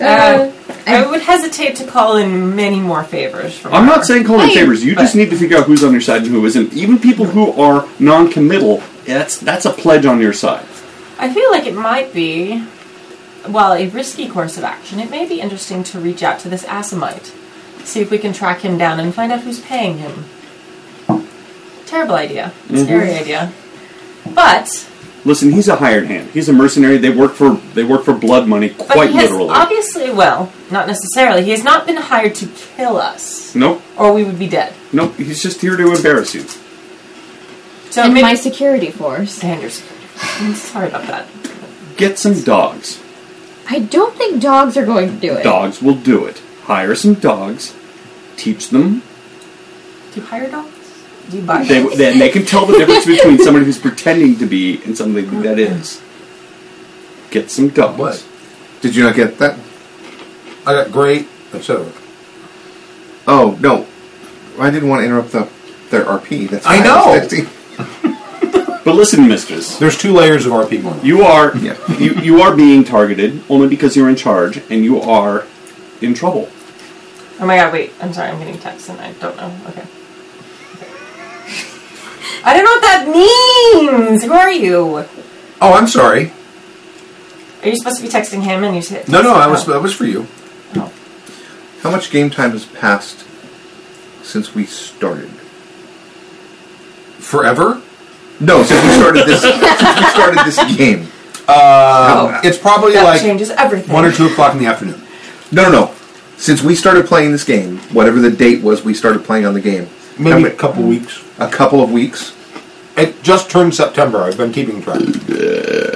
Speaker 3: Uh, I would hesitate to call in many more favors from
Speaker 6: I'm
Speaker 3: her.
Speaker 6: not saying call in
Speaker 5: Hey,
Speaker 6: favors. You just
Speaker 3: but-
Speaker 6: need to figure out who's on your side and who isn't. Even people who are non-committal, that's that's a pledge on your side.
Speaker 3: I feel like it might be, while a risky course of action, it may be interesting to reach out to this Asimite. See if we can track him down and find out who's paying him. Terrible idea.
Speaker 6: Mm-hmm.
Speaker 3: Scary idea. But,
Speaker 6: Listen, he's a hired hand. He's a mercenary. They work for they work for blood money,
Speaker 3: but
Speaker 6: quite
Speaker 3: he has
Speaker 6: literally.
Speaker 3: obviously, well, not necessarily, he has not been hired to kill us,
Speaker 6: nope,
Speaker 3: or we would be dead.
Speaker 6: nope. He's just here to embarrass you.
Speaker 3: So
Speaker 5: and
Speaker 3: maybe
Speaker 5: my security force.
Speaker 3: Sanders. I'm sorry about that.
Speaker 6: Get some dogs.
Speaker 5: I don't think dogs are going to do it.
Speaker 6: Dogs will do it. Hire some dogs. Teach them.
Speaker 3: Do you hire dogs? Do you buy
Speaker 6: They,
Speaker 3: dogs?
Speaker 6: they, they can tell the difference between somebody who's pretending to be and somebody that is. Get some dogs.
Speaker 2: What? Did you not get that? I got great, etc.
Speaker 8: Oh no, I didn't want to interrupt the their RP. That's
Speaker 2: I
Speaker 8: why
Speaker 2: know.
Speaker 8: was texting.
Speaker 6: But listen, mistress.
Speaker 2: There's two layers of RP going on.
Speaker 6: You are
Speaker 8: Yeah.
Speaker 6: you, you are being targeted only because you're in charge and you are in trouble.
Speaker 3: Oh my god, wait. I'm sorry, I'm getting text and I don't know. Okay. I don't know what that means! Who are you?
Speaker 2: Oh, I'm sorry.
Speaker 3: Are you supposed to be texting him and you said.
Speaker 2: No, no, I was that was for you.
Speaker 3: Oh.
Speaker 8: How much game time has passed since we started?
Speaker 2: Forever.
Speaker 8: No, since we started this. since we started this game.
Speaker 2: Uh, it's probably
Speaker 3: Oh. That
Speaker 2: like
Speaker 3: changes everything.
Speaker 2: one or two o'clock in the afternoon.
Speaker 8: No, no, no. Since we started playing this game, whatever the date was, we started playing on the game. How
Speaker 2: Maybe
Speaker 8: many-
Speaker 2: a couple weeks.
Speaker 8: a couple of weeks.
Speaker 2: It just turned September. I've been keeping track.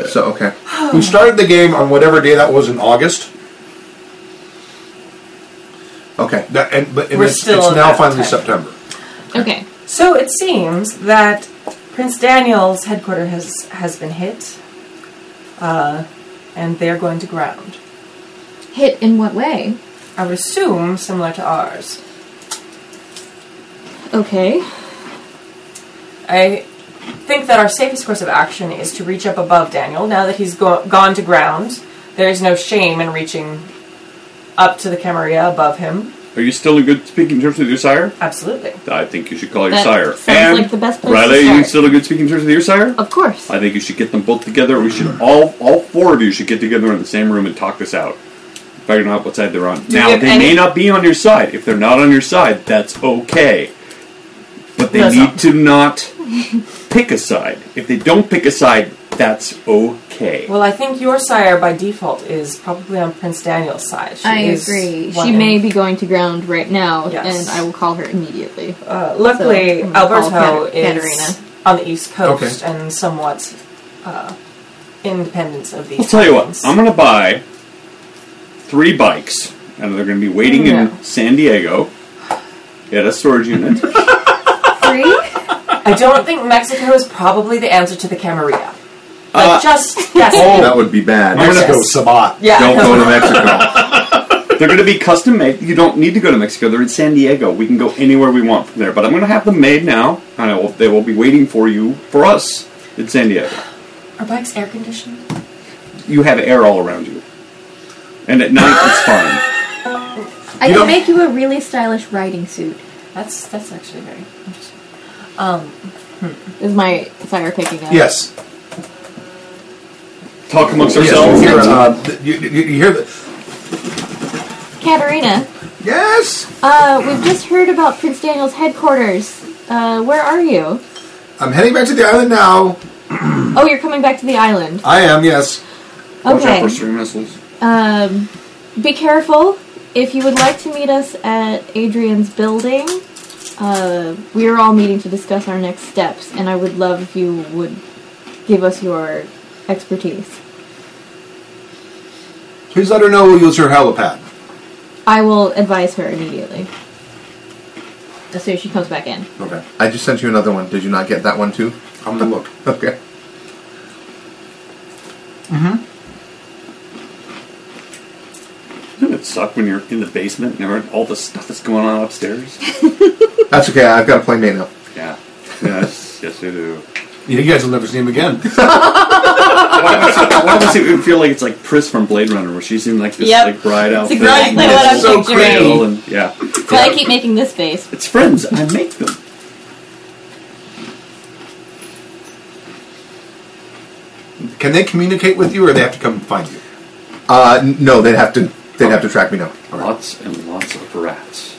Speaker 8: So okay.
Speaker 3: Oh.
Speaker 2: We started the game on whatever day that was in August.
Speaker 8: Okay.
Speaker 2: That, and but and
Speaker 3: We're
Speaker 2: it's,
Speaker 3: still
Speaker 2: it's
Speaker 3: in
Speaker 2: now
Speaker 3: that
Speaker 2: finally
Speaker 3: time.
Speaker 2: September.
Speaker 5: Okay.
Speaker 3: So it seems that Prince Daniel's headquarters has, has been hit, uh, and they're going to ground.
Speaker 5: Hit in what way?
Speaker 3: I would assume similar to ours.
Speaker 5: Okay.
Speaker 3: I think that our safest course of action is to reach up above Daniel. Now that he's go- gone to ground, there is no shame in reaching up to the Camarilla above him.
Speaker 6: Are you still in good speaking terms with your sire?
Speaker 3: Absolutely.
Speaker 6: I think you should call your
Speaker 5: That
Speaker 6: sire.
Speaker 5: sounds
Speaker 6: And
Speaker 5: like the best place to
Speaker 6: Riley, are you
Speaker 5: start.
Speaker 6: still in good speaking terms with your sire?
Speaker 5: Of course.
Speaker 6: I think you should get them both together. We should all all four of you should get together in the same room and talk this out. figuring out what side they're on.
Speaker 3: you
Speaker 6: now
Speaker 3: have
Speaker 6: they
Speaker 3: any-
Speaker 6: may not be on your side. If they're not on your side, that's okay. But they
Speaker 3: That's
Speaker 6: need
Speaker 3: not-
Speaker 6: to not pick a side. If they don't pick a side, that's okay.
Speaker 3: Well, I think your sire by default is probably on Prince Daniel's side. She
Speaker 5: I
Speaker 3: is
Speaker 5: agree. She
Speaker 3: wanted.
Speaker 5: may be going to ground right now,
Speaker 3: Yes.
Speaker 5: and I will call her immediately.
Speaker 3: Uh, luckily,
Speaker 5: So, hmm, I'm gonna
Speaker 3: Alberto
Speaker 5: call Kat-
Speaker 3: is
Speaker 5: Katerina.
Speaker 3: on the East Coast
Speaker 2: Okay.
Speaker 3: and somewhat uh, independent of these.
Speaker 6: I'll tell you what.
Speaker 3: things.
Speaker 6: I'm going to buy three bikes, and they're going to be waiting
Speaker 3: No.
Speaker 6: in San Diego at a storage unit.
Speaker 5: Three?
Speaker 3: I don't think Mexico is probably the answer to the Camarilla. But
Speaker 6: Uh,
Speaker 3: just yes,
Speaker 8: That would be bad.
Speaker 2: I'm gonna
Speaker 3: Yes.
Speaker 2: go Sabat.
Speaker 3: yeah.
Speaker 6: Don't go to Mexico. They're going to be custom made. You don't need to go to Mexico. They're in San Diego. We can go anywhere we want from there. But I'm going to have them made now, and I will, they will be waiting for you for us in San Diego.
Speaker 3: Are bikes air conditioned?
Speaker 6: You have air all around you, and at night it's fine.
Speaker 5: I
Speaker 2: You
Speaker 5: can
Speaker 2: don't-
Speaker 5: make you a really stylish riding suit.
Speaker 3: That's that's actually very interesting. Um,
Speaker 5: Is my sire picking up?
Speaker 2: Yes.
Speaker 6: Talk amongst
Speaker 2: Yes.
Speaker 6: ourselves.
Speaker 2: you hear, uh, th- you, you- you hear the
Speaker 5: Katerina,
Speaker 2: yes.
Speaker 5: uh, we've just heard about Prince Daniel's headquarters. Uh, where are you?
Speaker 2: I'm heading back to the island now.
Speaker 5: Oh, you're coming back to the island.
Speaker 2: I am. Yes.
Speaker 6: Watch out
Speaker 5: Okay.
Speaker 6: for string missiles.
Speaker 5: Um, be careful. If you would like to meet us at Adrian's building, uh, we are all meeting to discuss our next steps, and I would love if you would give us your expertise.
Speaker 2: Please let her know we'll use her helipad.
Speaker 5: I will advise her immediately. As soon as she comes back in.
Speaker 2: Okay.
Speaker 8: I just sent you another one. Did you not get that one too?
Speaker 2: I'm gonna look.
Speaker 8: Okay.
Speaker 6: Doesn't it suck when you're in the basement and everyone- all the stuff that's going on upstairs?
Speaker 8: That's okay. I've got to play Nano.
Speaker 6: Yeah. Yes. yes, I do.
Speaker 2: Yeah, you guys will never see him again.
Speaker 6: Why does it feel like it's like Pris from Blade Runner, where she's in like this
Speaker 5: Yep.
Speaker 6: like bride outfit?
Speaker 5: exactly
Speaker 6: and
Speaker 5: what
Speaker 6: it's
Speaker 5: I'm
Speaker 6: so
Speaker 5: picturing.
Speaker 6: pale and- yeah.
Speaker 5: But I keep making this face.
Speaker 6: It's friends. I make them.
Speaker 2: Can they communicate with you, or they have to come find you?
Speaker 8: Uh, n- no, they'd have to. They'd have to track me down.
Speaker 6: Lots and lots of rats.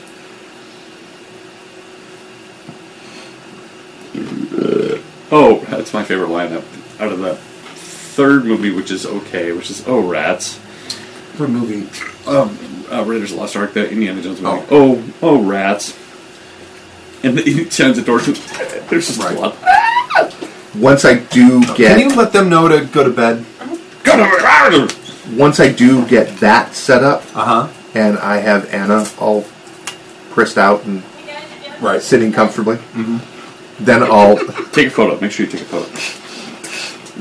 Speaker 6: Oh, that's my favorite lineup out of the third movie, which is okay, which is oh rats.
Speaker 2: For a movie.
Speaker 6: Um, uh, Raiders of the Lost Ark, the Indiana Jones movie.
Speaker 2: Oh.
Speaker 6: Oh, oh, rats. And then he turns the door to. There's just
Speaker 2: Right.
Speaker 6: a lot.
Speaker 8: Once I do
Speaker 2: Can
Speaker 8: get.
Speaker 2: you let them know to go to bed?
Speaker 8: once I do get that set up,
Speaker 2: Uh huh.
Speaker 8: and I have Anna all pressed out and
Speaker 2: Right. Mm-hmm.
Speaker 8: sitting comfortably, then I'll.
Speaker 6: Take a photo. Make sure you take a photo.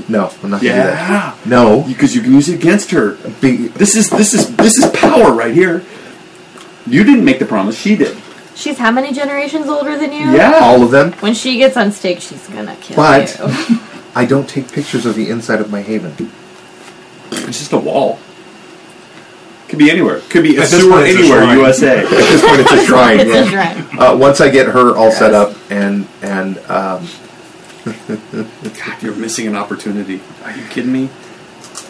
Speaker 8: No, I'm not gonna do that.
Speaker 6: Yeah,
Speaker 8: No,
Speaker 6: because you can use it against her.
Speaker 8: be,
Speaker 6: This is this is this is power right here. You didn't make the promise; she did. Oh,
Speaker 5: She's how many generations older than you?
Speaker 6: Yeah.
Speaker 8: all of them.
Speaker 5: When she gets on stage, she's gonna kill
Speaker 8: But-
Speaker 5: you.
Speaker 8: I don't take pictures of the inside of my haven.
Speaker 6: It's just a wall. Could be anywhere. Could be a
Speaker 2: At this
Speaker 6: sewer
Speaker 2: point, it's a
Speaker 6: anywhere.
Speaker 2: shrine.
Speaker 6: USA.
Speaker 8: At this point, it's a shrine.
Speaker 5: It's
Speaker 8: yeah.
Speaker 5: a drag.
Speaker 8: Uh, once I get her all set up and and um,
Speaker 6: God, you're missing an opportunity. Are you kidding me?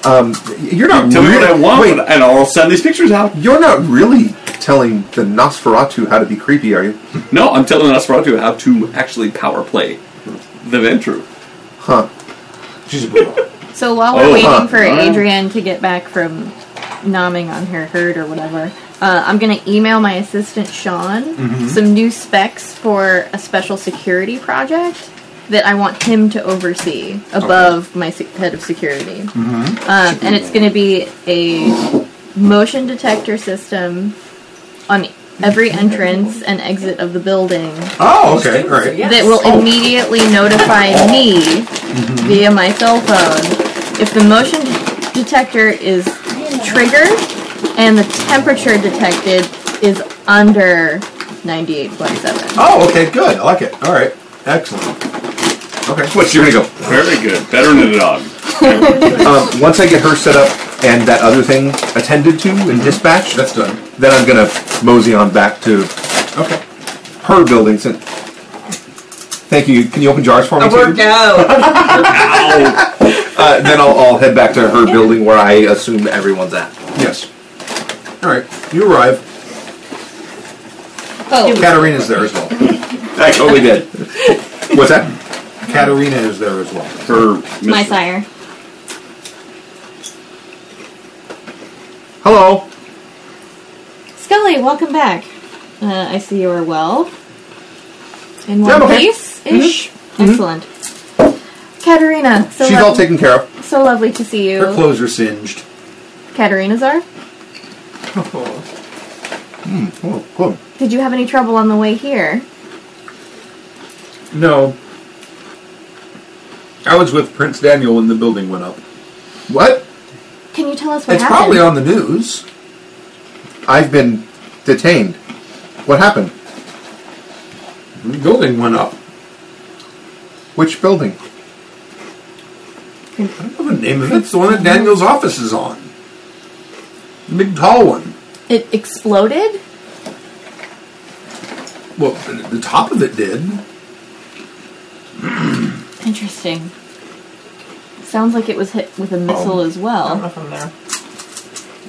Speaker 8: um, you're not
Speaker 6: Tell me
Speaker 8: really,
Speaker 6: what I want,
Speaker 8: Wait,
Speaker 6: and I'll send these pictures out.
Speaker 8: you're not really telling the Nosferatu how to be creepy, are you?
Speaker 6: No, I'm telling Nosferatu how to actually power play the Ventru.
Speaker 8: Huh?
Speaker 2: She's a brutal.
Speaker 5: So while we're
Speaker 6: Oh,
Speaker 5: waiting
Speaker 8: huh.
Speaker 5: for
Speaker 6: Wow.
Speaker 5: Adrienne to get back from nomming on her herd or whatever, uh, I'm going to email my assistant Sean some new specs for a special security project that I want him to oversee above my se- head of security. Um, and it's going to be a motion detector system on every entrance and exit of the building
Speaker 2: Oh, okay. All right.
Speaker 3: Yes.
Speaker 5: that will immediately notify me
Speaker 8: Mm-hmm.
Speaker 5: via my cell phone if the motion de- detector is triggered and the temperature detected is under 98.7.
Speaker 2: Oh, okay. Good. I like it. All right. Excellent. Okay.
Speaker 6: What you're gonna go? Very good. Better than a dog.
Speaker 8: Um, once I get her set up and that other thing attended to and dispatched,
Speaker 2: That's done.
Speaker 8: then I'm gonna mosey on back to
Speaker 2: Okay.
Speaker 8: her buildings. And thank you. Can you open jars for me?
Speaker 3: A
Speaker 8: too?
Speaker 3: word no.
Speaker 8: Uh, then I'll, I'll head back to her building where I assume everyone's at.
Speaker 2: Yes. All right, you arrive.
Speaker 5: Oh,
Speaker 2: Katarina's there as well.
Speaker 9: I totally did.
Speaker 2: What's that? Katarina is there as well.
Speaker 9: Her
Speaker 5: my
Speaker 9: mistress.
Speaker 5: sire.
Speaker 9: Hello.
Speaker 5: Scully, welcome back. Uh, I see you are well. In
Speaker 8: Yeah,
Speaker 5: one
Speaker 8: I'm okay.
Speaker 5: piece
Speaker 8: Mm-hmm.
Speaker 5: ish. Excellent. Katerina, so,
Speaker 8: She's
Speaker 5: lo-
Speaker 8: all taken care of.
Speaker 5: so lovely to see you.
Speaker 2: Her clothes are singed.
Speaker 5: Katerina's are?
Speaker 8: Oh, cool.
Speaker 5: Did you have any trouble on the way here?
Speaker 2: No. I was with Prince Daniel when the building went up.
Speaker 8: What?
Speaker 5: Can you tell us what
Speaker 2: it's
Speaker 5: happened?
Speaker 2: probably on the news.
Speaker 8: I've been detained. What happened?
Speaker 2: The building went up.
Speaker 8: Which building?
Speaker 2: I don't know the name of it. It's the one that Daniel's office is on. The big tall one.
Speaker 5: it exploded?
Speaker 2: Well, the- the top of it did.
Speaker 5: Interesting. Sounds like it was hit with a missile
Speaker 3: Oh.
Speaker 5: as
Speaker 3: I don't know
Speaker 5: well.
Speaker 3: if I'm there.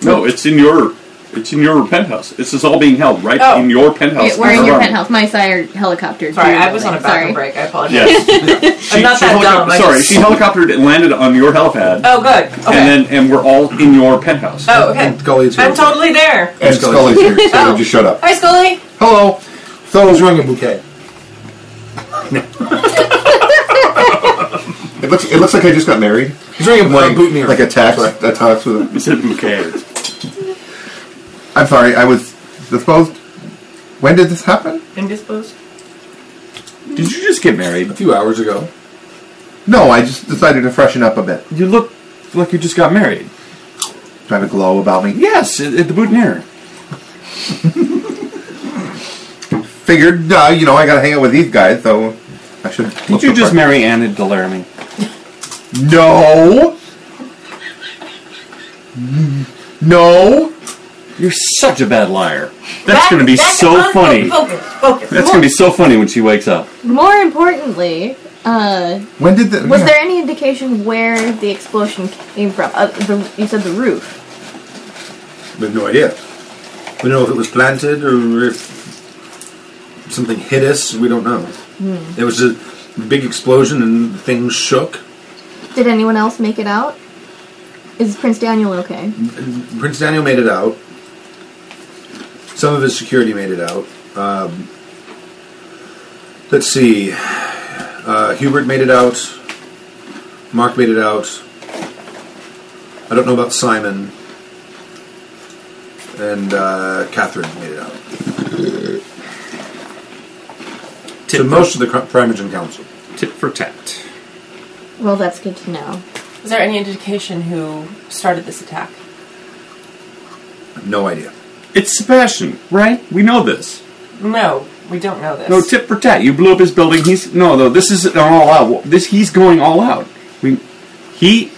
Speaker 6: No, it's in your it's in your penthouse. This is all being held right
Speaker 3: Oh.
Speaker 6: in your penthouse.
Speaker 5: Yeah, we're in your
Speaker 6: Right.
Speaker 5: penthouse. My sire helicopter.
Speaker 3: Sorry, I was on a
Speaker 5: Sorry.
Speaker 3: bathroom break. I apologize.
Speaker 6: Yes.
Speaker 3: I'm not that dumb. I
Speaker 6: helicop- Sorry,
Speaker 3: just-
Speaker 6: she helicoptered and landed on your helipad,
Speaker 3: Oh, good. Okay.
Speaker 6: and then and we're all in your penthouse.
Speaker 3: oh, okay.
Speaker 2: And Gully's here.
Speaker 3: I'm totally there.
Speaker 8: And Scully's here, so
Speaker 3: Oh.
Speaker 8: you just showed up.
Speaker 3: Hi, Scully.
Speaker 8: Hello.
Speaker 2: Scully's wearing a bouquet.
Speaker 8: It looks. It looks like I just got married.
Speaker 2: He's wearing a
Speaker 8: Like,
Speaker 2: uh, boot mirror.
Speaker 8: like a tax.
Speaker 2: Sorry.
Speaker 8: A tax with. A,
Speaker 6: You said bouquet.
Speaker 8: I'm sorry. I was disposed. When did this happen?
Speaker 3: Indisposed.
Speaker 6: Did you just get married?
Speaker 2: A few hours ago.
Speaker 8: No, I just decided to freshen up a bit.
Speaker 6: You look like you just got married.
Speaker 8: Do I have a glow about me?
Speaker 6: Yes, at, at the boutonniere.
Speaker 8: Figured, uh, you know, I gotta hang out with these guys, so I should.
Speaker 6: Did you just marry Anna Delaramie?
Speaker 8: No. No.
Speaker 6: You're such a bad liar. That's
Speaker 3: Back-
Speaker 6: going to be
Speaker 3: back
Speaker 6: so
Speaker 3: on-
Speaker 6: funny.
Speaker 3: Focus, focus.
Speaker 6: That's going to be so funny when she wakes up.
Speaker 5: More importantly, uh,
Speaker 8: When did the?
Speaker 5: was there any indication where the explosion came from? Uh, the, you said the roof.
Speaker 2: We have no idea. We don't know if it was planted or if something hit us. We don't know. It was a big explosion and things shook.
Speaker 5: Did anyone else make it out? Is Prince Daniel okay?
Speaker 2: Prince Daniel made it out. Some of his security made it out. Um, let's see. Uh, Hubert made it out. Mark made it out. I don't know about Simon. And uh, Catherine made it out. So most of the cr- Primogen Council.
Speaker 9: Tit for tat.
Speaker 5: Well, that's good to know.
Speaker 3: Is there any indication who started this attack?
Speaker 2: No idea.
Speaker 9: It's Sebastian, right? We know this.
Speaker 3: No, we don't know this.
Speaker 9: No tit for tat. You blew up his building. He's no, no. This is an all out. This he's going all out. We, he,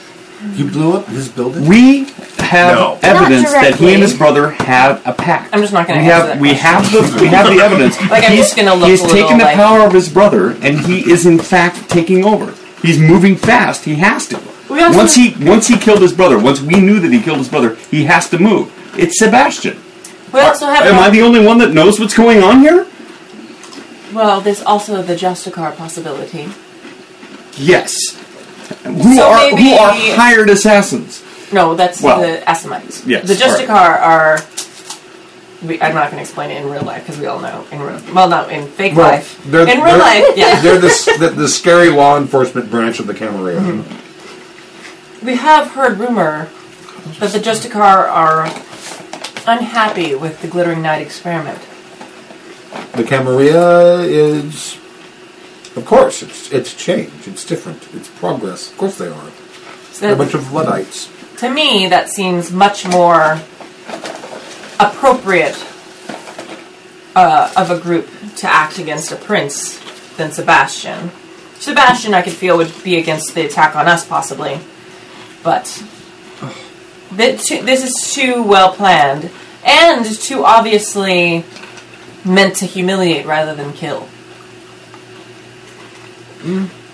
Speaker 2: He blew up his building?
Speaker 9: we have
Speaker 2: No.
Speaker 9: evidence that he and
Speaker 5: directly.
Speaker 9: his brother have a pact.
Speaker 3: I'm just not gonna
Speaker 9: We
Speaker 3: answer
Speaker 9: have
Speaker 3: that
Speaker 9: we
Speaker 3: question.
Speaker 9: have the we have the evidence.
Speaker 3: Like, I'm
Speaker 9: he's,
Speaker 3: just gonna look
Speaker 9: He's
Speaker 3: a little,
Speaker 9: taking the
Speaker 3: like-
Speaker 9: power of his brother, and he is in fact taking over. He's moving fast. He has to.
Speaker 3: We also-
Speaker 9: once he once he killed his brother, once we knew that he killed his brother, he has to move. It's Sebastian.
Speaker 3: we also have.
Speaker 9: Am I the only one that knows what's going on here?
Speaker 3: well, there's also the Justicar possibility.
Speaker 9: Yes. Who
Speaker 3: So
Speaker 9: are who
Speaker 3: maybe-
Speaker 9: are hired assassins?
Speaker 3: No, that's
Speaker 9: Well,
Speaker 3: the Assemites.
Speaker 9: yes,
Speaker 3: the
Speaker 9: sorry.
Speaker 3: Justicar are. We, I'm not going to explain it in real life because we all know in real. Well, not in fake
Speaker 2: Well,
Speaker 3: life. In
Speaker 2: they're-
Speaker 3: real
Speaker 2: they're-
Speaker 3: life, yeah.
Speaker 2: They're the, s- the, the scary law enforcement branch of the Camarilla.
Speaker 3: Mm-hmm. We have heard rumor that the Justicar are unhappy with the Glittering Knight experiment.
Speaker 2: The Camarilla is, of course, it's it's change, it's different, it's progress. Of course they are.
Speaker 3: So
Speaker 2: They're a bunch of Luddites.
Speaker 3: to me, that seems much more appropriate uh, of a group to act against a prince than Sebastian. Sebastian, I could feel, would be against the attack on us, possibly, but that too, this is too well planned and too obviously meant to humiliate rather than kill.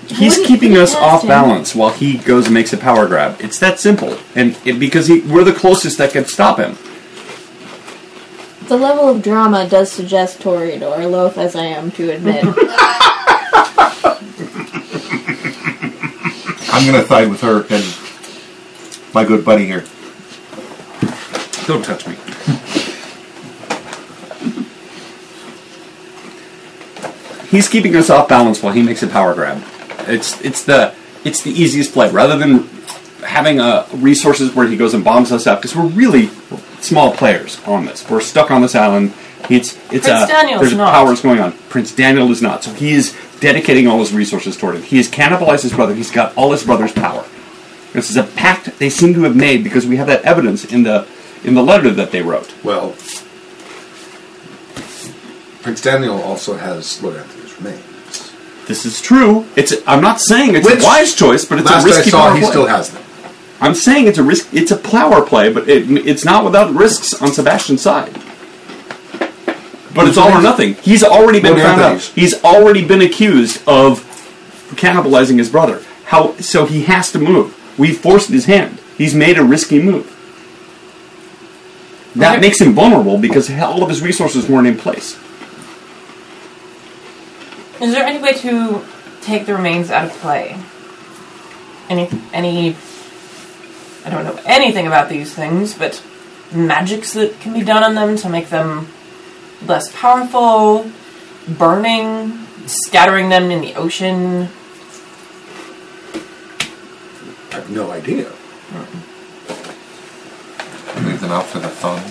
Speaker 9: He's
Speaker 5: Wouldn't
Speaker 9: keeping
Speaker 5: be
Speaker 9: us off
Speaker 5: Sebastian.
Speaker 9: balance while he goes and makes a power grab. It's that simple, and it, because he, we're the closest that can stop him.
Speaker 5: The level of drama does suggest Toreador, loath as I am to admit.
Speaker 8: I'm going to side with her and my good buddy here.
Speaker 6: Don't touch me. He's keeping us off balance while he makes a power grab. It's it's the it's the easiest play rather than having uh, resources where he goes and bombs us up because we're really small players on this. We're stuck on this island. It's
Speaker 3: Prince
Speaker 6: it's uh,
Speaker 3: Daniel's
Speaker 6: there's
Speaker 3: not.
Speaker 6: powers going on. Prince Daniel is not, so he is dedicating all his resources toward it. He has cannibalized his brother. He's got all his brother's power. This is a pact they seem to have made because we have that evidence in the in the letter that they wrote.
Speaker 2: Well, Prince Daniel also has Lord Anthony's remains.
Speaker 6: This is true. It's I'm not saying it's
Speaker 2: Which-
Speaker 6: a wise choice, but it's
Speaker 2: Last
Speaker 6: a risky
Speaker 2: I saw,
Speaker 6: power
Speaker 2: he
Speaker 6: play.
Speaker 2: still has them.
Speaker 6: I'm saying it's a risk. It's a power play, but it, it's not without risks on Sebastian's side. But it's all or nothing. He's already been
Speaker 2: What are
Speaker 6: found out.
Speaker 2: these?
Speaker 6: He's already been accused of cannibalizing his brother. How? So he has to move. We forced his hand. He's made a risky move. That makes him vulnerable because all of his resources weren't in place.
Speaker 3: Is there any way to take the remains out of play? Any, any, I don't know anything about these things, but magics that can be done on them to make them less powerful, burning, scattering them in the ocean.
Speaker 2: I have no idea.
Speaker 8: Move them out for the phone.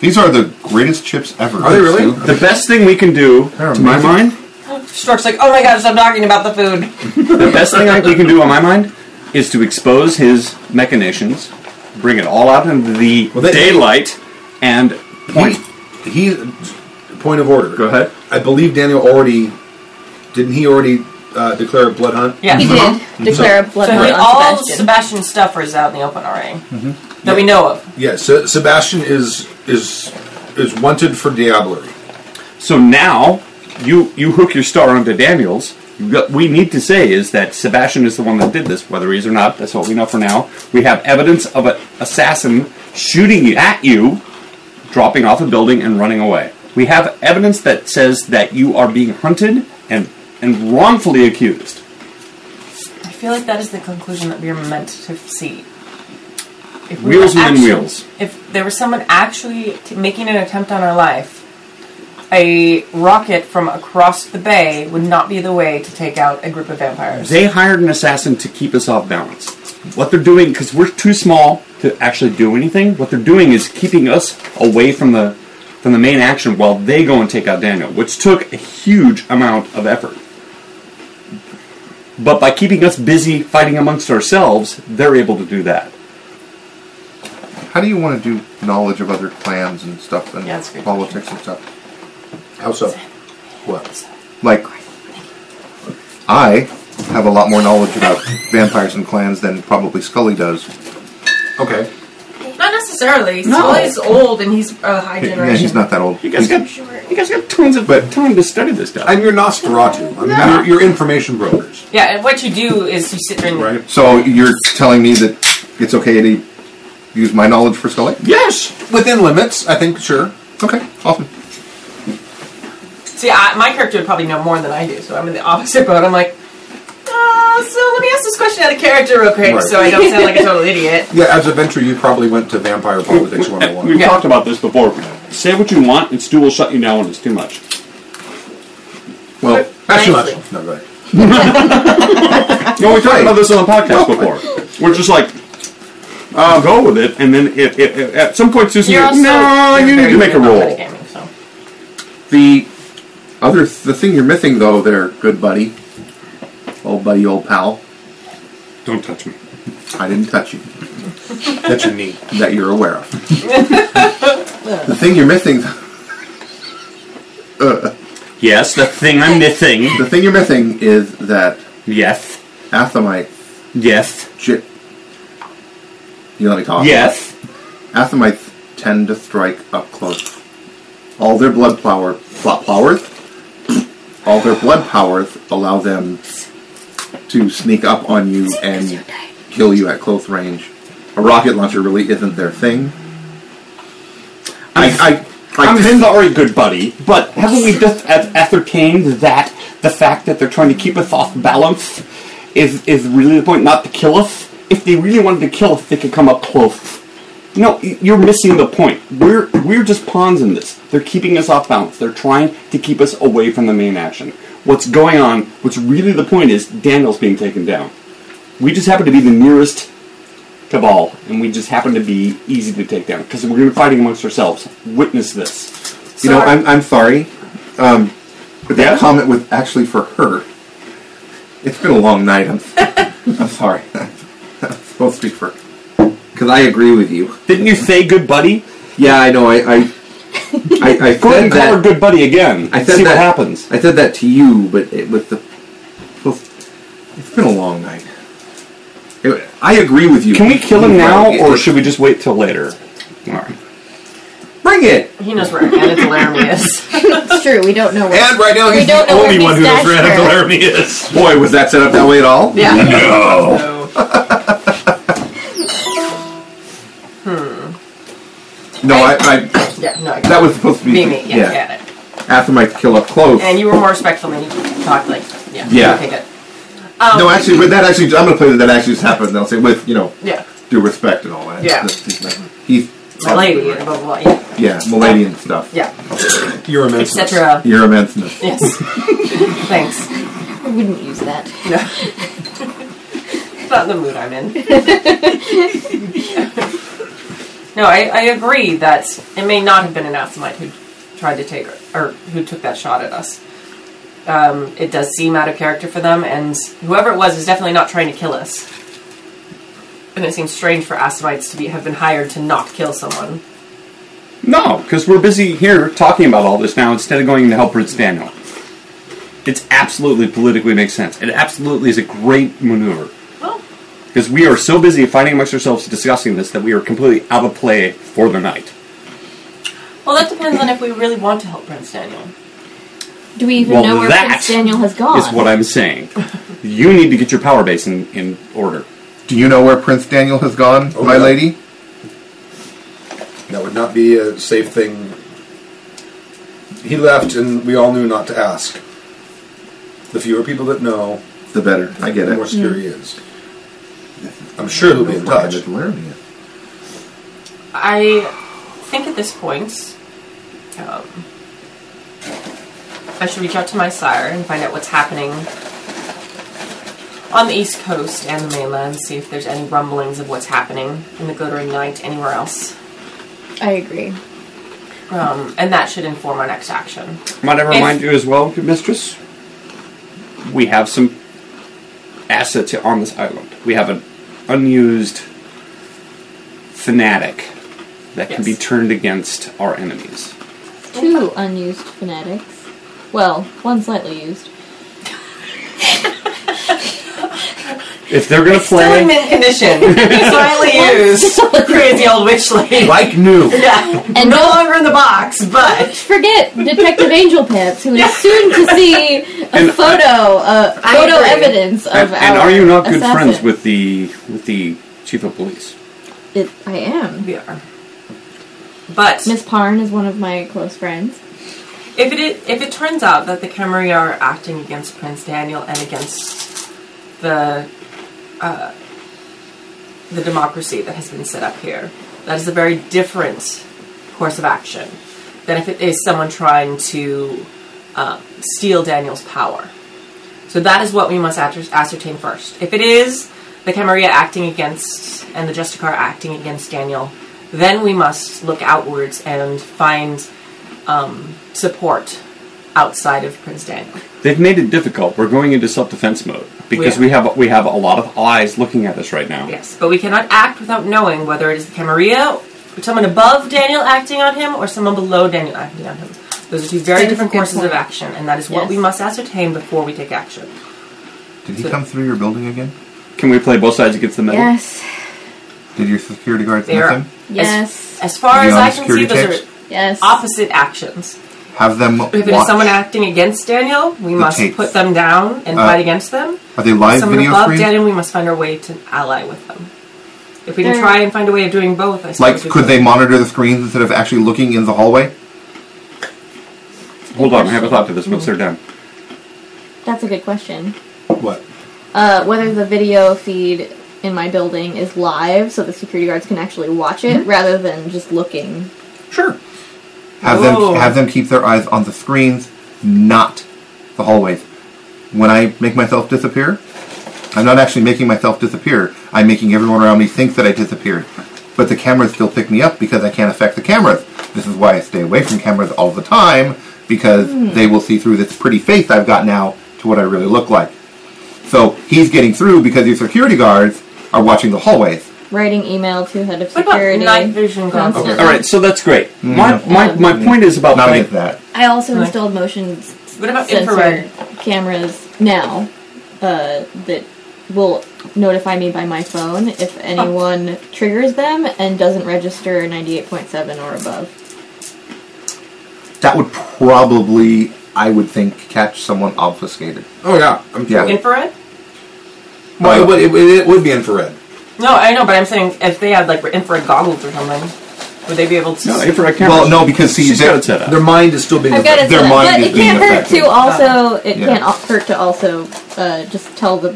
Speaker 8: These are the greatest chips ever.
Speaker 2: Are they really?
Speaker 8: Stu.
Speaker 6: The best thing we can do,
Speaker 8: They're
Speaker 6: to my
Speaker 8: amazing.
Speaker 6: mind,
Speaker 3: Stork's like, oh my gosh, I'm talking about the food.
Speaker 6: The best thing I, we can do on my mind is to expose his machinations, bring it all out into the
Speaker 2: Well, they-
Speaker 6: daylight, and point.
Speaker 2: He, point of order.
Speaker 6: Go ahead.
Speaker 2: I believe Daniel already, didn't he already uh, declare a blood hunt?
Speaker 3: Yeah.
Speaker 5: He did declare a blood
Speaker 3: So
Speaker 5: hunt
Speaker 3: he, all
Speaker 5: on Sebastian.
Speaker 3: Sebastian stuff is out in the open already that we know of.
Speaker 2: Yeah, so Sebastian is is is wanted for diablerie.
Speaker 6: So now you you hook your star onto Daniels. You got, we need to say is that Sebastian is the one that did this, whether he is or not. That's what we know for now. We have evidence of an assassin shooting at you, dropping off a building and running away. We have evidence that says that you are being hunted and and wrongfully accused.
Speaker 3: I feel like that is the conclusion that we are meant to see. If
Speaker 6: Wheels
Speaker 3: were
Speaker 6: within
Speaker 3: actu-
Speaker 6: wheels.
Speaker 3: If there was someone actually t- making an attempt on our life, a rocket from across the bay would not be the way to take out a group of vampires.
Speaker 6: They hired an assassin to keep us off balance. What they're doing, because we're too small to actually do anything, what they're doing is keeping us away from the from the main action while they go and take out Daniel, which took a huge amount of effort. But by keeping us busy fighting amongst ourselves, they're able to do that.
Speaker 8: How do you want to do knowledge of other clans and stuff and
Speaker 3: Yeah, that's a good
Speaker 8: politics and stuff?
Speaker 2: How so? What?
Speaker 8: Like, I have a lot more knowledge about vampires and clans than probably Scully does.
Speaker 2: Okay.
Speaker 11: Not necessarily. Sully's old and he's a high generation.
Speaker 8: Yeah, he's not that old.
Speaker 6: You guys got you guys got tons of
Speaker 8: But-
Speaker 6: time to study this stuff.
Speaker 2: And you're Nosferatu. I mean, you're, you're information brokers,
Speaker 3: yeah, and what you do is you sit there and
Speaker 2: right?
Speaker 8: So you're telling me that it's okay to use my knowledge for Scully?
Speaker 6: yes,
Speaker 2: Within limits, I think, sure.
Speaker 8: Okay, awesome.
Speaker 3: see. I, my character would probably know more than I do, so I'm in the opposite boat. I'm like, uh, so let me ask this question out of character real quick,
Speaker 2: Right.
Speaker 3: so I don't sound like a total idiot.
Speaker 2: Yeah, as a venture, you probably went to Vampire Politics 101.
Speaker 6: We've
Speaker 3: Yeah.
Speaker 6: talked about this before. Say what you want, and Stu will shut you down when it's too much.
Speaker 2: Well, that's too
Speaker 3: Nicely.
Speaker 2: much. No, go ahead.
Speaker 6: No, we talked about this on the podcast before. We're just like, uh, go with it, and then it, it, it- at some point Susan,
Speaker 3: You're
Speaker 6: goes,
Speaker 3: also
Speaker 6: no,
Speaker 3: you're
Speaker 6: you need
Speaker 3: very
Speaker 6: to make a
Speaker 3: good about
Speaker 6: roll.
Speaker 3: metagaming, so.
Speaker 8: The other, the thing you're missing though, there, good buddy, old buddy, old pal.
Speaker 6: Don't touch me.
Speaker 8: I didn't touch you.
Speaker 2: That's your knee.
Speaker 8: that you're aware of. the thing you're missing,
Speaker 6: Yes, the thing I'm missing.
Speaker 8: the thing you're missing is that
Speaker 6: Yes,
Speaker 8: Athamite.
Speaker 6: yes,
Speaker 8: J- you let me talk.
Speaker 6: yes.
Speaker 8: Athamites tend to strike up close. All their blood power, plot powers, all their blood powers allow them to sneak up on you and kill you at close range. A rocket launcher really isn't their thing. I
Speaker 2: I, I,
Speaker 6: I'm
Speaker 2: I tend
Speaker 6: sorry, good buddy, but haven't we just a- ascertained that the fact that they're trying to keep us off balance is is really the point, not to kill us? If they really wanted to kill us, they could come up close. No, y- you're missing the point. We're we're just pawns in this. They're keeping us off balance. They're trying to keep us away from the main action. What's going on? What's really the point is Daniel's being taken down. We just happen to be the nearest cabal, and we just happen to be easy to take down because we're fighting amongst ourselves. Witness this.
Speaker 8: You know, I'm, I'm sorry. Um, but that
Speaker 6: Yeah?
Speaker 8: comment was actually for her. It's been a long night. I'm, I'm sorry. I'll speak for Because I agree with you.
Speaker 6: Didn't you say good buddy?
Speaker 8: Yeah, I know. I I, I, I
Speaker 6: Go ahead
Speaker 8: said
Speaker 6: and call her
Speaker 8: that.
Speaker 6: good buddy again.
Speaker 8: I
Speaker 6: and
Speaker 8: said
Speaker 6: see
Speaker 8: that,
Speaker 6: what happens.
Speaker 8: I said that to you, but it, with the. Well, it's been a long night. It- I agree with you.
Speaker 6: Can we kill him
Speaker 8: Right.
Speaker 6: now, or
Speaker 8: It-
Speaker 6: should we just wait till later? All right.
Speaker 8: bring it?
Speaker 3: He knows where Anna Laramie is.
Speaker 5: It's true. We don't know. Where,
Speaker 2: and right now
Speaker 5: we
Speaker 2: he's
Speaker 5: don't
Speaker 2: the
Speaker 5: know where
Speaker 2: only one who knows
Speaker 5: Miss
Speaker 2: where Anna
Speaker 5: Dashner-
Speaker 2: Laramie is.
Speaker 8: Boy, was that set up that way at all?
Speaker 3: Yeah.
Speaker 2: No.
Speaker 3: So,
Speaker 8: No, I, I.
Speaker 3: yeah, no, I
Speaker 8: That was supposed to be.
Speaker 3: be me. Yeah, yeah. I got it.
Speaker 8: After my kill up close.
Speaker 3: And you were more respectful than you talked like. Yeah.
Speaker 8: Yeah.
Speaker 3: Okay, good. Um,
Speaker 8: No, actually, with that actually, I'm gonna play that that actually just happened. And I'll say with you know
Speaker 3: Yeah.
Speaker 8: due respect and all that.
Speaker 3: Yeah.
Speaker 8: That's- that's like- He's
Speaker 3: My lady, and blah, blah, blah. Yeah.
Speaker 8: Yeah, Milady and stuff.
Speaker 3: Yeah.
Speaker 2: You're immense.
Speaker 3: Etc.
Speaker 8: Your immenseness.
Speaker 3: Yes. Thanks.
Speaker 5: I wouldn't use that.
Speaker 3: No. Not the mood I'm in. no, I, I agree that it may not have been an Asomite who tried to take or who took that shot at us. Um, it does seem out of character for them, and whoever it was is definitely not trying to kill us. And it seems strange for Asomites to be have been hired to not kill someone.
Speaker 6: No, because we're busy here talking about all this now instead of going to help Prince Daniel. It's absolutely politically makes sense. It absolutely is a great maneuver.
Speaker 3: Well,
Speaker 6: Because we are so busy fighting amongst ourselves discussing this that we are completely out of play for the night.
Speaker 3: well, that depends on if we really want to help Prince Daniel.
Speaker 5: Do we even
Speaker 6: Well,
Speaker 5: know where
Speaker 6: that
Speaker 5: Prince Daniel has gone?
Speaker 6: Is what I'm saying. you need to get your power base in, in order.
Speaker 8: Do you know where Prince Daniel has gone,
Speaker 2: Oh,
Speaker 8: my
Speaker 2: yeah.
Speaker 8: lady?
Speaker 2: That would not be a safe thing. He left, and we all knew not to ask. The fewer people that know,
Speaker 8: The better. I get
Speaker 2: the more
Speaker 8: it.
Speaker 2: secure he is. I'm sure he'll be in touch.
Speaker 8: Private Laramie.
Speaker 3: I think at this point, um, I should reach out to my sire and find out what's happening on the east coast and the mainland, see if there's any rumblings of what's happening in the glittering night anywhere else.
Speaker 5: I agree.
Speaker 3: Um, and that should inform our next action.
Speaker 6: Might I remind
Speaker 3: If-
Speaker 6: you as well, good mistress? We have some assets on this island. We have an unused fanatic that can be
Speaker 3: Yes.
Speaker 6: turned against our enemies.
Speaker 5: Two unused phonetics. Well, one slightly used.
Speaker 6: If they're gonna
Speaker 3: Still in
Speaker 6: play,
Speaker 3: mint condition. Slightly used. Crazy old witch lady.
Speaker 8: Like new.
Speaker 3: Yeah.
Speaker 5: And
Speaker 3: no
Speaker 5: don't-
Speaker 3: longer in the box, but
Speaker 5: Forget Detective Angel Pants, who is soon to see a
Speaker 6: And I-
Speaker 5: photo, uh,
Speaker 3: I
Speaker 5: photo
Speaker 3: agree.
Speaker 5: evidence of
Speaker 6: and,
Speaker 5: our
Speaker 6: and are you not good
Speaker 5: assassin.
Speaker 6: friends with the with the chief of police?
Speaker 5: It, I am.
Speaker 3: we are. But
Speaker 5: Miss Parn is one of my close friends.
Speaker 3: If it i- if it turns out that the Khmer are acting against Prince Daniel and against the uh, the democracy that has been set up here, that is a very different course of action than if it is someone trying to uh, steal Daniel's power. So that is what we must ascer- ascertain first. If it is the Camarilla acting against and the Justicar acting against Daniel, then we must look outwards and find um, support outside of Prince Daniel.
Speaker 6: They've made it difficult. We're going into self defense mode because
Speaker 3: We
Speaker 6: we have we have a lot of eyes looking at us right now.
Speaker 3: Yes, but we cannot act without knowing whether it is the Camarilla, someone above Daniel acting on him, or someone below Daniel acting on him. Those are two very
Speaker 5: That is a
Speaker 3: different
Speaker 5: good
Speaker 3: courses of
Speaker 5: point.
Speaker 3: action, and that is what
Speaker 5: Yes.
Speaker 3: we must ascertain before we take action.
Speaker 8: Did he come through your building again?
Speaker 6: Can we play both sides against the middle?
Speaker 5: Yes.
Speaker 8: Did your security guards
Speaker 3: They
Speaker 8: miss
Speaker 3: are-
Speaker 8: him?
Speaker 5: Yes.
Speaker 3: As far
Speaker 8: You
Speaker 3: as
Speaker 8: know,
Speaker 3: I can see,
Speaker 8: security
Speaker 3: those are
Speaker 8: tapes?
Speaker 5: Yes.
Speaker 3: opposite actions.
Speaker 8: Have them
Speaker 3: If it is
Speaker 8: watch.
Speaker 3: someone acting against Daniel, we must
Speaker 8: tapes.
Speaker 3: put them down and
Speaker 8: Uh,
Speaker 3: fight against them.
Speaker 8: Are they live
Speaker 3: someone
Speaker 8: video
Speaker 3: above
Speaker 8: screens?
Speaker 3: Daniel, we must find our way to ally with them. If we can
Speaker 5: They're-
Speaker 3: try and find a way of doing both, I suppose.
Speaker 8: Like,
Speaker 3: we
Speaker 8: could they monitor the screens instead of actually looking in the hallway?
Speaker 6: Hold on, I have a thought to this once they're done.
Speaker 5: That's a good question.
Speaker 2: What?
Speaker 5: Uh, whether the video feed in my building is live, so the security guards can actually watch it,
Speaker 3: Mm-hmm.
Speaker 5: rather than just looking.
Speaker 2: Sure.
Speaker 8: Have
Speaker 3: Oh.
Speaker 8: them have them keep their eyes on the screens, not the hallways. When I make myself disappear, I'm not actually making myself disappear. I'm making everyone around me think that I disappeared. But the cameras still pick me up because I can't affect the cameras. This is why I stay away from cameras all the time because they will see through this pretty face I've got now to what I really look like. So he's getting through because your security guards are watching the hallways.
Speaker 5: Writing email to head of
Speaker 3: What about
Speaker 5: security.
Speaker 3: night vision goggles?
Speaker 5: constantly.
Speaker 6: All right, so that's great. My, my, my point is about
Speaker 8: Mm-hmm. Not
Speaker 6: putting-
Speaker 8: like that.
Speaker 5: I also
Speaker 3: Right.
Speaker 5: installed motion s-
Speaker 3: What about
Speaker 5: sensor
Speaker 3: infrared?
Speaker 5: cameras now uh, that will notify me by my phone if anyone triggers them and doesn't register 98.7 or above.
Speaker 8: That would probably, I would think, catch someone obfuscated.
Speaker 2: Oh yeah, I'm
Speaker 8: Yeah.
Speaker 2: sure.
Speaker 3: infrared?
Speaker 2: Well, it would, it, would- it would be infrared.
Speaker 3: No, I know, but I'm saying if they had like infrared goggles or something, would they be able to?
Speaker 6: No,
Speaker 3: see-
Speaker 6: infrared cameras.
Speaker 8: Well, no, because see,
Speaker 6: she's got
Speaker 8: they're-
Speaker 6: it set up.
Speaker 2: Their mind is still being.
Speaker 5: I've got it,
Speaker 8: Their
Speaker 5: set up,
Speaker 8: mind
Speaker 5: but
Speaker 8: is
Speaker 5: it
Speaker 8: being
Speaker 5: can't hurt
Speaker 8: affected.
Speaker 5: to also. It
Speaker 8: Yeah.
Speaker 5: can't al- hurt to also uh, just tell the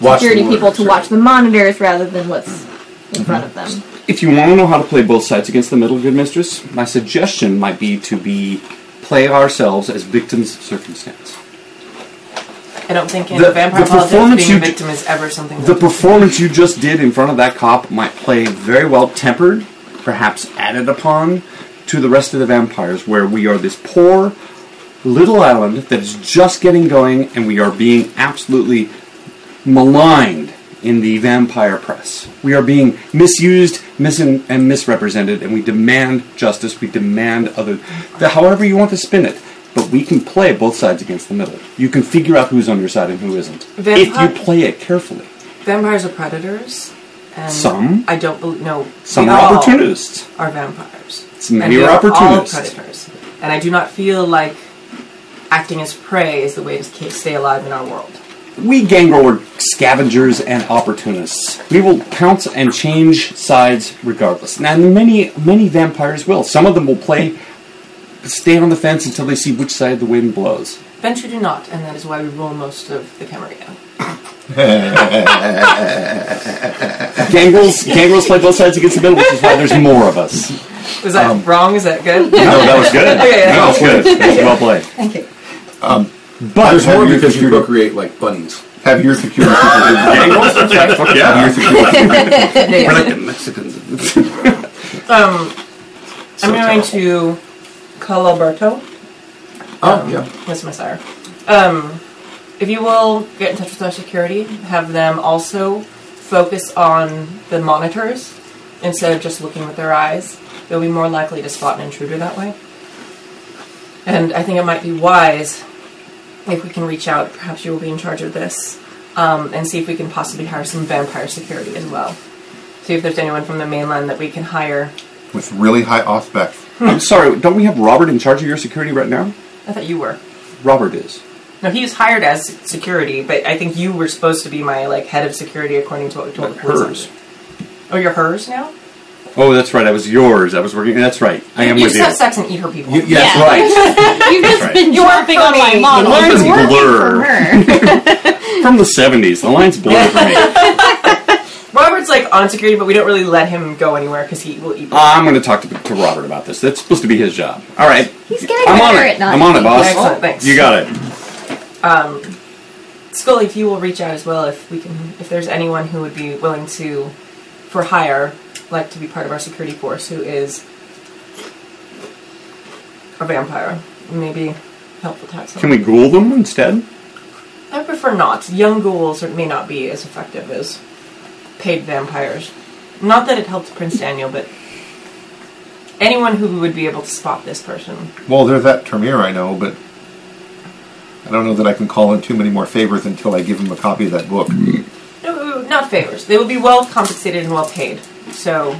Speaker 2: Watch the
Speaker 5: security people
Speaker 2: monitors,
Speaker 5: to
Speaker 2: sure.
Speaker 5: watch the monitors rather than what's in front of them.
Speaker 6: If you want to know how to play both sides against the middle, good mistress, my suggestion might be to be play ourselves as victims of circumstance.
Speaker 3: I don't think in
Speaker 6: The-
Speaker 3: vampire
Speaker 6: the
Speaker 3: politics
Speaker 6: performance
Speaker 3: being a
Speaker 6: you d-
Speaker 3: victim is ever something.
Speaker 6: The
Speaker 3: that-
Speaker 6: performance you just did in front of that cop might play very well tempered, perhaps added upon to the rest of the vampires, where we are this poor little island that is just getting going and we are being absolutely maligned in the vampire press. We are being misused, misin and misrepresented, and we demand justice. We demand other. The, however, you want to spin it. But we can play both sides against the middle. You can figure out who's on your side and who isn't. if
Speaker 3: Vampire-
Speaker 6: you play it carefully.
Speaker 3: vampires are predators. And
Speaker 6: Some.
Speaker 3: I don't believe. No.
Speaker 6: Some
Speaker 3: we
Speaker 6: are
Speaker 3: all
Speaker 6: opportunists.
Speaker 3: Are vampires.
Speaker 6: Some
Speaker 3: And
Speaker 6: many
Speaker 3: we
Speaker 6: are opportunists.
Speaker 3: All predators, and I do not feel like acting as prey is the way to ca- stay alive in our world.
Speaker 6: We gangrel are scavengers and opportunists. We will pounce and change sides regardless. Now, many, many vampires will. Some of them will play, stay on the fence until they see which side the wind blows.
Speaker 3: Venture do not, and that is why we rule most of the Camarilla.
Speaker 6: Gangrels, gangrels play both sides against the middle, which is why there's more of us.
Speaker 3: Was that
Speaker 6: Um,
Speaker 3: wrong? Is that good?
Speaker 6: No, that was good.
Speaker 3: Okay,
Speaker 6: that was
Speaker 3: that's
Speaker 6: good. That was well played.
Speaker 3: Thank you.
Speaker 8: But
Speaker 2: There's
Speaker 8: have
Speaker 2: more
Speaker 8: your
Speaker 2: because you
Speaker 8: security,
Speaker 2: procreate like bunnies.
Speaker 8: have your security people.
Speaker 6: Gangrels? Fuck yeah.
Speaker 8: Have your security people.
Speaker 6: We're like the Mexicans.
Speaker 3: Um, I'm going to call Alberto.
Speaker 2: Oh yeah.
Speaker 3: That's my sire. Um, if you will get in touch with our security, have them also focus on the monitors instead of just looking with their eyes. They'll be more likely to spot an intruder that way. And I think it might be wise if we can reach out. Perhaps you will be in charge of this, um, and see if we can possibly hire some vampire security as well. See if there's anyone from the mainland that we can hire.
Speaker 8: With really high aspect.
Speaker 6: I'm sorry, don't we have Robert in charge of your security right now?
Speaker 3: I thought you were.
Speaker 6: Robert is.
Speaker 3: No, he was hired as security, but I think you were supposed to be my like head of security, according to what we told the police.
Speaker 6: Hers.
Speaker 3: Oh, you're hers now.
Speaker 6: Oh, that's right. I was yours. I was working. That's right. I am
Speaker 3: you
Speaker 6: with
Speaker 3: just
Speaker 6: you.
Speaker 3: have sex and eat her people.
Speaker 2: You, yeah.
Speaker 5: Yeah.
Speaker 6: Right.
Speaker 5: You've just
Speaker 6: right.
Speaker 5: been
Speaker 3: You work
Speaker 5: jumping
Speaker 3: for
Speaker 5: on my
Speaker 3: me.
Speaker 5: model.
Speaker 6: The line's
Speaker 5: You're working
Speaker 6: blur.
Speaker 5: for her.
Speaker 6: From the 70s. The line's blurred for me. Uh,
Speaker 3: Robert's like on security, but we don't really let him go anywhere because he will eat.
Speaker 6: I'm going to talk to, to Robert about this. That's supposed to be his job. All right.
Speaker 5: He's getting
Speaker 6: I'm on
Speaker 5: better
Speaker 6: it.
Speaker 5: at not
Speaker 6: I'm on it,
Speaker 5: eating
Speaker 6: boss.
Speaker 5: people.
Speaker 3: Excellent, thanks.
Speaker 6: You got it.
Speaker 3: Scully, if you will reach out as well, if we can, if there's anyone who would be willing to, for hire, like to be part of our security force, who is a vampire, maybe helpful to have someone.
Speaker 6: Can we ghoul them instead?
Speaker 3: I prefer not. Young ghouls are- may not be as effective as paid vampires. Not that it helped Prince Daniel, but anyone who would be able to spot this person.
Speaker 8: Well, there's that Termir I know, but I don't know that I can call in too many more favors until I give him a copy of that book.
Speaker 3: No, no, no, not favors. They would be well compensated and well paid. So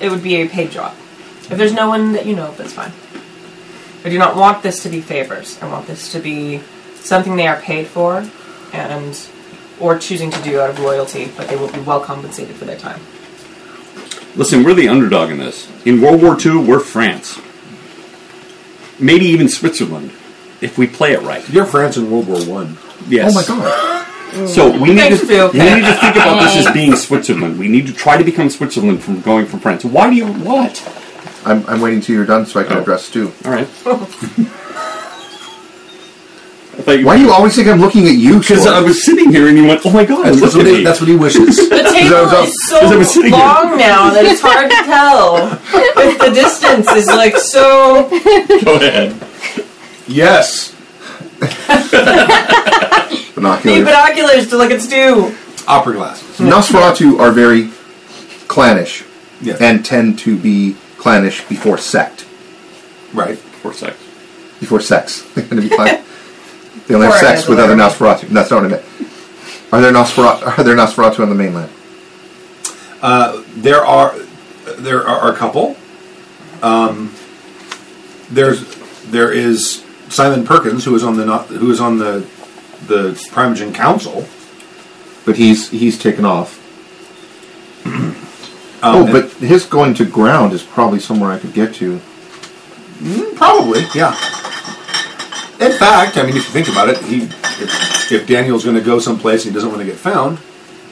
Speaker 3: it would be a paid job. If there's no one that you know of, that's fine. I do not want this to be favors. I want this to be something they are paid for and or choosing to do out of loyalty, but they will be well compensated for their time.
Speaker 6: Listen, we're the underdog in this. In World War II, we're France. Maybe even Switzerland, if we play it right.
Speaker 2: You're France in World War One.
Speaker 6: Yes.
Speaker 2: Oh my god.
Speaker 6: So we need,
Speaker 3: Thanks,
Speaker 6: to,
Speaker 3: Phil.
Speaker 6: we need to think about this as being Switzerland. We need to try to become Switzerland from going from France. Why do you what?
Speaker 8: I'm, I'm waiting till you're done so I can
Speaker 6: Oh.
Speaker 8: address Stu.
Speaker 6: All right. I thought you
Speaker 8: Why do you always think I'm looking at you?
Speaker 6: Because
Speaker 8: Short?
Speaker 6: I was sitting here and you went, "Oh my god,
Speaker 2: That's
Speaker 6: look
Speaker 2: what,
Speaker 6: at
Speaker 2: he,
Speaker 6: me."
Speaker 2: that's what he wishes.
Speaker 3: The
Speaker 8: was
Speaker 3: table
Speaker 8: up-
Speaker 3: is
Speaker 6: I was
Speaker 3: so
Speaker 6: sitting here.
Speaker 3: long now that it's hard to tell. If the distance is like so.
Speaker 6: Go ahead.
Speaker 2: yes.
Speaker 3: Need
Speaker 8: binoculars.
Speaker 3: binoculars to look at Stu.
Speaker 2: Opera glasses.
Speaker 8: Nosferatu are very clannish
Speaker 2: Yeah.
Speaker 8: and tend to be clannish before sect.
Speaker 2: right.
Speaker 6: For sex.
Speaker 8: Before sex. They're gonna be clan- they only have
Speaker 3: Or
Speaker 8: sex with other
Speaker 3: another.
Speaker 8: Nosferatu. That's not what I meant. Are there Nosferatu, are there Nosferatu on the mainland?
Speaker 2: There are there are a couple. Um, there's there is Simon Perkins who is on the not, who is on the the Primogen Council.
Speaker 8: But he's he's taken off. oh, but his going to ground is probably somewhere I could get to.
Speaker 2: Probably, yeah. In fact, I mean, if you think about it, he if, if Daniel's going to go someplace and he doesn't want to get found,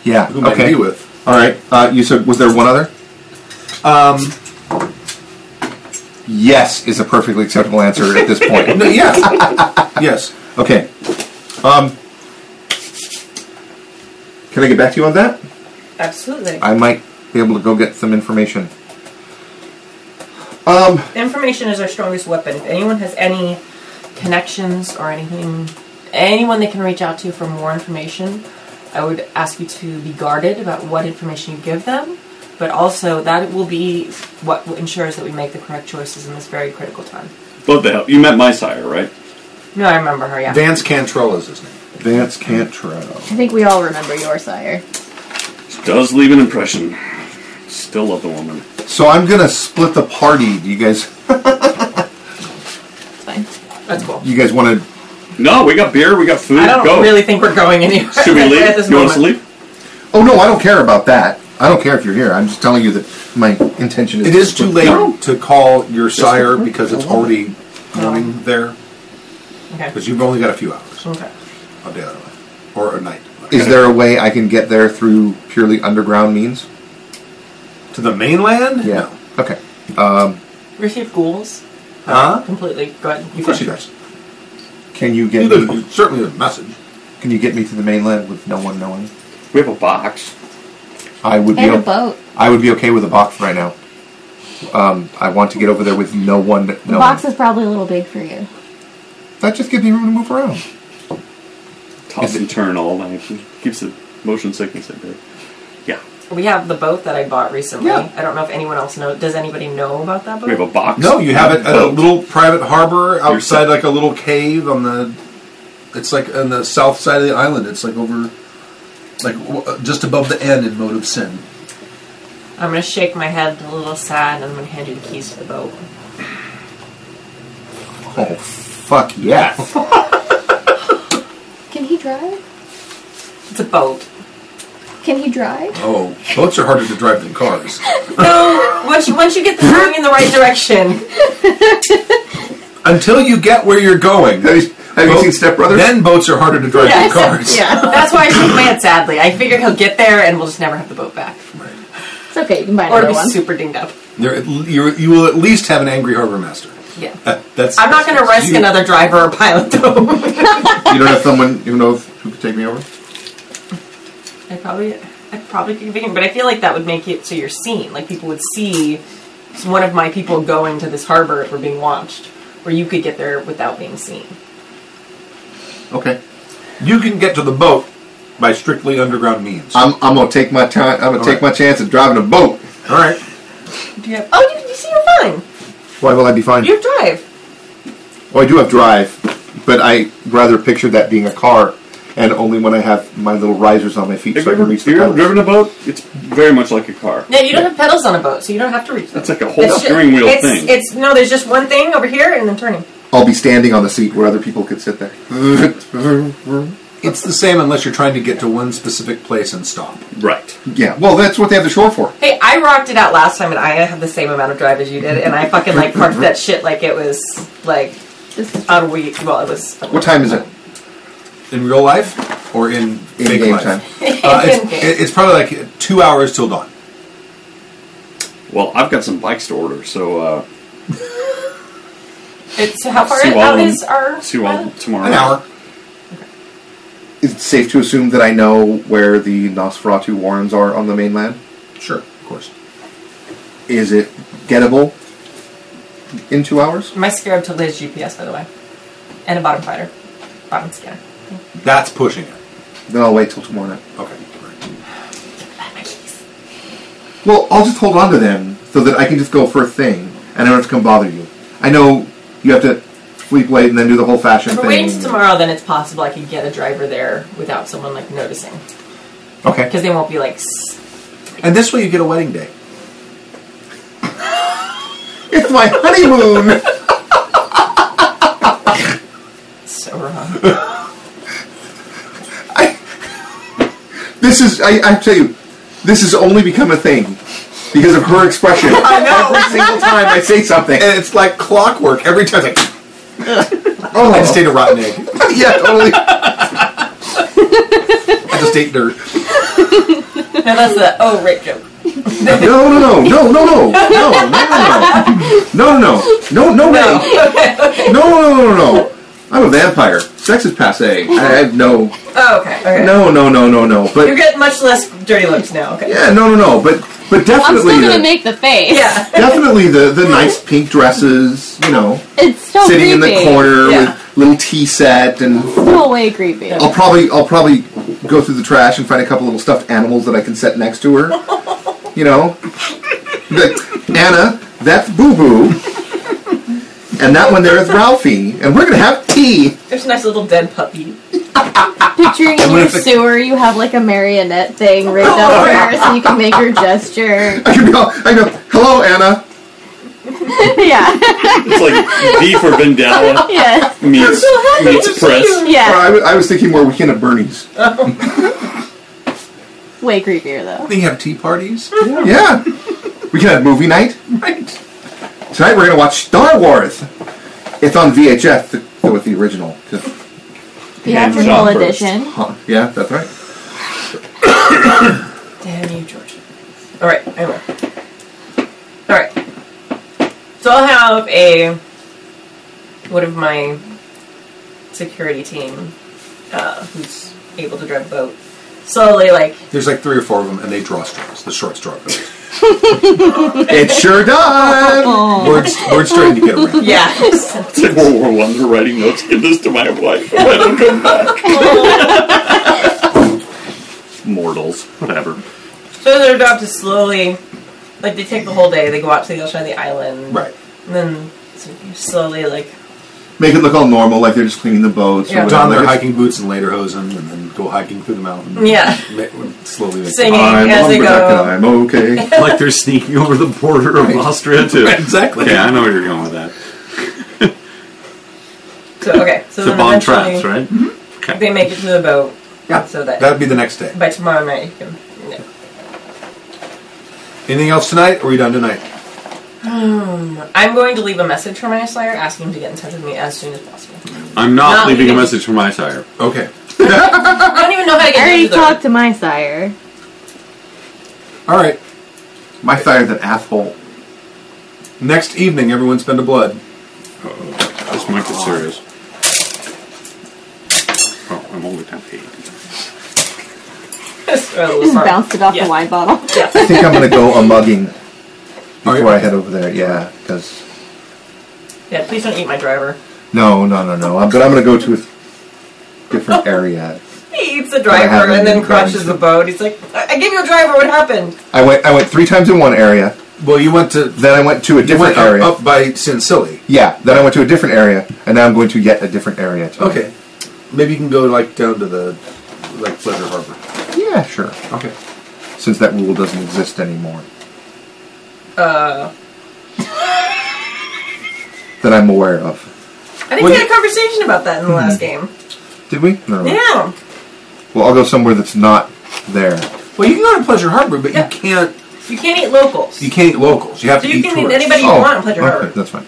Speaker 8: Yeah.
Speaker 2: who might
Speaker 8: okay.
Speaker 2: he be with?
Speaker 8: All right. Uh, you said was there one other? Um. Yes is a perfectly acceptable answer at this point.
Speaker 2: No, yes, yes.
Speaker 8: Okay. Um. Can I get back to you on that?
Speaker 3: Absolutely.
Speaker 8: I might be able to go get some information.
Speaker 3: Information is our strongest weapon. If anyone has any connections or anything, anyone they can reach out to for more information, I would ask you to be guarded about what information you give them. But also, that will be what ensures that we make the correct choices in this very critical time.
Speaker 6: Love the help. You met my sire, right?
Speaker 3: No, I remember her. Yeah.
Speaker 2: Vance Cantrell is his name.
Speaker 8: Vance Cantrell.
Speaker 5: I think we all remember your sire.
Speaker 6: Does leave an impression. Still love the woman.
Speaker 8: So I'm gonna split the party. Do you guys,
Speaker 5: It's fine.
Speaker 3: That's cool.
Speaker 8: you guys want to?
Speaker 6: No, we got beer. We got food.
Speaker 3: I don't
Speaker 6: Go.
Speaker 3: really think we're going anywhere.
Speaker 6: Should we leave?
Speaker 3: At this
Speaker 6: you want us to
Speaker 3: moment.
Speaker 6: leave?
Speaker 8: Oh no, I don't care about that. I don't care if you're here. I'm just telling you that my intention is.
Speaker 2: It is too late
Speaker 8: No.
Speaker 2: to call your sire because it's already morning there because you've only got a few hours
Speaker 3: Okay. Okay.
Speaker 2: a day or a night
Speaker 8: Is there a way I can get there through purely underground means?
Speaker 2: to the mainland.
Speaker 8: Okay.
Speaker 3: Receive ghouls.
Speaker 2: No. huh?
Speaker 3: Completely. Go ahead.
Speaker 2: Of course, you guys.
Speaker 8: Can you get me,
Speaker 2: There's certainly a message.
Speaker 8: Can you get me to the mainland with no one knowing?
Speaker 6: We have a box.
Speaker 8: I would be.
Speaker 5: And a
Speaker 8: o-
Speaker 5: boat.
Speaker 8: I would be okay with a box right now. Um, I want to get over there with no one.
Speaker 5: The
Speaker 8: knowing.
Speaker 5: box is probably a little big for you.
Speaker 8: That just gives me room to move around.
Speaker 6: Toss and turn all night. Keeps the motion sickness at bay. Yeah.
Speaker 3: We have the boat that I bought recently.
Speaker 8: Yeah.
Speaker 3: I don't know if anyone else knows. Does anybody know about that boat?
Speaker 6: We have a box.
Speaker 2: No, you have it at a
Speaker 6: Boat.
Speaker 2: little private harbor outside,
Speaker 6: set.
Speaker 2: like a little cave on the. It's like on the south side of the island. It's like over, like w- uh, just above the end in Mode of Sin.
Speaker 3: I'm gonna shake my head a little sad and I'm gonna hand you the keys to the boat.
Speaker 8: Oh, fuck yes.
Speaker 5: Can he drive?
Speaker 3: It's a boat.
Speaker 5: Can he drive?
Speaker 2: Oh, boats are harder to drive than cars.
Speaker 3: No, once you, once you get the going in the right direction,
Speaker 2: Until you get where you're going,
Speaker 8: have you, have you seen Step Brothers?
Speaker 2: then boats are harder to drive
Speaker 3: Yeah,
Speaker 2: than cars.
Speaker 5: Yeah.
Speaker 3: that's why I shake my head sadly. I figure he'll get there and we'll just never have the boat back,
Speaker 5: It's okay. You can buy
Speaker 3: or
Speaker 5: another
Speaker 3: it'll be
Speaker 5: one.
Speaker 3: super dinged up.
Speaker 2: There, you you will at least have an angry harbor master.
Speaker 3: Yeah,
Speaker 2: That- that's.
Speaker 3: I'm not gonna risk
Speaker 2: you-
Speaker 3: another driver or pilot though.
Speaker 8: you don't have someone you know who could take me over?
Speaker 3: I probably, I probably could be, but I feel like that would make it so you're seen. Like people would see one of my people going to this harbor if we're being watched, where you could get there without being seen.
Speaker 8: Okay.
Speaker 2: You can get to the boat by strictly underground means.
Speaker 8: I'm, I'm gonna take my time. I'm gonna
Speaker 2: All
Speaker 8: take
Speaker 2: right.
Speaker 8: my chance of driving a boat.
Speaker 2: All right.
Speaker 3: Do you have? Oh, you, you see, you're fine.
Speaker 8: Why will I be fine?
Speaker 3: You drive.
Speaker 8: Well, Oh, I do have drive, but I rather picture that being a car, and only when I have my little risers on my feet
Speaker 6: Have
Speaker 8: so
Speaker 6: you
Speaker 8: I
Speaker 6: ever,
Speaker 8: can
Speaker 6: have
Speaker 8: reach the
Speaker 6: you ever
Speaker 8: pedals.
Speaker 6: driven a boat? It's very much like a car.
Speaker 3: Yeah, you don't have pedals on a boat, so you don't have to reach.
Speaker 6: That's
Speaker 3: them.
Speaker 6: like a whole
Speaker 3: It's ju-
Speaker 6: steering wheel
Speaker 3: it's,
Speaker 6: thing.
Speaker 3: It's no, there's just one thing over here and then turning.
Speaker 8: Uh, I'll be standing on the seat where other people could sit there.
Speaker 2: It's the same unless you're trying to get to one specific place and stop.
Speaker 9: Right.
Speaker 8: Yeah, well, that's what they have the shore for.
Speaker 3: Hey, I rocked it out last time, and I had the same amount of drive as you did, and I fucking like parked that shit like it was like
Speaker 5: This is
Speaker 3: on week. Well, it was
Speaker 8: What time is it?
Speaker 2: In real life or in,
Speaker 8: In
Speaker 2: fake
Speaker 8: game
Speaker 2: life?
Speaker 8: time.
Speaker 2: Uh, it's, it- it's probably like two hours till dawn.
Speaker 9: Well, I've got some bikes to order, so uh,
Speaker 3: It's how far
Speaker 9: See
Speaker 3: out
Speaker 9: you all in-
Speaker 3: is our?
Speaker 9: see you all tomorrow.
Speaker 2: An hour.
Speaker 8: It's safe to assume that I know where the Nosferatu Warrens are on the mainland.
Speaker 2: Sure, of course.
Speaker 8: Is it gettable in two hours?
Speaker 3: My scarab to Liz GPS, by the way, and a bottom fighter, bottom scanner.
Speaker 2: That's pushing it.
Speaker 8: Then I'll wait till tomorrow night.
Speaker 2: Okay. great.
Speaker 8: Well, I'll just hold on to them so that I can just go for a thing and I don't have to come bother you. I know you have to sleep late and then do the whole fashion
Speaker 3: If we're
Speaker 8: thing.
Speaker 3: waiting till tomorrow, then it's possible I could get a driver there without someone like noticing,
Speaker 8: Okay.
Speaker 3: because they won't be like. "S-
Speaker 2: And this way you get a wedding day.
Speaker 8: It's my honeymoon!
Speaker 3: So wrong.
Speaker 8: I, this is, I, I tell you, this has only become a thing because of her expression. Every single time I say something.
Speaker 2: And it's like clockwork every time. It's like,
Speaker 8: Oh,
Speaker 2: I just ate a rotten egg.
Speaker 8: yeah, totally.
Speaker 2: I just ate dirt.
Speaker 3: no, that's the oh rape joke.
Speaker 8: No, no, no, no, no, no, no, no, no, no, no, no, no, no, no, no, no, no, no, no. I'm a vampire. Sex is passe. I have no,
Speaker 3: Oh, okay. okay.
Speaker 8: no, no, no, no, no.
Speaker 3: You're
Speaker 8: But
Speaker 3: getting much less dirty looks now. Okay.
Speaker 8: yeah, no, no, no. But but
Speaker 5: I'm
Speaker 8: definitely,
Speaker 5: still gonna
Speaker 8: the,
Speaker 5: make the face.
Speaker 3: Yeah.
Speaker 8: definitely the the nice pink dresses. You know,
Speaker 5: It's so
Speaker 8: sitting
Speaker 5: creepy.
Speaker 8: in the corner
Speaker 3: Yeah.
Speaker 8: with little tea set, and
Speaker 5: No way creepy.
Speaker 8: I'll probably I'll probably go through the trash and find a couple little stuffed animals that I can set next to her. You know, Like, Anna, that's Boo Boo, and that one there is Ralphie, and we're gonna have tea.
Speaker 3: There's a nice little dead puppy.
Speaker 5: Picturing in
Speaker 2: what
Speaker 5: your
Speaker 2: if it-
Speaker 5: sewer, you have like a marionette thing rigged up there so you can make your gesture.
Speaker 8: I can be all, I go, hello Anna.
Speaker 5: yeah.
Speaker 9: It's like V for Vendetta
Speaker 5: Yes.
Speaker 9: meets meets Press.
Speaker 8: Or
Speaker 5: Yeah.
Speaker 8: I, was, I was thinking more Weekend at Bernie's.
Speaker 5: Way creepier though.
Speaker 2: They have tea parties.
Speaker 8: Yeah, we can have movie night
Speaker 2: Right.
Speaker 8: tonight. We're gonna watch Star Wars. It's on VHF th- with the original. 'cause-
Speaker 5: Theatrical
Speaker 9: Shop first.
Speaker 5: edition.
Speaker 8: huh, yeah, that's right.
Speaker 3: Damn you, George. All right, anyway. All right. So I'll have a one of my security team uh, who's able to drive a boat slowly, like
Speaker 2: There's like three or four of them, and they draw straws. The short straw. goes.
Speaker 8: It sure does.
Speaker 5: Oh.
Speaker 2: Words, words starting to get around.
Speaker 3: yeah,
Speaker 9: It's like World War One. They're writing notes. Give this to my wife. I will come back. Mortals, whatever.
Speaker 3: so they're about to slowly, like they take the whole day. They go out to the other side of the island,
Speaker 2: Right.
Speaker 3: And then so you slowly, like
Speaker 8: Make it look all normal, like they're just cleaning the boats.
Speaker 3: Yeah.
Speaker 8: Or whatever.
Speaker 2: Don their
Speaker 8: Like,
Speaker 2: hiking boots and later hosen, and then go hiking through the mountain.
Speaker 3: yeah,
Speaker 2: Ma- Slowly. make-
Speaker 3: singing
Speaker 8: I'm
Speaker 3: as they
Speaker 8: lumberjack and
Speaker 3: go.
Speaker 8: I'm okay.
Speaker 9: Like they're sneaking over the border of Austria too.
Speaker 2: Exactly.
Speaker 9: Yeah, I know where you're going with that.
Speaker 3: So okay, so
Speaker 9: It's a
Speaker 3: then
Speaker 9: Bond
Speaker 3: eventually Mm-hmm.
Speaker 9: traps, right?
Speaker 3: they make it to the boat.
Speaker 2: Yeah.
Speaker 3: So that
Speaker 2: That'd be the next day.
Speaker 3: by tomorrow night you can. You know.
Speaker 2: Anything else tonight? Or are you done tonight?
Speaker 3: I'm going to leave a message for my slayer asking him to get in touch with me as soon as possible.
Speaker 9: I'm not,
Speaker 3: Not
Speaker 9: leaving
Speaker 3: leaving.
Speaker 9: a message for my sire.
Speaker 2: Okay.
Speaker 3: I don't even know how to
Speaker 5: I
Speaker 3: get
Speaker 5: already
Speaker 3: in touch
Speaker 5: talked
Speaker 3: with
Speaker 5: to my sire.
Speaker 2: All right.
Speaker 8: My sire's an asshole.
Speaker 2: Next evening, everyone spend a blood.
Speaker 9: This might get serious. Oh, I'm only down to eight.
Speaker 3: them. Throw a little
Speaker 5: Just
Speaker 3: fart.
Speaker 5: bounced it off
Speaker 3: Yeah.
Speaker 5: the wine bottle.
Speaker 8: I think I'm gonna go a mugging
Speaker 2: Are you-
Speaker 8: before I head over there. Yeah, because
Speaker 3: Yeah, please don't eat my driver.
Speaker 8: no, no, no, no. I'm- But I'm gonna go to a different area.
Speaker 3: He eats the
Speaker 8: I
Speaker 3: driver
Speaker 8: haven't
Speaker 3: and then
Speaker 8: even
Speaker 3: crashes
Speaker 8: gone
Speaker 3: the
Speaker 8: to-
Speaker 3: boat. He's like, I I gave you a driver, what happened?
Speaker 8: I went. I went three times in one area.
Speaker 2: Well, you went to
Speaker 8: Then I went to a
Speaker 2: you
Speaker 8: different
Speaker 2: went up,
Speaker 8: area.
Speaker 2: up by Sin Silly.
Speaker 8: Yeah. Then I went to a different area, and now I'm going to yet a different area. tonight.
Speaker 2: Okay. Maybe you can go like down to the like Pleasure Harbor.
Speaker 8: Yeah, sure.
Speaker 2: Okay.
Speaker 8: Since that rule doesn't exist anymore,
Speaker 3: Uh,
Speaker 8: that I'm aware of.
Speaker 3: I think
Speaker 2: Well,
Speaker 3: we had
Speaker 2: you- Mm-hmm.
Speaker 3: a conversation about that in the last game.
Speaker 8: Did we? No.
Speaker 3: Yeah.
Speaker 8: Well, I'll go somewhere that's not there.
Speaker 2: Well, you can go to Pleasure Harbor, but
Speaker 3: Yeah.
Speaker 2: you can't.
Speaker 3: You can't eat locals.
Speaker 2: You can't eat locals. You have
Speaker 3: so
Speaker 2: to
Speaker 3: you
Speaker 2: eat
Speaker 3: can eat
Speaker 2: tourists.
Speaker 3: anybody you want in Pleasure
Speaker 8: Oh, okay,
Speaker 3: Harbor.
Speaker 8: that's fine.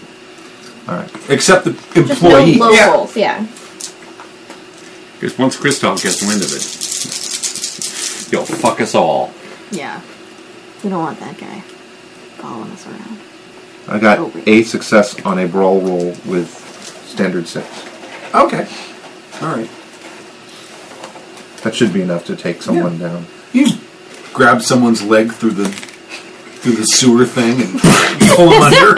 Speaker 8: All right.
Speaker 2: except the
Speaker 5: Just no
Speaker 2: employees.
Speaker 5: locals, yeah.
Speaker 9: Because once Kristoff gets wind of it, you'll fuck us all.
Speaker 5: Yeah. We don't want that guy following us around.
Speaker 8: I got
Speaker 5: Oh, wait.
Speaker 8: a success on a brawl roll with standard six.
Speaker 2: Okay. All right.
Speaker 8: That should be enough to take someone down.
Speaker 2: You grab someone's leg through the through the sewer thing and pull them under.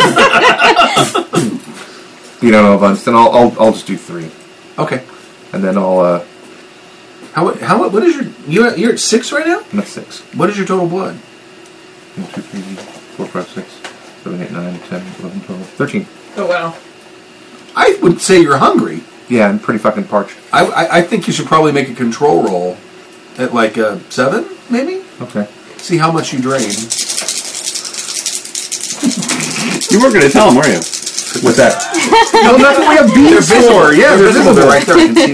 Speaker 8: You don't know of Unst, then I'll, I'll, I'll just do three.
Speaker 2: Okay.
Speaker 8: And then I'll, uh,
Speaker 2: How how what is your you are you're at six right now?
Speaker 8: not six.
Speaker 2: What is your total blood?
Speaker 8: One, two, three, four, five, six, seven, eight, nine, 10, 11, 12, 13.
Speaker 3: Oh wow.
Speaker 2: I would say you're hungry.
Speaker 8: Yeah, I'm pretty fucking parched.
Speaker 2: I, I I think you should probably make a control roll at like a seven maybe.
Speaker 8: Okay.
Speaker 2: See how much you drain.
Speaker 6: You weren't going to tell him, were you?
Speaker 8: With that,
Speaker 2: No, not that we have beans they're visible. Yeah, they're visible. They're right there. We can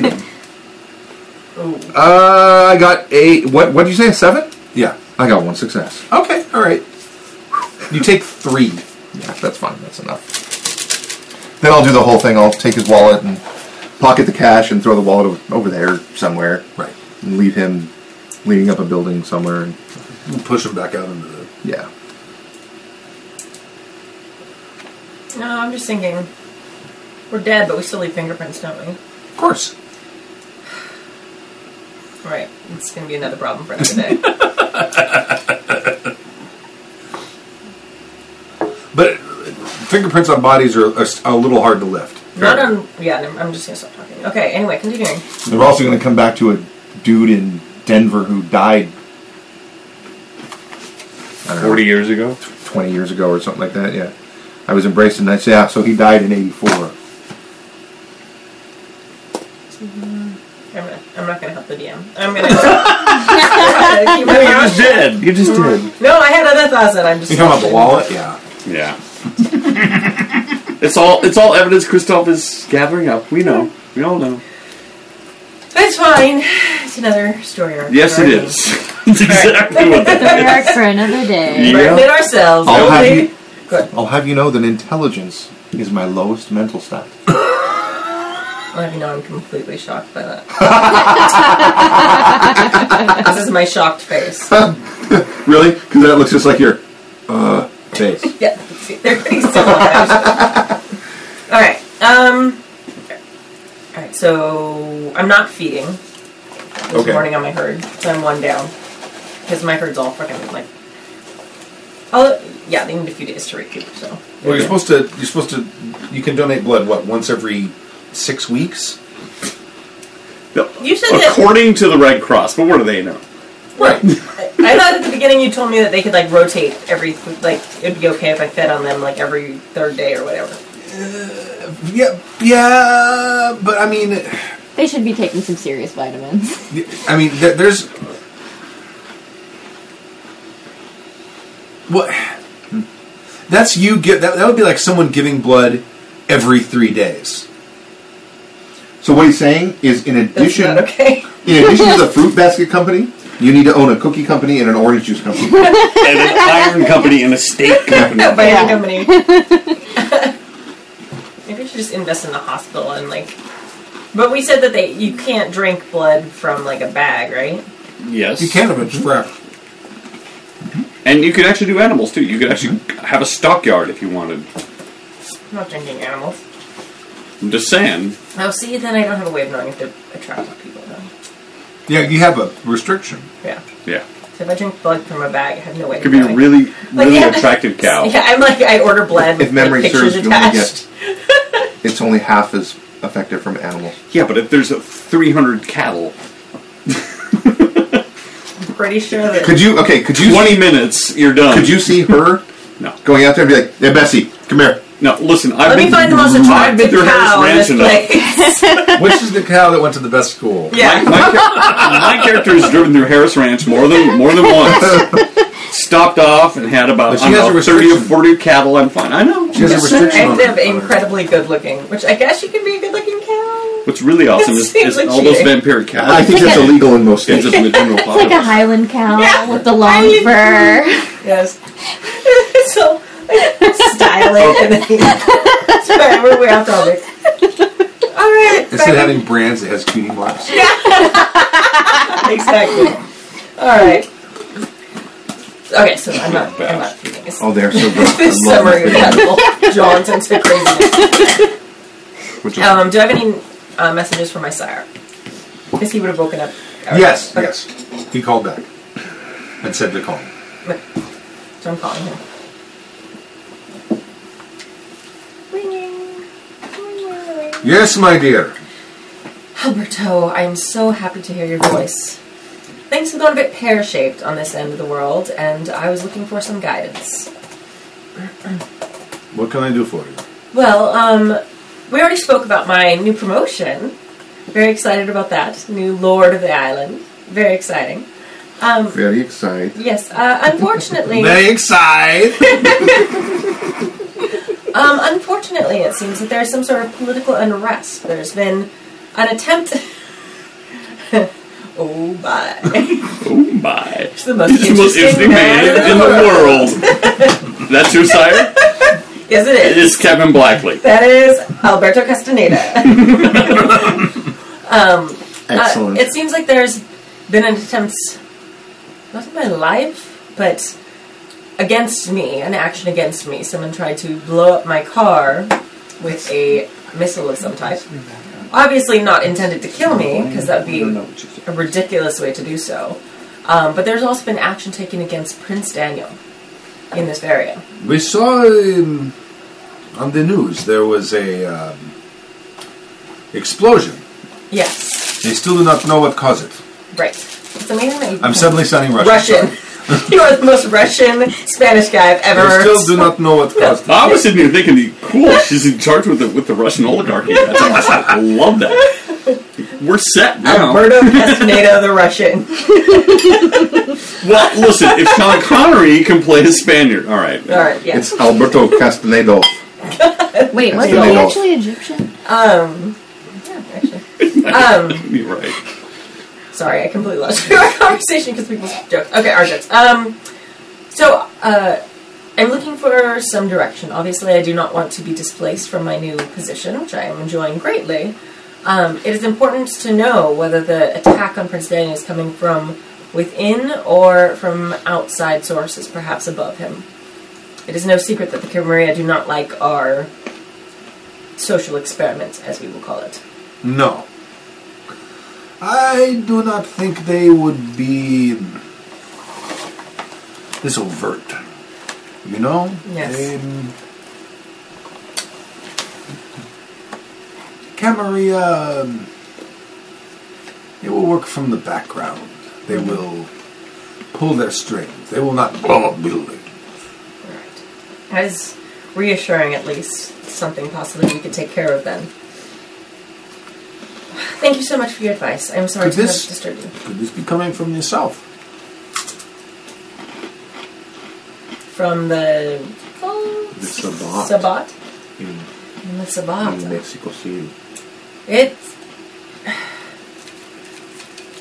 Speaker 2: see them.
Speaker 8: uh, I got a, what, what did you say, a seven?
Speaker 2: Yeah.
Speaker 8: I got one success.
Speaker 2: Okay. All right. You take three.
Speaker 8: Yeah, that's fine. That's enough. Then I'll do the whole thing. I'll take his wallet and pocket the cash and throw the wallet o- over there somewhere.
Speaker 2: Right.
Speaker 8: And leave him leading up a building somewhere. And,
Speaker 2: You push them back out into the.
Speaker 8: yeah.
Speaker 3: No, I'm just thinking. We're dead, but we still leave fingerprints, don't we?
Speaker 2: Of course.
Speaker 3: Right. It's gonna be another problem for another day.
Speaker 2: But fingerprints on bodies are a, a little hard to lift.
Speaker 3: Not on. Yeah, never- I'm just gonna stop talking. Okay. Anyway, continuing.
Speaker 8: They're also going to come back to a dude in Denver who died I don't know,
Speaker 9: 40 years ago?
Speaker 8: 20 years ago or something like that. Yeah. I was embraced and I said, yeah, so he died in 84.
Speaker 3: I'm not, I'm not gonna help the DM. I'm gonna. Keep my mouth shut.
Speaker 6: did. You just did.
Speaker 3: no, I had other thoughts, and I'm just.
Speaker 2: You talking about
Speaker 3: laughing.
Speaker 2: the wallet? Yeah.
Speaker 6: Yeah. it's all it's all evidence Christoph is gathering up. We know. We all know.
Speaker 3: It's fine. It's another story arc.
Speaker 6: Yes, it
Speaker 3: Already.
Speaker 6: is. That's exactly what that
Speaker 5: Story arc for another day.
Speaker 6: Yeah.
Speaker 3: Burden it ourselves.
Speaker 8: I'll have
Speaker 3: okay?
Speaker 8: you-
Speaker 3: Good.
Speaker 8: I'll have you know that intelligence is my lowest mental stat.
Speaker 3: I'll have you know I'm completely shocked by that. this is my shocked face.
Speaker 8: Really? Because that looks just like your uh, face.
Speaker 3: Yeah, see, they're pretty similar. actually. all right. Um. All right. So I'm not feeding. This
Speaker 2: Okay.
Speaker 3: morning on my herd, so I'm one down because my herd's all freaking like. Oh yeah, they need a few days to recoup. So
Speaker 2: Well, you're supposed to. You're supposed to. You can donate blood. What? Once every six weeks.
Speaker 3: you said that.
Speaker 6: According to the Red Cross, but what do they know?
Speaker 2: Right.
Speaker 3: I thought at the beginning you told me that they could like rotate every like it'd be okay if I fed on them like every third day or whatever.
Speaker 2: yeah. Yeah. But I mean,
Speaker 5: They should be taking some serious vitamins.
Speaker 2: I mean, there, there's. What? That's you get that. That would be like someone giving blood every three days.
Speaker 8: So what he's saying is, in
Speaker 3: That's
Speaker 8: addition,
Speaker 3: not okay.
Speaker 8: in addition to the fruit basket company, you need to own a cookie company and an orange juice company.
Speaker 6: And an iron company and a steak company.
Speaker 3: by
Speaker 5: Yeah.
Speaker 3: the company. Maybe I should just invest in the hospital and like. But we said that they you can't drink blood from like a bag, right?
Speaker 6: Yes.
Speaker 2: You can have it forever.
Speaker 6: And you could actually do animals too. You could actually have a stockyard if you wanted.
Speaker 3: I'm not drinking animals.
Speaker 6: I'm just saying.
Speaker 3: Oh, see, then I don't have a way of knowing if they're attractive people. Though.
Speaker 2: Yeah, you have a restriction.
Speaker 3: Yeah.
Speaker 6: Yeah.
Speaker 3: So if I drink blood from a bag, I have no way.
Speaker 6: Could
Speaker 3: of
Speaker 6: be a
Speaker 3: knowing.
Speaker 6: really,
Speaker 3: Like,
Speaker 6: really
Speaker 3: they have to-
Speaker 6: attractive cow.
Speaker 3: Yeah, I'm like I order blood.
Speaker 8: If
Speaker 3: With
Speaker 8: memory
Speaker 3: like, pictures
Speaker 8: serves, you only
Speaker 3: attached.
Speaker 8: get it's only half as effective from animals.
Speaker 6: Yeah, but if there's a 300 cattle,
Speaker 3: I'm pretty sure that.
Speaker 8: Could you? Okay, could you?
Speaker 6: 20 minutes, you're done.
Speaker 8: Could you see her
Speaker 6: No.
Speaker 8: going out there and be like, "Hey, Bessie, come here."
Speaker 6: No, listen, I've
Speaker 3: Let
Speaker 6: been,
Speaker 3: me find the most
Speaker 6: I've been
Speaker 3: attractive
Speaker 6: through
Speaker 3: cow in
Speaker 6: Harris
Speaker 3: this
Speaker 6: Ranch enough.
Speaker 3: place.
Speaker 2: Which is the cow that went to the best school?
Speaker 3: yeah.
Speaker 6: My, char- my character has driven through Harris Ranch more than more than once. Stopped off and had about
Speaker 2: But she
Speaker 6: I
Speaker 2: has
Speaker 6: don't
Speaker 2: a
Speaker 6: know, 30 or
Speaker 2: restriction.
Speaker 6: 40 cattle. I'm fine. I know.
Speaker 2: She has a restriction on
Speaker 3: Active,
Speaker 2: her.
Speaker 3: incredibly good looking, which I guess you could be a good looking cow.
Speaker 6: What's really awesome
Speaker 3: It
Speaker 6: is,
Speaker 3: seems
Speaker 6: is
Speaker 3: like
Speaker 6: all those
Speaker 3: cheating.
Speaker 6: vampiric cows.
Speaker 8: I think that's illegal in most
Speaker 6: It's
Speaker 8: states.
Speaker 6: just medicinal
Speaker 5: It's like a
Speaker 6: flowers.
Speaker 5: Highland cow
Speaker 3: Yeah.
Speaker 5: with the long fur.
Speaker 3: Yes. so style it and then it's whatever we're out of it. All right.
Speaker 2: Instead of
Speaker 3: back
Speaker 2: having brands, it has cutie marks.
Speaker 3: in- exactly. All right. Okay, so I'm not. I'm not reading this.
Speaker 8: Oh, they're so good.
Speaker 3: This
Speaker 8: I love
Speaker 3: summary of
Speaker 8: them.
Speaker 3: medical jaunts into craziness.
Speaker 8: Which is-
Speaker 3: Um, do I have any uh, messages for my sire? Because he would have woken up. All
Speaker 2: Yes,
Speaker 3: right.
Speaker 2: yes. He called back and said to call.
Speaker 3: Okay. So I'm calling him.
Speaker 2: Yes, my dear.
Speaker 3: Alberto, I am so happy to hear your voice. Things have gone a bit pear shaped on this end of the world, and I was looking for some guidance.
Speaker 2: What can I do for you?
Speaker 3: Well, um, we already spoke about my new promotion. Very excited about that. New Lord of the Island. Very exciting. Um,
Speaker 8: Very excited.
Speaker 3: yes, uh, unfortunately.
Speaker 2: Very excited.
Speaker 3: Um, unfortunately, it seems that there's some sort of political unrest. There's been an attempt. oh my!
Speaker 6: Oh my.
Speaker 3: It's the most
Speaker 6: He's the
Speaker 3: interesting,
Speaker 6: most interesting
Speaker 3: man,
Speaker 6: man in the world. That's your sire?
Speaker 3: Yes, it
Speaker 6: It
Speaker 3: is.
Speaker 6: is Kevin Blackley.
Speaker 3: That is Alberto Castaneda. Uh,
Speaker 8: Excellent.
Speaker 3: it seems like there's been an attempt, not in my life, but against me, an action against me. Someone tried to blow up my car with a missile of some type. Obviously, not intended to kill me, because that would be a ridiculous way to do so. Um, but there's also been action taken against Prince Daniel in this area.
Speaker 2: We saw um, on the news there was a um, explosion.
Speaker 3: Yes,
Speaker 2: They still do not know what caused it.
Speaker 3: right. It's amazing that you
Speaker 2: I'm suddenly sounding Russian.
Speaker 3: Russian.
Speaker 2: sorry.
Speaker 3: you are the most Russian Spanish guy I've ever
Speaker 2: They still do not know what caused it.
Speaker 6: I was sitting here thinking, cool, she's in charge with the, with the Russian oligarchy. That's awesome. I love that. We're set now.
Speaker 3: Alberto Castaneda the Russian.
Speaker 6: Well, listen, if Sean Connery can play a Spaniard, all right.
Speaker 3: All right, yes.
Speaker 8: It's Alberto Castanedo.
Speaker 5: Wait, was he
Speaker 8: Castanedo.
Speaker 5: actually Egyptian?
Speaker 3: Um, yeah, actually.
Speaker 6: You're right.
Speaker 3: Sorry, I completely lost our conversation because people joke. Okay, our jokes. Um, so uh, I'm looking for some direction. Obviously, I do not want to be displaced from my new position, which I am enjoying greatly. Um, it is important to know whether the attack on Prince Daniel is coming from within or from outside sources, perhaps above him. It is no secret that the Camarilla do not like our social experiment, as we will call it.
Speaker 2: No. I do not think they would be this overt. You know?
Speaker 3: Yes.
Speaker 2: They, um, Camarilla, um, they will work from the background. They will pull their strings. They will not blow up buildings.
Speaker 3: Alright. That is reassuring, at least. Something possibly we could take care of then. Thank you so much for your advice. I'm sorry
Speaker 2: Could
Speaker 3: to
Speaker 2: this-
Speaker 3: have disturbed you.
Speaker 2: Could this be coming from yourself?
Speaker 3: From the.
Speaker 8: The Sabbat.
Speaker 3: Sabat?
Speaker 8: In,
Speaker 3: From the Sabat.
Speaker 8: in Mexico City.
Speaker 3: It's.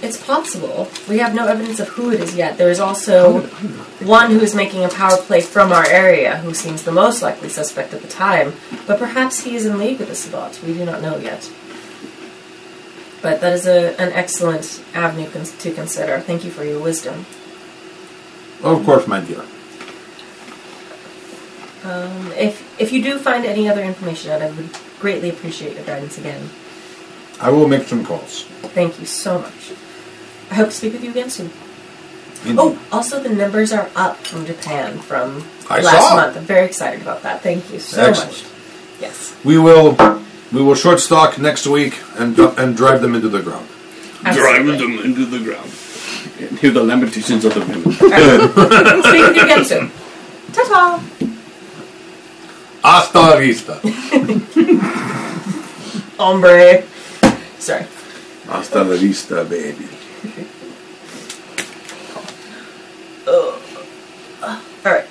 Speaker 3: It's possible. We have no evidence of who it is yet. There is also one who is making a power play from our area, who seems the most likely suspect at the time. But perhaps he is in league with the Sabat. We do not know yet. But that is a, an excellent avenue cons- to consider. Thank you for your wisdom.
Speaker 2: of course, my dear.
Speaker 3: Um, if if you do find any other information out, I would greatly appreciate your guidance again.
Speaker 2: I will make some calls.
Speaker 3: Thank you so much. I hope to speak with you again soon. Oh, also the numbers are up from Japan from
Speaker 2: I
Speaker 3: last
Speaker 2: saw.
Speaker 3: month. I'm very excited about that. Thank you so
Speaker 2: Excellent.
Speaker 3: much. Yes,
Speaker 2: We will we will short stock next week and and drive them into the ground.
Speaker 6: Drive
Speaker 3: absolutely.
Speaker 6: them into the ground. And hear the lamentations of the women.
Speaker 3: speak with you again soon. Ta-ta.
Speaker 2: Hasta la vista.
Speaker 3: Hombre. Sorry.
Speaker 8: Hasta la vista, baby.
Speaker 3: All right.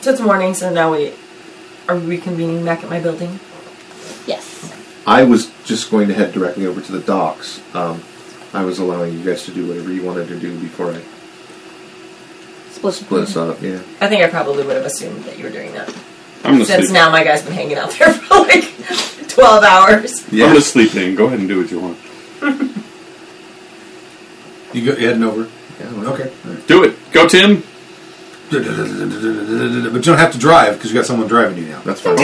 Speaker 3: So it's morning, so now we are reconvening back at my building.
Speaker 5: Yes.
Speaker 8: I was just going to head directly over to the docks. Um, I was allowing you guys to do whatever you wanted to do before I
Speaker 5: Split.
Speaker 8: split us up. Yeah.
Speaker 3: I think I probably would have assumed that you were doing that.
Speaker 6: I'm gonna
Speaker 3: Since
Speaker 6: sleep.
Speaker 3: now my guy's been hanging out there for like 12 hours.
Speaker 6: I'm gonna sleep in. Go ahead and do what you want.
Speaker 2: You go heading over.
Speaker 8: Yeah. well,
Speaker 2: Okay.
Speaker 6: Do it. Go, Tim.
Speaker 2: But you don't have to drive because you got someone driving you now.
Speaker 8: That's fine.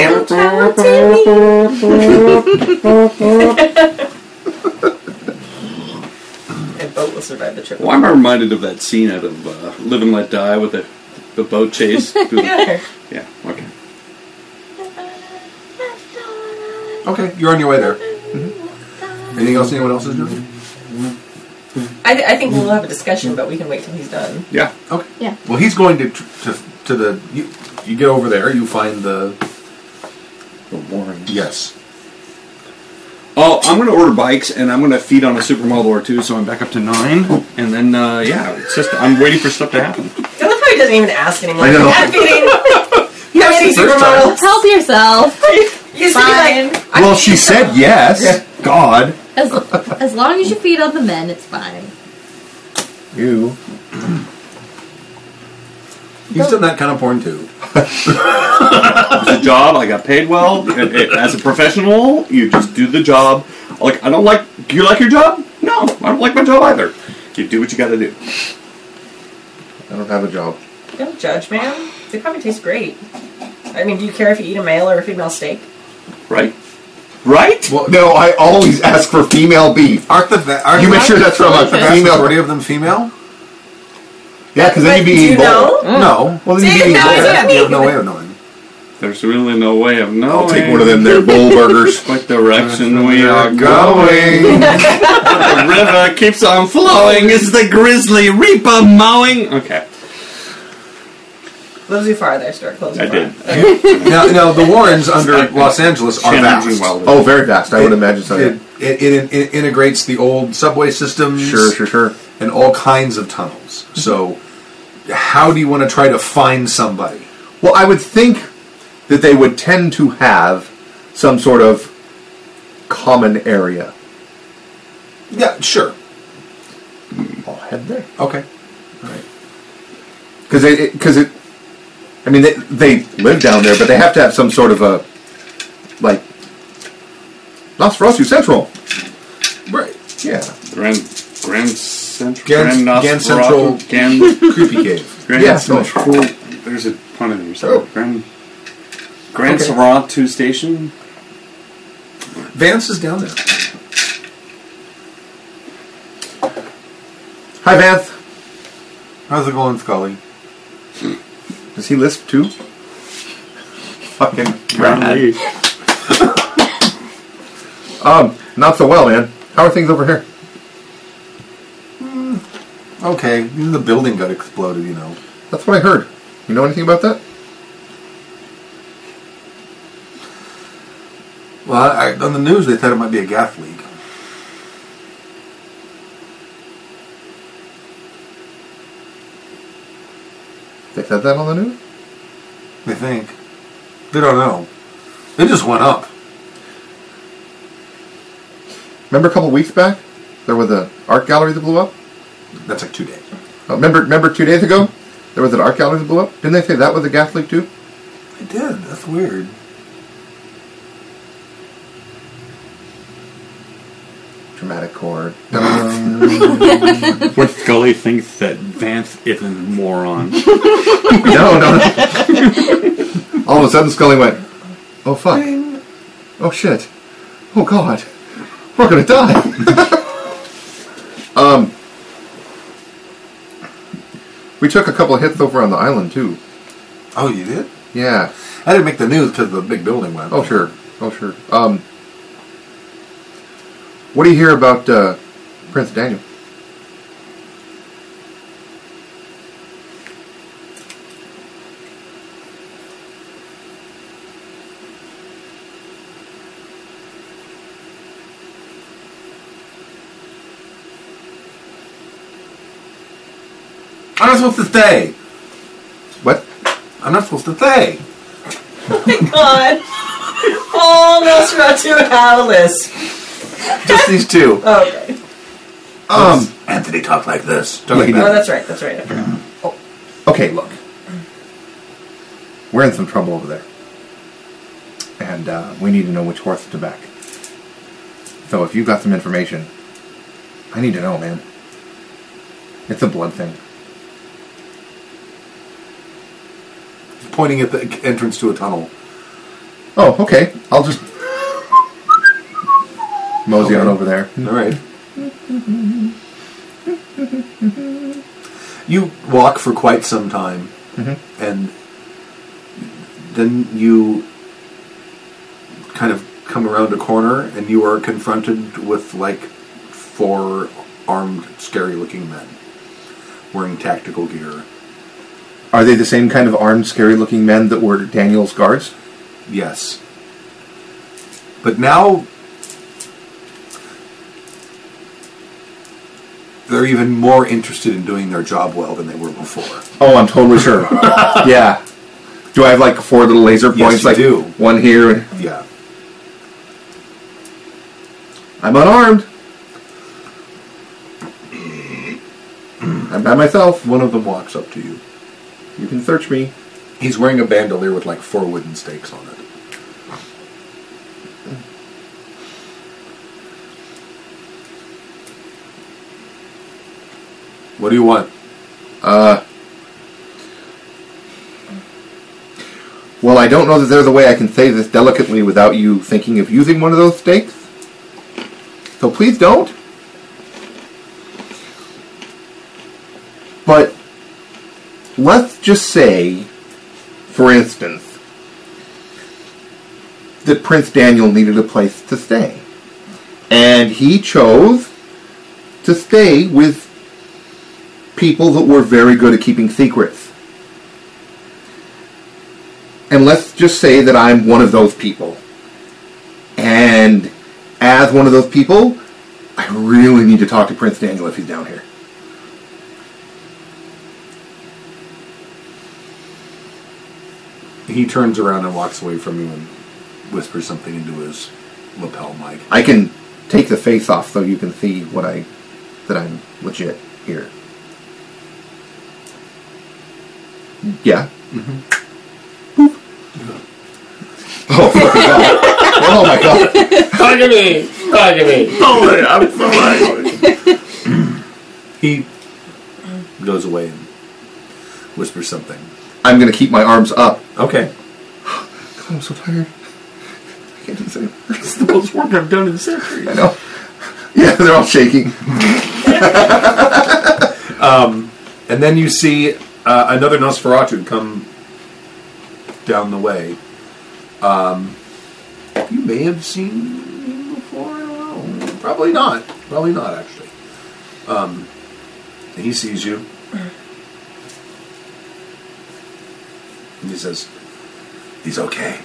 Speaker 2: Mm-hmm.
Speaker 3: And boat will survive the trip.
Speaker 6: Well, I'm reminded of that scene out of uh, Live and Let Die with the, the boat chase. yeah. Okay.
Speaker 2: Okay, you're on your way there.
Speaker 8: Mm-hmm.
Speaker 2: Mm-hmm. Anything else anyone else is doing?
Speaker 3: I, I think we'll have a discussion, but we can wait till he's done.
Speaker 6: Yeah.
Speaker 2: Okay.
Speaker 5: Yeah.
Speaker 2: Well, he's going to tr- to, to the. You, you get over there. You find the.
Speaker 8: The Warren.
Speaker 2: Yes.
Speaker 6: Oh, I'm gonna order bikes and I'm gonna feed on a supermodel or two, so I'm back up to nine. And then uh, yeah, it's just I'm waiting for stuff to happen.
Speaker 3: I love how he doesn't even ask anyone.
Speaker 8: I know.
Speaker 3: I'm feeding. How many
Speaker 2: the first time.
Speaker 3: supermodels?
Speaker 5: Help yourself.
Speaker 3: He's
Speaker 5: Fine.
Speaker 3: like,
Speaker 8: Well, she said yes. God.
Speaker 5: As, as long as you feed on the men, it's fine.
Speaker 8: You.
Speaker 2: He's done that kind of porn too.
Speaker 6: It was a job. I got paid well. It- it- As a professional, you just do the job. Like I don't like. Do you like your job? No, I don't like my job either. You do what you got to do.
Speaker 8: I don't have a job.
Speaker 3: don't judge, man. They probably taste great. I mean, do you care if you eat a male or a female steak?
Speaker 6: Right. Right.
Speaker 2: Well,
Speaker 8: No, I always ask for female beef.
Speaker 2: aren't the va- aren't
Speaker 8: You
Speaker 2: the
Speaker 8: make sure that's from a
Speaker 2: vast majority
Speaker 8: female.
Speaker 2: of them female?
Speaker 8: Yeah, because then
Speaker 3: But
Speaker 8: you'd be
Speaker 3: do you
Speaker 8: eating both.
Speaker 3: know?
Speaker 2: No.
Speaker 8: Mm. Well, then you'd be
Speaker 3: See,
Speaker 8: eating
Speaker 3: now
Speaker 8: both.
Speaker 3: it's
Speaker 2: You have no way of knowing.
Speaker 6: There's really no way of knowing.
Speaker 8: I'll take one of them there bull burgers. Oh,
Speaker 6: What direction we are
Speaker 8: Going.
Speaker 6: The river keeps on flowing as the grizzly reaper mowing. Okay,
Speaker 8: Hmm?
Speaker 3: Those too far there, start closing.
Speaker 6: I did.
Speaker 2: now, now the Warrens under Los Angeles are
Speaker 6: Challenging
Speaker 2: vast.
Speaker 6: Wilder.
Speaker 8: Oh, very fast. I would imagine so.
Speaker 2: It, it, it, it integrates the old subway systems
Speaker 8: Sure, sure, sure.
Speaker 2: and all kinds of tunnels. So, how do you want to try to find somebody?
Speaker 8: Well, I would think that they would tend to have some sort of common area.
Speaker 2: Yeah, sure.
Speaker 8: I'll head there
Speaker 2: Okay.
Speaker 8: because it because it, I mean they they live down there, but they have to have some sort of a like Nosferatu Central.
Speaker 2: Right.
Speaker 8: Yeah,
Speaker 6: Grand Grand Central
Speaker 2: Grand-
Speaker 6: Grand,
Speaker 2: Grand
Speaker 6: Central
Speaker 2: Central-
Speaker 6: Grand
Speaker 2: Creepy cave.
Speaker 6: Grand
Speaker 8: Yeah,
Speaker 6: Central. There's a pun in there somewhere.
Speaker 8: Oh.
Speaker 6: Grand Grand
Speaker 2: Okay.
Speaker 6: Sarat Two Station.
Speaker 2: Vance is down there.
Speaker 8: hi Vanth.
Speaker 2: How's it going, Scully?
Speaker 8: Does he lisp too? Fucking rad. um, not so well, man. How are things over here?
Speaker 2: Okay. Even the building got exploded, you know.
Speaker 8: That's what I heard. You know anything about that?
Speaker 2: Well, I, I- on the news they said it might be a gas leak.
Speaker 8: They said that on the news.
Speaker 2: They think. They don't know. It just went up.
Speaker 8: Remember a couple weeks back, there was an art gallery that blew up.
Speaker 2: That's like two days.
Speaker 8: Uh, remember, remember two days ago, there was an art gallery that blew up. Didn't they say that was a gas leak too?
Speaker 2: It did. That's weird.
Speaker 8: Dramatic chord.
Speaker 9: What Gully thinks that Vanth is a moron.
Speaker 8: no, no. All of a sudden, Scully went, "Oh fuck! Oh shit! Oh god! We're gonna die!" um, we took a couple of hits over on the island too.
Speaker 2: Oh, you did?
Speaker 8: Yeah.
Speaker 2: I didn't make the news because the big building went.
Speaker 8: Oh sure. Oh sure. Um, what do you hear about uh, Prince Daniel?
Speaker 2: I'm not supposed to stay.
Speaker 8: What?
Speaker 2: I'm not supposed to stay.
Speaker 3: God. all Nosferatu Palace.
Speaker 2: Just these two.
Speaker 3: Oh, okay.
Speaker 8: Um,
Speaker 2: Anthony talked like this.
Speaker 8: Yeah, he
Speaker 3: Oh, that's right. That's right. I forgot.
Speaker 8: okay, look. We're in some trouble over there. And uh, we need to know which horse to back. So if you've got some information, I need to know, man. It's a blood thing.
Speaker 2: Pointing at the entrance to a tunnel.
Speaker 8: Oh, okay. I'll just mosey on
Speaker 2: Okay.
Speaker 8: over there.
Speaker 2: All right. you walk for quite some time, and then you kind of come around a corner, and you are confronted with like four armed, scary-looking men wearing tactical gear.
Speaker 8: Are they the same kind of armed, scary-looking men that were Daniel's guards?
Speaker 2: Yes. But now they're even more interested in doing their job well than they were before.
Speaker 8: Oh, I'm totally sure. yeah. Do I have like four little laser
Speaker 2: Yes,
Speaker 8: points?
Speaker 2: you
Speaker 8: like
Speaker 2: do.
Speaker 8: one here.
Speaker 2: Yeah.
Speaker 8: I'm unarmed. I'm by myself.
Speaker 2: One of them walks up to you.
Speaker 8: You can search me.
Speaker 2: He's wearing a bandolier with like four wooden stakes on it. What do you want?
Speaker 8: Well, I don't know that there's a way I can say this delicately without you thinking of using one of those stakes. So please don't. But let's just say, for instance, that Prince Daniel needed a place to stay. And he chose to stay with people that were very good at keeping secrets. And let's just say that I'm one of those people. And as one of those people, I really need to talk to Prince Daniel if he's down here.
Speaker 2: He turns around and walks away from you and whispers something into his lapel mic.
Speaker 8: I can take the face off so you can see what I that I'm legit here. Yeah. Mm-hmm. Oh, fucking God. oh my god!
Speaker 12: Talk to me! Talk to me!
Speaker 8: I'm so angry.
Speaker 2: He goes away and whispers something.
Speaker 8: I'm gonna keep my arms up.
Speaker 2: Okay.
Speaker 8: God, I'm so tired. I can't do this anymore.
Speaker 6: It's the most work I've done in centuries.
Speaker 8: I know. Yeah, they're all shaking.
Speaker 2: Um, And then you see uh, another Nosferatu come down the way. Um, you may have seen him before. I don't know. Probably not. Probably not, actually. Um, and he sees you. And he says, He's okay.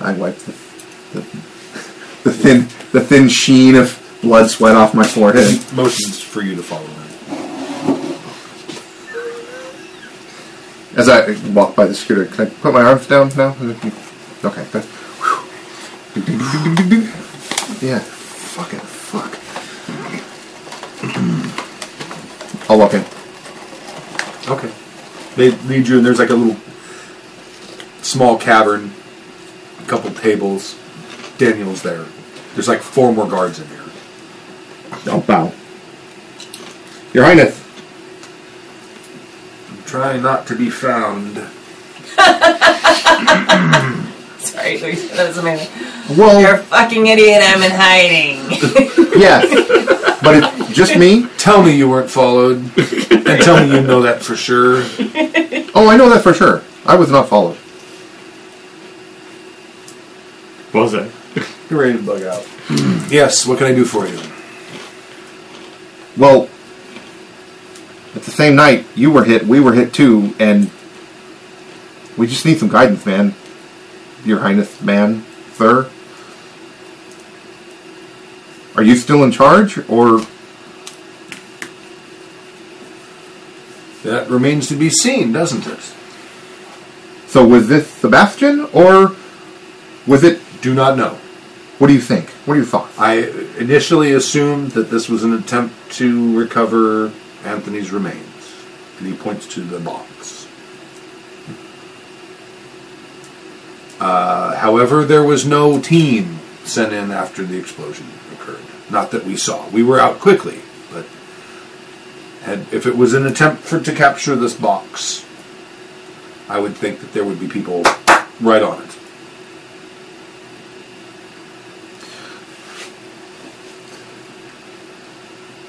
Speaker 8: I wiped the, the, the thin the thin sheen of blood sweat off my forehead.
Speaker 2: Motions for you to follow him.
Speaker 8: As I walk by the scooter, can I put my arms down now? Okay. good. Yeah. Fuck it. Fuck. I'll walk in.
Speaker 2: Okay. They lead you, and there's like a little small cavern, a couple tables. Daniel's there. There's like four more guards in here.
Speaker 8: I'll bow. Your Highness.
Speaker 2: Try not to be found.
Speaker 3: Sorry, Luis, that was amazing. You're a
Speaker 8: Well,
Speaker 3: fucking idiot. I'm in hiding.
Speaker 8: yes. But it's just me.
Speaker 2: Tell me you weren't followed, and tell me you know that for sure.
Speaker 8: Oh, I know that for sure. I was not followed.
Speaker 9: Was it?
Speaker 2: You're ready to bug out. yes. What can I do for you?
Speaker 8: Well, at the same night, you were hit, we were hit too, and we just need some guidance, man. Your Highness, man, sir. Are you still in charge, or
Speaker 2: That remains to be seen, doesn't it?
Speaker 8: So was this Sebastian or was it?
Speaker 2: Do not know.
Speaker 8: What do you think? What are your thoughts?
Speaker 2: I initially assumed that this was an attempt to recover Anthony's remains. And he points to the box. Uh, however, there was no team sent in after the explosion occurred. Not that we saw. We were out quickly, but had, if it was an attempt for, to capture this box, I would think that there would be people right on it.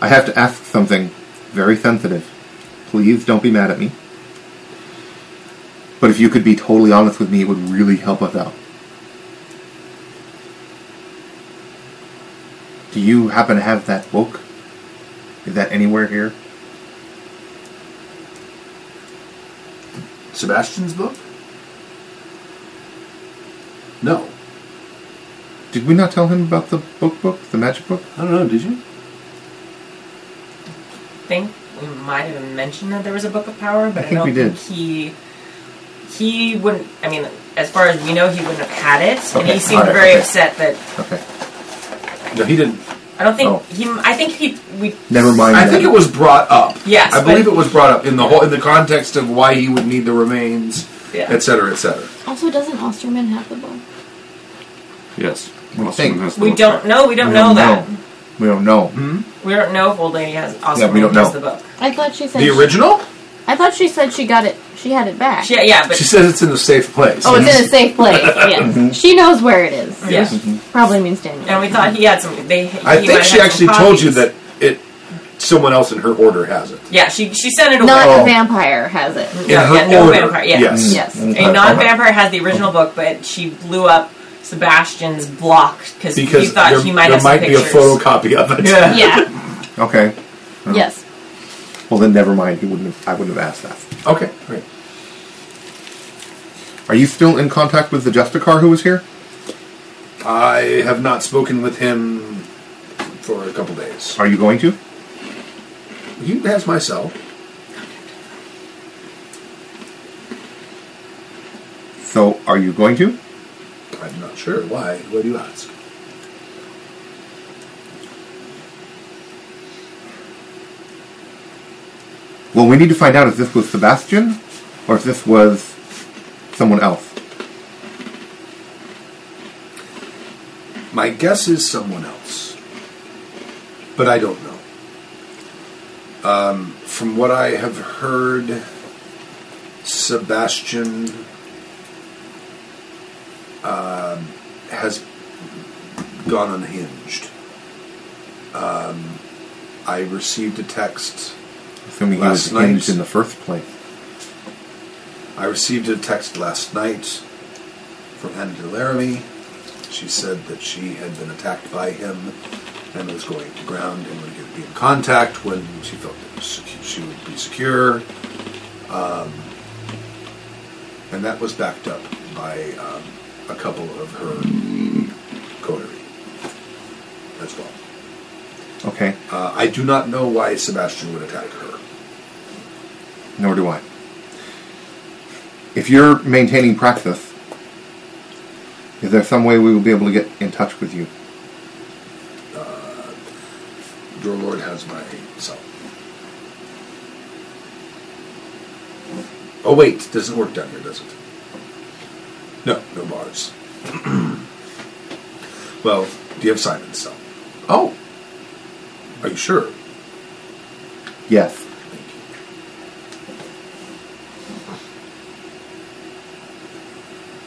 Speaker 8: I have to ask something very sensitive. Please don't be mad at me. But if you could be totally honest with me, it would really help us out. Do you happen to have that book? Is that anywhere here?
Speaker 2: Sebastian's book? No.
Speaker 8: Did we not tell him about the book book, the magic book?
Speaker 2: I don't know, did you?
Speaker 3: think we might have mentioned that there was a book of power, but I,
Speaker 8: think
Speaker 3: don't
Speaker 8: we did.
Speaker 3: think he he wouldn't. I mean, as far as we know, he wouldn't have had it, and
Speaker 8: Okay,
Speaker 3: he seemed
Speaker 8: alright,
Speaker 3: very
Speaker 8: okay.
Speaker 3: upset that
Speaker 8: Okay.
Speaker 2: No, he didn't.
Speaker 3: I don't think
Speaker 8: Oh.
Speaker 3: he. I think he we.
Speaker 8: Never mind.
Speaker 2: I
Speaker 8: that.
Speaker 2: think it was brought up.
Speaker 3: Yes,
Speaker 2: I
Speaker 3: but-
Speaker 2: believe it was brought up in the whole in the context of why he would need the remains,
Speaker 3: Yeah.
Speaker 2: et cetera, et cetera.
Speaker 5: Also, doesn't Osterman have the book?
Speaker 9: Yes.
Speaker 8: We
Speaker 9: Osterman
Speaker 8: think.
Speaker 9: has the
Speaker 3: We
Speaker 9: book.
Speaker 3: don't know. We don't
Speaker 8: We
Speaker 3: know that.
Speaker 8: We don't know.
Speaker 3: We don't know if old lady has also
Speaker 8: Yeah, we don't
Speaker 3: has
Speaker 8: know.
Speaker 3: the book.
Speaker 5: I thought she said.
Speaker 2: The original?
Speaker 5: She, I thought she said she got it. She had it back.
Speaker 3: She, yeah, but
Speaker 2: She says it's in a safe place.
Speaker 5: oh, it's in a safe place. Yeah, she knows where it is.
Speaker 3: yeah.
Speaker 5: Probably means Daniel.
Speaker 3: And we thought he had some. They.
Speaker 2: I
Speaker 3: he might
Speaker 2: think
Speaker 3: have
Speaker 2: she
Speaker 3: had some
Speaker 2: actually told you
Speaker 3: copies.
Speaker 2: that it. Someone else in her order has it.
Speaker 3: Yeah, she she sent it away.
Speaker 5: Not
Speaker 8: Oh.
Speaker 5: a vampire has it.
Speaker 2: In
Speaker 3: Yeah,
Speaker 2: her
Speaker 3: yeah, no
Speaker 2: order.
Speaker 3: vampire, yeah.
Speaker 2: Yes.
Speaker 5: Yes.
Speaker 3: A non-vampire has the original book, but she blew up Sebastian's block because he
Speaker 2: Because
Speaker 3: thought
Speaker 2: there,
Speaker 3: he might
Speaker 2: there
Speaker 3: have some
Speaker 2: might be a
Speaker 3: pictures.
Speaker 2: photocopy of it.
Speaker 3: Yeah.
Speaker 5: Yeah.
Speaker 8: Okay.
Speaker 5: yes.
Speaker 8: Well, then never mind. You wouldn't. Have, I wouldn't have asked that.
Speaker 2: Okay. Great.
Speaker 8: Are you still in contact with the Justicar who was here?
Speaker 2: I have not spoken with him for a couple days.
Speaker 8: Are you going to?
Speaker 2: He has my cell.
Speaker 8: So, are you going to?
Speaker 2: I'm not sure why. Why do you ask?
Speaker 8: Well, we need to find out if this was Sebastian or if this was someone else.
Speaker 2: My guess is someone else, but I don't know. Um, from what I have heard, Sebastian um, has gone unhinged. Um, I received a text.
Speaker 8: Assuming he
Speaker 2: Last
Speaker 8: was hinged
Speaker 2: night.
Speaker 8: in the first place.
Speaker 2: I received a text last night from Anna de Laramie. She said that she had been attacked by him and was going to ground and would get- be in contact when she felt that secu- she would be secure. Um, and that was backed up by um, a couple of her coterie as well.
Speaker 8: Okay.
Speaker 2: Uh, I do not know why Sebastian would attack her.
Speaker 8: Nor do I. If you're maintaining practice, is there some way we will be able to get in touch with you?
Speaker 2: Your Lord has my cell. Oh wait, doesn't work down here, does it? No, no bars. well, do you have Simon's cell? Oh, are you sure?
Speaker 8: Yes.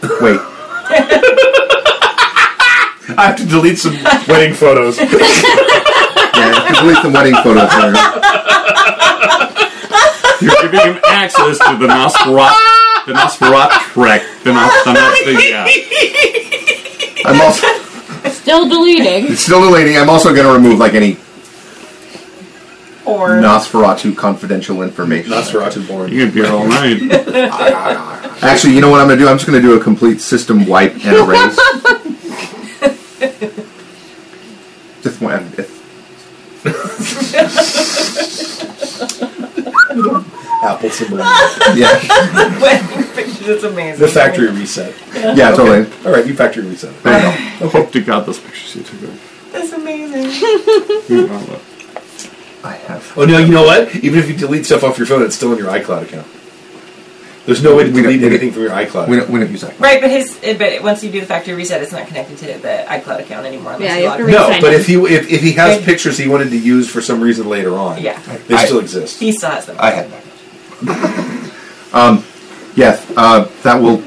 Speaker 8: Wait.
Speaker 2: I have to delete some wedding photos.
Speaker 8: Yeah, complete the wedding photos. there.
Speaker 9: You're giving him access to the Nosferatu, the Nosferatu trek, the Nosferatu. Yeah.
Speaker 8: I'm also
Speaker 5: Still deleting.
Speaker 8: it's still deleting. I'm also going to remove like any
Speaker 3: Or
Speaker 8: Nosferatu confidential information.
Speaker 2: Nosferatu born.
Speaker 9: You're gonna be here all night.
Speaker 8: Actually, you know what I'm going to do? I'm just going to do a complete system wipe and erase. just one. It's,
Speaker 2: Apple symbol.
Speaker 8: yeah.
Speaker 3: wedding pictures. It's amazing.
Speaker 2: The factory reset.
Speaker 8: Yeah, totally.
Speaker 2: All right, you factory reset. it.
Speaker 8: There you go.
Speaker 9: Hope to God those pictures you took. of-
Speaker 3: That's
Speaker 9: I
Speaker 3: amazing.
Speaker 9: don't know.
Speaker 8: I have.
Speaker 2: Oh no, you know what? Even if you delete stuff off your phone, it's still in your iCloud account. There's no way to
Speaker 8: We don't-
Speaker 2: delete
Speaker 8: we don't-
Speaker 2: anything from your iCloud.
Speaker 8: We don't, we don't use that.
Speaker 3: Right, but his but once you do the factory reset, it's not connected to the iCloud account anymore. unless
Speaker 5: Yeah, you have
Speaker 3: log
Speaker 5: to
Speaker 3: in.
Speaker 5: re-
Speaker 2: no, but if he if, if he has
Speaker 3: Okay.
Speaker 2: pictures he wanted to use for some reason later on,
Speaker 3: Yeah.
Speaker 2: they
Speaker 8: I-
Speaker 2: still exist.
Speaker 3: He still has them.
Speaker 8: I had backups. um, yes, uh, that will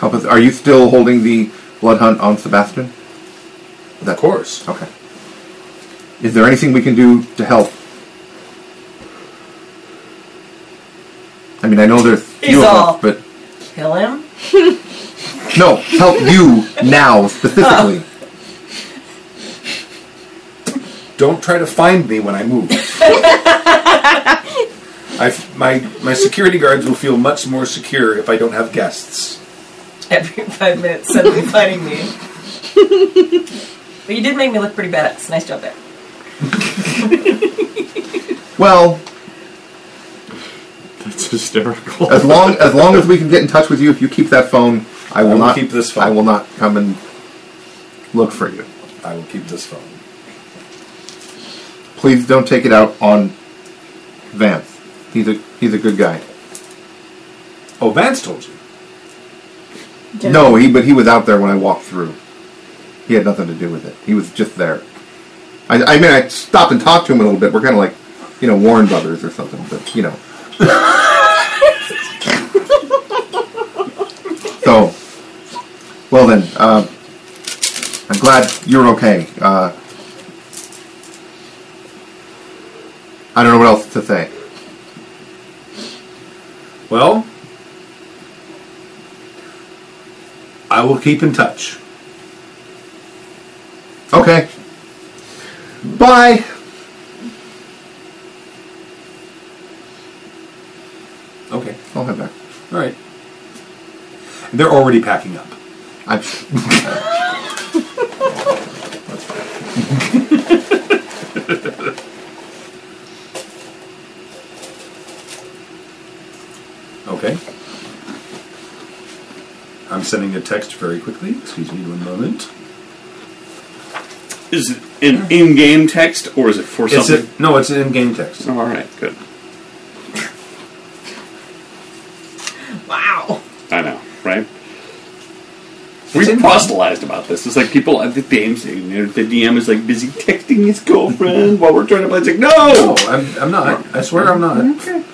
Speaker 8: help us. Are you still holding the blood hunt on Sebastian?
Speaker 2: Of course.
Speaker 8: Okay. Is there anything we can do to help? I mean, I know there's
Speaker 3: He's
Speaker 8: few of us,
Speaker 3: all-
Speaker 8: but
Speaker 3: Kill him.
Speaker 8: no, help you now specifically.
Speaker 2: Don't try to find me when I move. I my my security guards will feel much more secure if I don't have guests.
Speaker 3: Every five minutes, suddenly finding me. but you did make me look pretty badass. Nice job there.
Speaker 8: Well,
Speaker 9: That's hysterical.
Speaker 8: as long as long as we can get in touch with you, if you keep that phone, I will,
Speaker 2: will
Speaker 8: not
Speaker 2: keep this phone.
Speaker 8: I will not come and look for you.
Speaker 2: I will keep this phone.
Speaker 8: Please don't take it out on Vance. He's a he's a good guy.
Speaker 2: Oh, Vance told you.
Speaker 8: No, he but he was out there when I walked through. He had nothing to do with it. He was just there. I, I mean, I stopped and talked to him a little bit. We're kind of like, you know, Warren Brothers or something, but you know. so, well then, uh, I'm glad you're okay. Uh, I don't know what else to say.
Speaker 2: Well, I will keep in touch.
Speaker 8: Okay. Bye.
Speaker 2: Okay.
Speaker 8: I'll head back.
Speaker 2: All right. They're already packing up.
Speaker 8: I'm.
Speaker 2: Okay. I'm sending a text very quickly. Excuse me one moment.
Speaker 6: Is it an in-game text or is it for
Speaker 2: It's
Speaker 6: something?
Speaker 2: a, no, it's an in-game text.
Speaker 6: Oh, all right, good.
Speaker 3: Wow.
Speaker 6: I know, right?
Speaker 2: It's
Speaker 6: We
Speaker 2: in-
Speaker 6: proselytized about this. It's like people at the games, you know, the DM is like busy texting his girlfriend while we're trying to play. It's like,
Speaker 2: No,
Speaker 6: no!
Speaker 2: I'm, I'm not. I swear I'm not.
Speaker 6: Oh. Okay.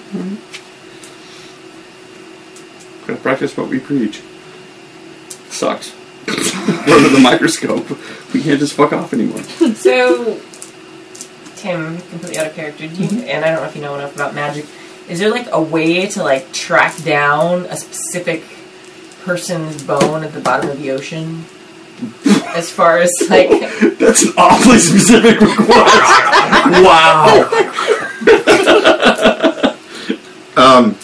Speaker 6: Gotta practice what we preach. Sucks. we're under the microscope. We can't just fuck off anymore.
Speaker 3: So, Tim, completely out of character. Do you,
Speaker 8: Mm-hmm.
Speaker 3: And I don't know if you know enough about magic. Is there like a way to like track down a specific person's bone at the bottom of the ocean? as far as like,
Speaker 6: That's an awfully specific request. wow.
Speaker 8: um,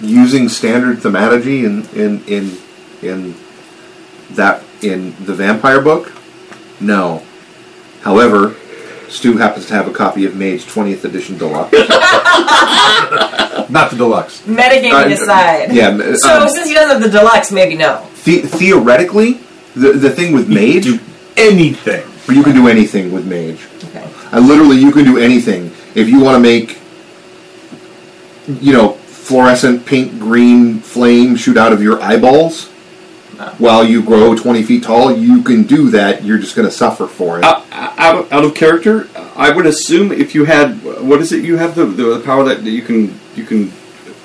Speaker 8: using standard thematurgy in in in in that in the vampire book? No. However, Stu happens to have a copy of Mage 20th edition deluxe.
Speaker 2: Not the deluxe.
Speaker 8: Uh,
Speaker 3: metagaming aside.
Speaker 8: yeah, m-
Speaker 3: So
Speaker 8: um,
Speaker 3: since he doesn't have the deluxe, maybe no.
Speaker 8: The- theoretically, the the thing with Mage,
Speaker 2: Do anything.
Speaker 8: you can do anything with Mage.
Speaker 3: Okay.
Speaker 8: I literally, you can do anything. If you want to make, you know, fluorescent pink green flame shoot out of your eyeballs while you grow 20 feet tall, you can do that. You're just going to suffer for it.
Speaker 6: out, out, out of character, I would assume if you had what is it? You have the the power that you can you can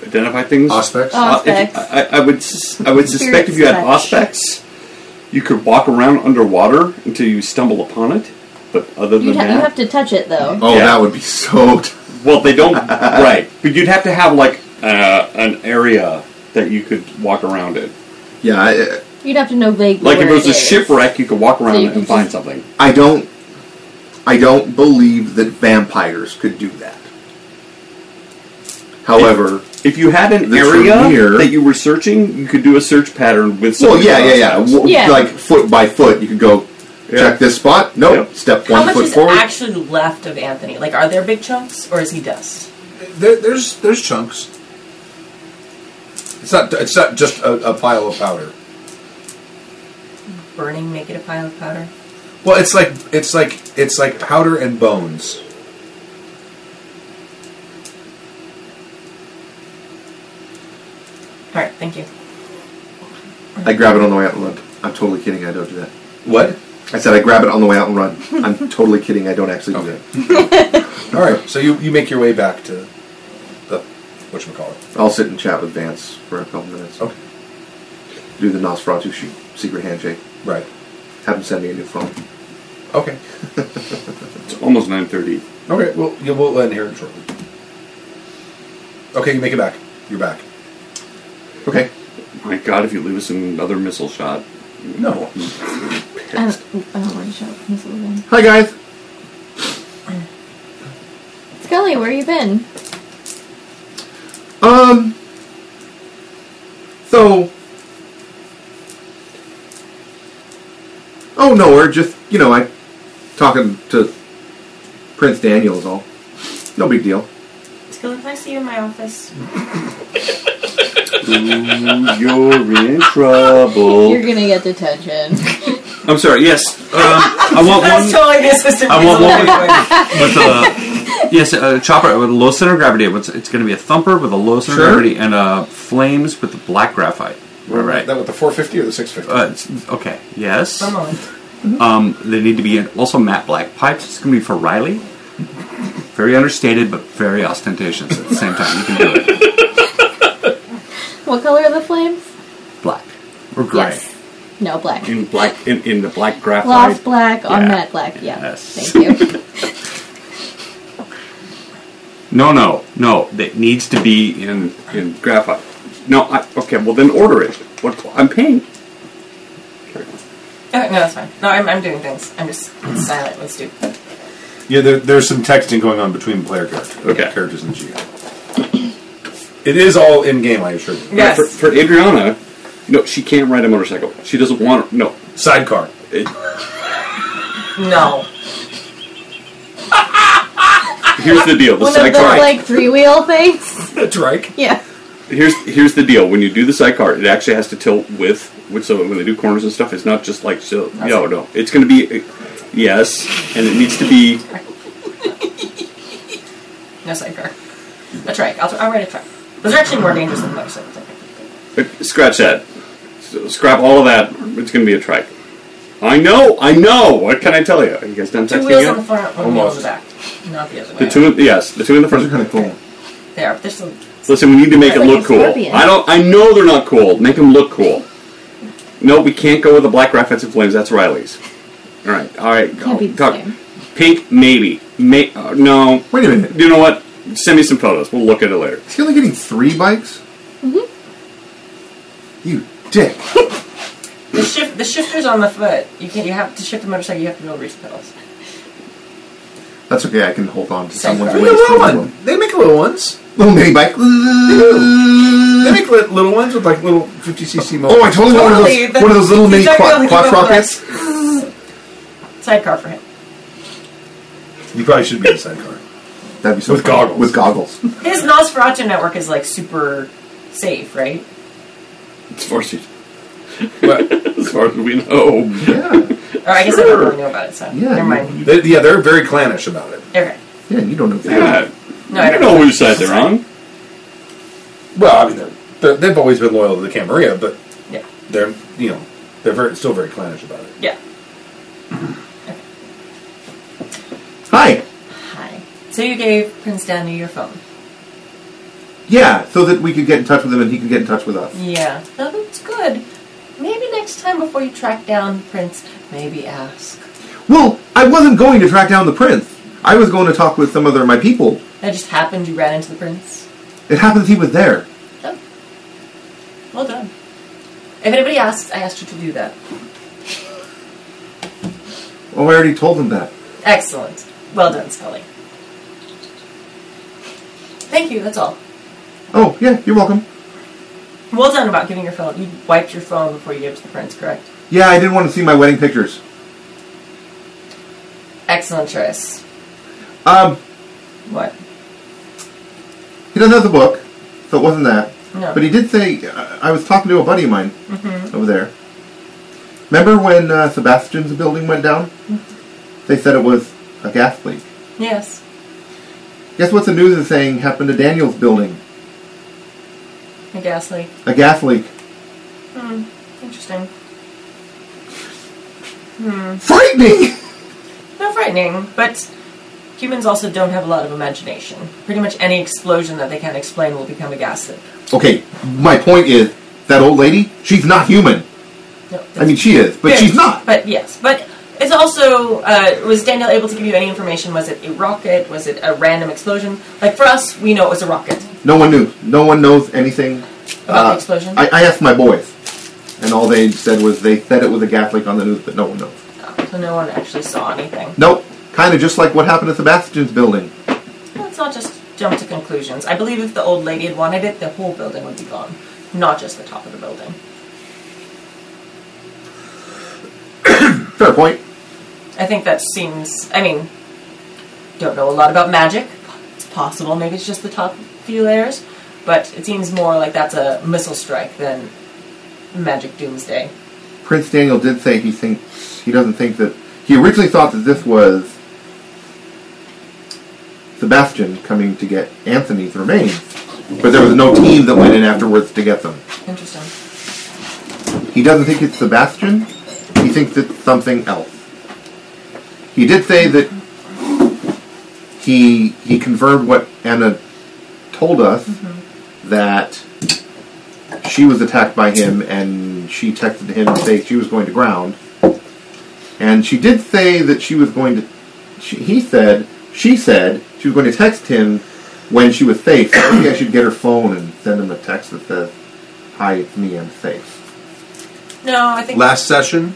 Speaker 6: identify things.
Speaker 2: Aspects.
Speaker 5: Oh.
Speaker 6: Uh, if-
Speaker 5: Auspex.
Speaker 6: I, I would sus- I would suspect if you had
Speaker 5: Spirit
Speaker 6: auspex, you could walk around underwater until you stumble upon it. But other than
Speaker 5: You'd ha-
Speaker 6: that,
Speaker 5: you have to touch it though.
Speaker 8: oh,
Speaker 6: yeah.
Speaker 8: that would be so. T-
Speaker 6: well, they don't right. But you'd have to have like uh, an area that you could walk around in.
Speaker 8: yeah, I,
Speaker 5: You'd have to know vaguely.
Speaker 6: Like
Speaker 5: where
Speaker 6: if it was a
Speaker 5: is.
Speaker 6: shipwreck, you could walk around
Speaker 5: you
Speaker 6: it
Speaker 5: can
Speaker 6: and find
Speaker 5: just-
Speaker 6: something.
Speaker 8: I don't. I don't believe that vampires could do that. However,
Speaker 6: If you had an
Speaker 8: The
Speaker 6: area
Speaker 8: Tremere-
Speaker 6: that you were searching, you could do a search pattern with.
Speaker 8: well,
Speaker 6: something
Speaker 8: yeah, yeah,
Speaker 6: about
Speaker 8: yeah.
Speaker 6: that.
Speaker 8: W-
Speaker 5: Yeah.
Speaker 8: Like foot by foot, you could go
Speaker 6: Yeah.
Speaker 8: check this spot. Nope.
Speaker 6: Yep.
Speaker 8: Step one
Speaker 3: How much
Speaker 8: foot
Speaker 3: is
Speaker 8: forward.
Speaker 3: actually left of Anthony? Like, are there big chunks, or is he dust?
Speaker 2: There, there's there's chunks. It's not. It's not just a, a pile of powder.
Speaker 3: Burning, make it a pile of powder.
Speaker 2: Well, it's like it's like it's like powder and bones.
Speaker 3: All right, thank you.
Speaker 8: I grab it on the way out and run. I'm totally kidding. I don't do that.
Speaker 2: What?
Speaker 8: I said I grab it on the way out and run. I'm totally kidding. I don't actually do that.
Speaker 2: All right. So you you make your way back to the what call it?
Speaker 8: I'll sit and chat with Vance for a couple minutes.
Speaker 2: Okay.
Speaker 8: Do the Nosferatu shoot, secret handshake.
Speaker 2: Right.
Speaker 8: Have him send me a new phone.
Speaker 2: Okay.
Speaker 6: It's almost 9.30.
Speaker 2: Okay. Well, you will end here shortly. Okay, you make it back. You're back.
Speaker 8: Okay.
Speaker 6: My God, if you leave us another missile shot.
Speaker 2: No.
Speaker 5: I don't, I don't want to show up from this little thing.
Speaker 8: Hi guys.
Speaker 5: Scully, where you been?
Speaker 8: Um. So. Oh, nowhere. Just you know, I talking to Prince Daniel is all. No big deal.
Speaker 3: Scylla, can I see you in my office?
Speaker 6: Ooh, you're in trouble.
Speaker 5: You're gonna get detention.
Speaker 6: I'm sorry, yes. Um, I want
Speaker 3: That's
Speaker 6: one
Speaker 3: totally the assistant.
Speaker 6: I want
Speaker 3: principal.
Speaker 6: one with, with a... uh, Yes, a chopper with a low center of gravity. It's, it's going to be a thumper with a low center
Speaker 2: Sure.
Speaker 6: of gravity and uh, flames with the black graphite. Right.
Speaker 2: That with the 450 or the 650?
Speaker 6: Uh, it's- okay. Yes.
Speaker 3: Come on.
Speaker 6: Um, they need to be in, also matte black pipes. It's going to be for Riley. Very understated, but very ostentatious at the same time. You can do it.
Speaker 5: what color are the flames?
Speaker 6: Black or gray.
Speaker 5: Yes. No, black.
Speaker 6: In black, in, in the black graphite.
Speaker 5: Lost black on
Speaker 6: Yeah.
Speaker 5: matte black. Yeah.
Speaker 6: Yes.
Speaker 5: Thank you.
Speaker 6: No, no, no. That needs to be in in graphite. No, I, okay. Well, then order it. What I'm paying.
Speaker 3: Oh, no, that's fine. No, I'm, I'm doing things. I'm just silent with Stu.
Speaker 2: Yeah, there, there's some texting going on between player characters.
Speaker 6: Okay.
Speaker 2: Characters in GM. it is all in game, I assure you.
Speaker 3: Yes.
Speaker 6: For, for Adriana, no, she can't ride a motorcycle. She doesn't want. No,
Speaker 2: Sidecar.
Speaker 6: It-
Speaker 3: No.
Speaker 6: here's the deal. The
Speaker 5: One of those
Speaker 6: sidecar.
Speaker 5: like three wheel things.
Speaker 2: That's right.
Speaker 5: Yeah.
Speaker 6: Here's here's the deal. When you do the sidecar, it actually has to tilt with, with so when they do corners and stuff, it's not just like so. no, no, it's going to be uh, yes, and it needs to be
Speaker 3: No sidecar. A trike. I'll, I'll ride a trike. Those are actually more dangerous than motorcycles. I think.
Speaker 6: uh, scratch that, so scrap all of that. It's going to be a trike. I know, I know. What can I tell you? Are you guys done
Speaker 3: Two
Speaker 6: texting
Speaker 3: wheels on the
Speaker 6: yet?
Speaker 3: front, one wheel on the back. Not the other way.
Speaker 6: The two, in- yes, the two in the front.
Speaker 8: kind of cool.
Speaker 3: They are. They're still.
Speaker 6: Listen, we need to make it
Speaker 5: Like
Speaker 6: look
Speaker 5: a
Speaker 6: cool.
Speaker 5: scorpion.
Speaker 6: I don't. I know they're not cool. Make them look cool. No, we can't go with the black graphics and flames. That's Riley's. All right, all right.
Speaker 5: Can't be the
Speaker 6: Talk-
Speaker 5: same.
Speaker 6: Pink, maybe. May, uh, no.
Speaker 8: Wait a minute.
Speaker 6: You know what? Send me some photos. We'll look at it later.
Speaker 8: Is he only getting three bikes? Mm-hmm. You dick.
Speaker 3: The shift. The shifter's on the foot. You can't. You have to shift the motorcycle. You have to be able to reach the pedals.
Speaker 8: That's okay. I can hold on to
Speaker 3: Sidecar.
Speaker 2: They
Speaker 8: someone's
Speaker 3: Wait,
Speaker 2: make
Speaker 8: waist.
Speaker 2: little one. They make little ones.
Speaker 8: Little mini bike.
Speaker 2: They make li- little ones with like little 50cc motors.
Speaker 8: Oh, I totally want one of
Speaker 3: Totally,
Speaker 8: those, one of those little mini
Speaker 3: that's
Speaker 8: quad,
Speaker 3: exactly what
Speaker 8: quad
Speaker 3: he
Speaker 8: rockets.
Speaker 3: Sidecar for him.
Speaker 2: You probably should be a sidecar.
Speaker 8: That'd be so
Speaker 2: With
Speaker 8: fun.
Speaker 2: goggles.
Speaker 8: With goggles.
Speaker 3: His Nosferatu network is like super safe, right?
Speaker 6: As far as, you,
Speaker 2: But
Speaker 6: as far as we know.
Speaker 8: yeah.
Speaker 3: Or I guess I don't really know about it, so
Speaker 8: Yeah,
Speaker 3: never
Speaker 8: you-
Speaker 3: mind.
Speaker 2: they, yeah, they're very clannish about it.
Speaker 3: Okay.
Speaker 8: Yeah, you don't know.
Speaker 6: Yeah.
Speaker 3: No, I
Speaker 6: I
Speaker 3: don't
Speaker 6: don't know which side they're on.
Speaker 2: Well, I mean, they're, they're, they've always been loyal to the Camarilla, but
Speaker 3: Yeah.
Speaker 2: they're you know they're very still very clannish about it.
Speaker 3: Yeah.
Speaker 8: Hi.
Speaker 3: Hi. So you gave Prince Danny your phone.
Speaker 8: Yeah, so that we could get in touch with him and he could get in touch with us.
Speaker 3: Yeah. No, that's good. Maybe next time before you track down Prince, maybe ask.
Speaker 8: Well, I wasn't going to track down the prince. I was going to talk with some other of my people.
Speaker 3: That just happened. You ran into the prince.
Speaker 8: It happens he was there.
Speaker 3: Oh. Well done. If anybody asks, I asked you to do that.
Speaker 8: Oh, I already told him that.
Speaker 3: Excellent. Well done, Scully. Thank you. That's all.
Speaker 8: Oh, yeah, you're welcome.
Speaker 3: Well done about giving your phone. You wiped your phone before you gave it to the prince, correct?
Speaker 8: Yeah, I didn't want to see my wedding pictures.
Speaker 3: Excellent choice.
Speaker 8: Um,
Speaker 3: What?
Speaker 8: he doesn't have the book, so it wasn't that.
Speaker 3: No. Mm-hmm.
Speaker 8: But he did say, uh, I I was talking to a buddy of mine over there. Remember when uh, Sebastian's building went down? They said it was a gas leak.
Speaker 3: Yes.
Speaker 8: Guess what the news is saying happened to Daniel's building?
Speaker 3: A gas leak.
Speaker 8: A gas leak.
Speaker 3: Interesting.
Speaker 8: Frightening!
Speaker 3: Not frightening, but humans also don't have a lot of imagination. Pretty much any explosion that they can't explain will become a gas leak.
Speaker 8: okay, my point is that old lady, she's not human.
Speaker 3: No,
Speaker 8: I mean, she is, but
Speaker 3: Yes,
Speaker 8: she's not.
Speaker 3: But yes, but it's also uh, was Daniel able to give you any information? Was it a rocket? Was it a random explosion? Like for us, we know it was a rocket.
Speaker 8: No one knew. No one knows anything Uh,
Speaker 3: About the explosion?
Speaker 8: I, I asked my boys, and all they said was they said it was a gas leak on the news, but no one knows.
Speaker 3: So no one actually saw anything.
Speaker 8: Nope. Kind of just like what happened to Sebastian's building.
Speaker 3: Let's not just jump to conclusions. I believe if the old lady had wanted it, the whole building would be gone, not just the top of the building.
Speaker 8: Fair point.
Speaker 3: I think that seems. I mean, don't know a lot about magic. It's possible. Maybe it's just the top few layers, but it seems more like that's a missile strike than magic doomsday.
Speaker 8: Prince Daniel did say he thinks he doesn't think that he originally thought that this was Sebastian coming to get Anthony's remains, but there was no team that went in afterwards to get them.
Speaker 3: Interesting.
Speaker 8: He doesn't think it's Sebastian. He thinks it's something else. He did say that he he confirmed what Anna told us that she was attacked by him and she texted him to say she was going to ground. And she did say that she was going to she, he said she said she was going to text him when she was safe. So maybe I should get her phone and send him a text that says, Hi, it's me, I'm safe.
Speaker 3: No, I think
Speaker 2: Last session,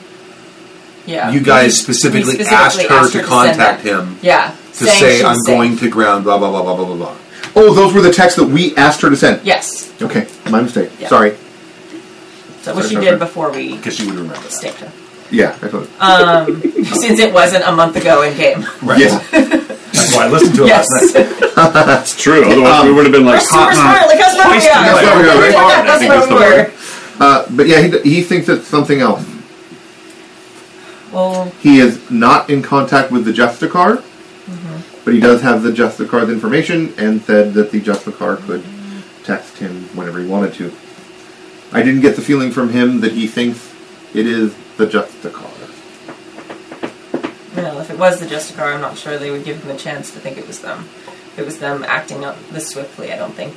Speaker 3: yeah.
Speaker 2: you guys specifically,
Speaker 3: We
Speaker 2: asked, her to
Speaker 3: send
Speaker 2: contact
Speaker 3: that.
Speaker 2: him
Speaker 3: Yeah,
Speaker 2: to say,
Speaker 3: she's
Speaker 2: I'm
Speaker 3: safe."
Speaker 2: going to ground, blah, blah, blah, blah, blah, blah, blah.
Speaker 8: Oh, those were the texts that we asked her to send.
Speaker 3: Yes,
Speaker 8: Okay, my mistake.
Speaker 3: Yeah.
Speaker 8: Sorry.
Speaker 3: so what she
Speaker 8: Sorry, sorry,
Speaker 3: did
Speaker 8: sorry.
Speaker 3: before we
Speaker 2: Because she would remember that.
Speaker 3: staked her, Um,
Speaker 8: Yeah. I thought,
Speaker 3: since it wasn't a month ago in game.
Speaker 2: Right.
Speaker 8: yeah.
Speaker 2: That's why I listened to it
Speaker 3: yes,
Speaker 2: last night.
Speaker 9: It's true. Otherwise,
Speaker 6: um,
Speaker 9: we would have been like,
Speaker 3: super smart. Like that's where we
Speaker 9: Hoisting
Speaker 3: are.
Speaker 8: That's where we are, right?
Speaker 3: That's
Speaker 9: I think
Speaker 3: where
Speaker 9: that's
Speaker 3: we
Speaker 9: the word.
Speaker 3: were.
Speaker 8: Uh, but yeah, he, he thinks it's something else.
Speaker 3: Well,
Speaker 8: He is not in contact with the Justicar,
Speaker 3: Mm-hmm.
Speaker 8: but he does have the Justicar's information and said that the Justicar could text him whenever he wanted to. I didn't get the feeling from him that he thinks it is the Justicar.
Speaker 3: you know, if it was the Justicar, I'm not sure they would give him a chance to think it was them. If it was them acting up this swiftly, I don't think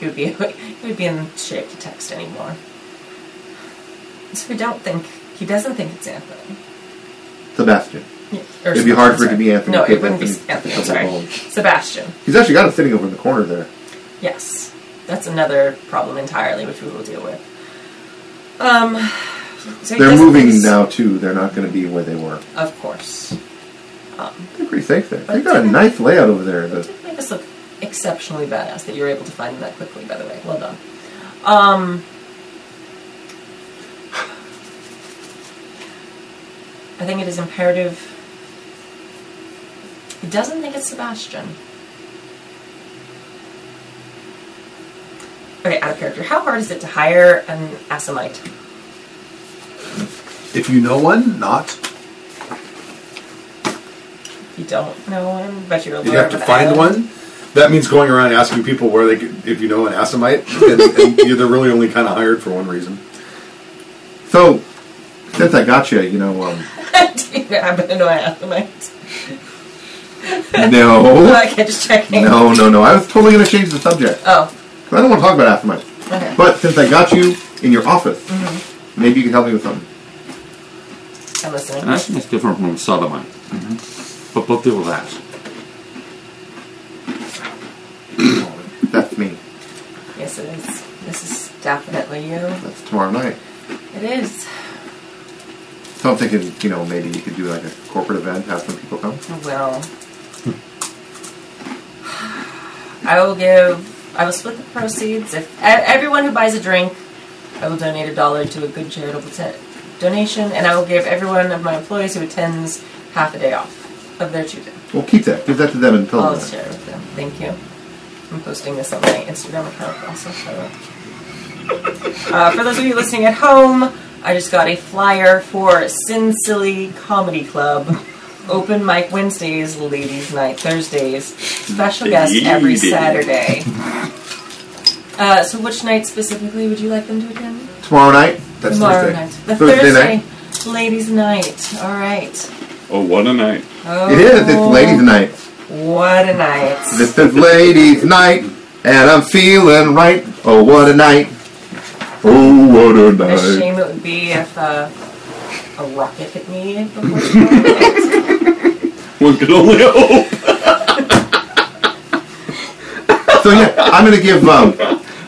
Speaker 3: he would be he would be in shape to text anymore. So I don't think he doesn't think it's Anthony.
Speaker 8: Sebastian.
Speaker 3: Yeah, or
Speaker 8: It'd be hard for it to
Speaker 3: Sebastian,
Speaker 8: be
Speaker 3: sorry.
Speaker 8: Anthony,
Speaker 3: No,
Speaker 8: because
Speaker 3: it wouldn't be
Speaker 8: Anthony-
Speaker 3: Anthony. I'm sorry, Sebastian.
Speaker 8: He's actually got him sitting over in the corner there.
Speaker 3: Yes, that's another problem entirely, which we will deal with. Um, so he
Speaker 8: They're
Speaker 3: doesn't
Speaker 8: moving
Speaker 3: think-
Speaker 8: now, too. They're not going to be where they were.
Speaker 3: Of course, um,
Speaker 8: They're pretty safe there. They've
Speaker 3: uh,
Speaker 8: got a nice layout over there.
Speaker 3: it
Speaker 8: The,
Speaker 3: did make us look exceptionally badass that you were able to find him that quickly. By the way, well done. Um, I think it is imperative. He doesn't think it's Sebastian. Okay, out of character. How hard is it to hire an Asimite?
Speaker 2: If you know one, not.
Speaker 3: You don't know him, but you're a
Speaker 2: You
Speaker 3: lawyer
Speaker 2: have to
Speaker 3: with
Speaker 2: find
Speaker 3: Adam.
Speaker 2: one. That means going around asking people where they, could, if you know an Asimite, and, and you're, they're really only kind of hired for one reason.
Speaker 8: so, since I got you, you know, um,
Speaker 3: Do you happen to know an Asimite?
Speaker 8: no,
Speaker 3: Okay, just checking.
Speaker 8: no, no, no. I was totally going to change the subject.
Speaker 3: Oh,
Speaker 8: 'Cause I don't want to talk about Aftermath.
Speaker 3: okay. Mm-hmm.
Speaker 8: But since I got you in your office, maybe you can help me with something.
Speaker 3: I'm listening.
Speaker 9: That's that's different from sodomite. Mm-hmm. But both deal with that.
Speaker 8: That's me.
Speaker 3: Yes, it is. This is definitely you.
Speaker 8: That's tomorrow night.
Speaker 3: It is.
Speaker 8: So I'm thinking, you know, maybe you could do like a corporate event, have some people come.
Speaker 3: Well, I will give. I will split the proceeds. If e- everyone who buys a drink, I will donate a dollar to a good charitable t- donation, and I will give everyone of my employees who attends half a day off of their choosing.
Speaker 8: Well, keep that. Give that to them and tell
Speaker 3: I'll
Speaker 8: them. that.
Speaker 3: share with them. Thank you. I'm posting this on my Instagram account also. So Uh, for those of you listening at home, I just got a flyer for Sin Silly Comedy Club. Open mic Wednesdays, ladies' night Thursdays. Special guest every
Speaker 6: Ladies.
Speaker 3: Saturday. Uh, so, which night specifically would you like them to attend?
Speaker 8: Tomorrow night. That's
Speaker 3: Tomorrow
Speaker 8: Thursday.
Speaker 3: night. The
Speaker 8: Thursday
Speaker 3: Thursday,
Speaker 8: night.
Speaker 3: ladies' night. All right.
Speaker 6: Oh, what a night.
Speaker 3: Oh,
Speaker 8: It is. It's ladies' night.
Speaker 3: What a night.
Speaker 8: This is ladies' night, and I'm feeling right. Oh, what a night! Oh, what a
Speaker 3: What a
Speaker 8: night!
Speaker 3: shame it would be if uh, a rocket hit me before tomorrow night.
Speaker 6: One could only hope.
Speaker 8: So yeah, I'm gonna give um,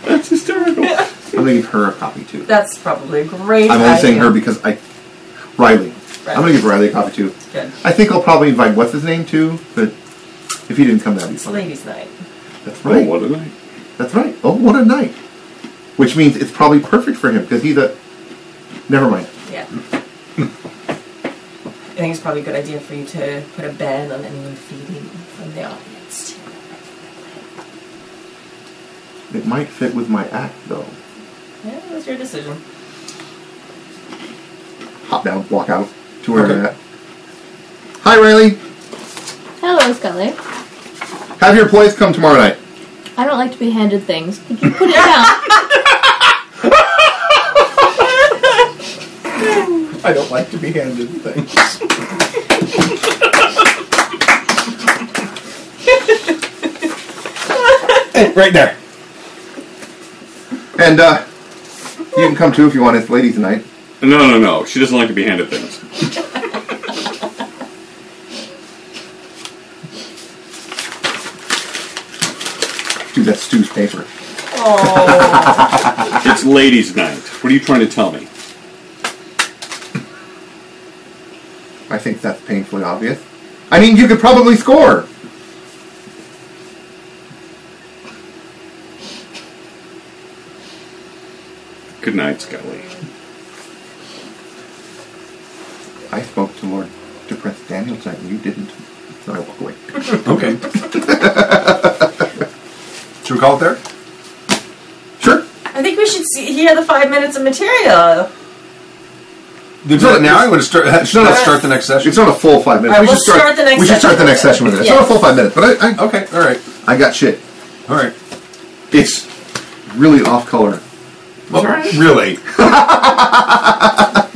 Speaker 6: That's hysterical.
Speaker 8: I'm gonna give her a copy too.
Speaker 3: That's probably a great
Speaker 8: I'm only saying
Speaker 3: idea.
Speaker 8: her because I, Riley. I'm gonna give Riley a copy too.
Speaker 3: Good.
Speaker 8: I think I'll probably invite what's his name too, but if he didn't come, that'd be
Speaker 3: It's
Speaker 8: fun.
Speaker 3: ladies' night.
Speaker 8: That's
Speaker 6: Oh,
Speaker 8: right.
Speaker 6: what a night.
Speaker 8: That's right. Oh, what a night! Which means it's probably perfect for him because he's a. Never mind.
Speaker 3: Yeah. I think it's probably a good idea for you to put a ban on anyone feeding from the audience. too.
Speaker 8: It might fit with my act though.
Speaker 3: Yeah, that's your decision.
Speaker 8: Hop down, walk out to where
Speaker 2: Okay.
Speaker 8: they're at. Hi, Riley.
Speaker 5: Hello, Scully.
Speaker 8: Have your employees come tomorrow night.
Speaker 5: I don't like to be handed things. Could you put it down?
Speaker 2: I don't like to be handed things.
Speaker 8: right there. And uh, you can come too if you want. It's ladies' night.
Speaker 6: No, no, no. She doesn't like to be handed things.
Speaker 8: Dude, that's Stu's paper.
Speaker 3: Oh,
Speaker 6: It's ladies' night. What are you trying to tell me?
Speaker 8: I think that's painfully obvious. I mean, you could probably score.
Speaker 6: Good night, Scully.
Speaker 8: I spoke to Lord Depressed Daniel tonight, and you didn't. So I walk away.
Speaker 2: Okay. Should we call it there?
Speaker 8: Sure.
Speaker 3: I think we should see. He had the five minutes of material.
Speaker 2: Did you do it now? I would start. Should
Speaker 8: No,
Speaker 2: not
Speaker 8: no.
Speaker 2: start the next session.
Speaker 8: It's not a full five minutes.
Speaker 3: All right,
Speaker 8: we
Speaker 3: we'll
Speaker 8: should start,
Speaker 3: start the next
Speaker 8: We should start
Speaker 3: session.
Speaker 8: the next session with it. It's not a
Speaker 5: Yes.
Speaker 8: full five minutes, but I, I,
Speaker 2: Okay. All right.
Speaker 8: I got shit.
Speaker 2: All right.
Speaker 8: It's really off color.
Speaker 2: Well, Really?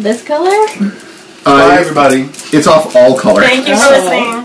Speaker 5: This color?
Speaker 8: Uh,
Speaker 2: Bye,
Speaker 8: it's-
Speaker 2: everybody.
Speaker 8: It's off all color.
Speaker 3: Thank you for
Speaker 5: Oh.
Speaker 3: listening.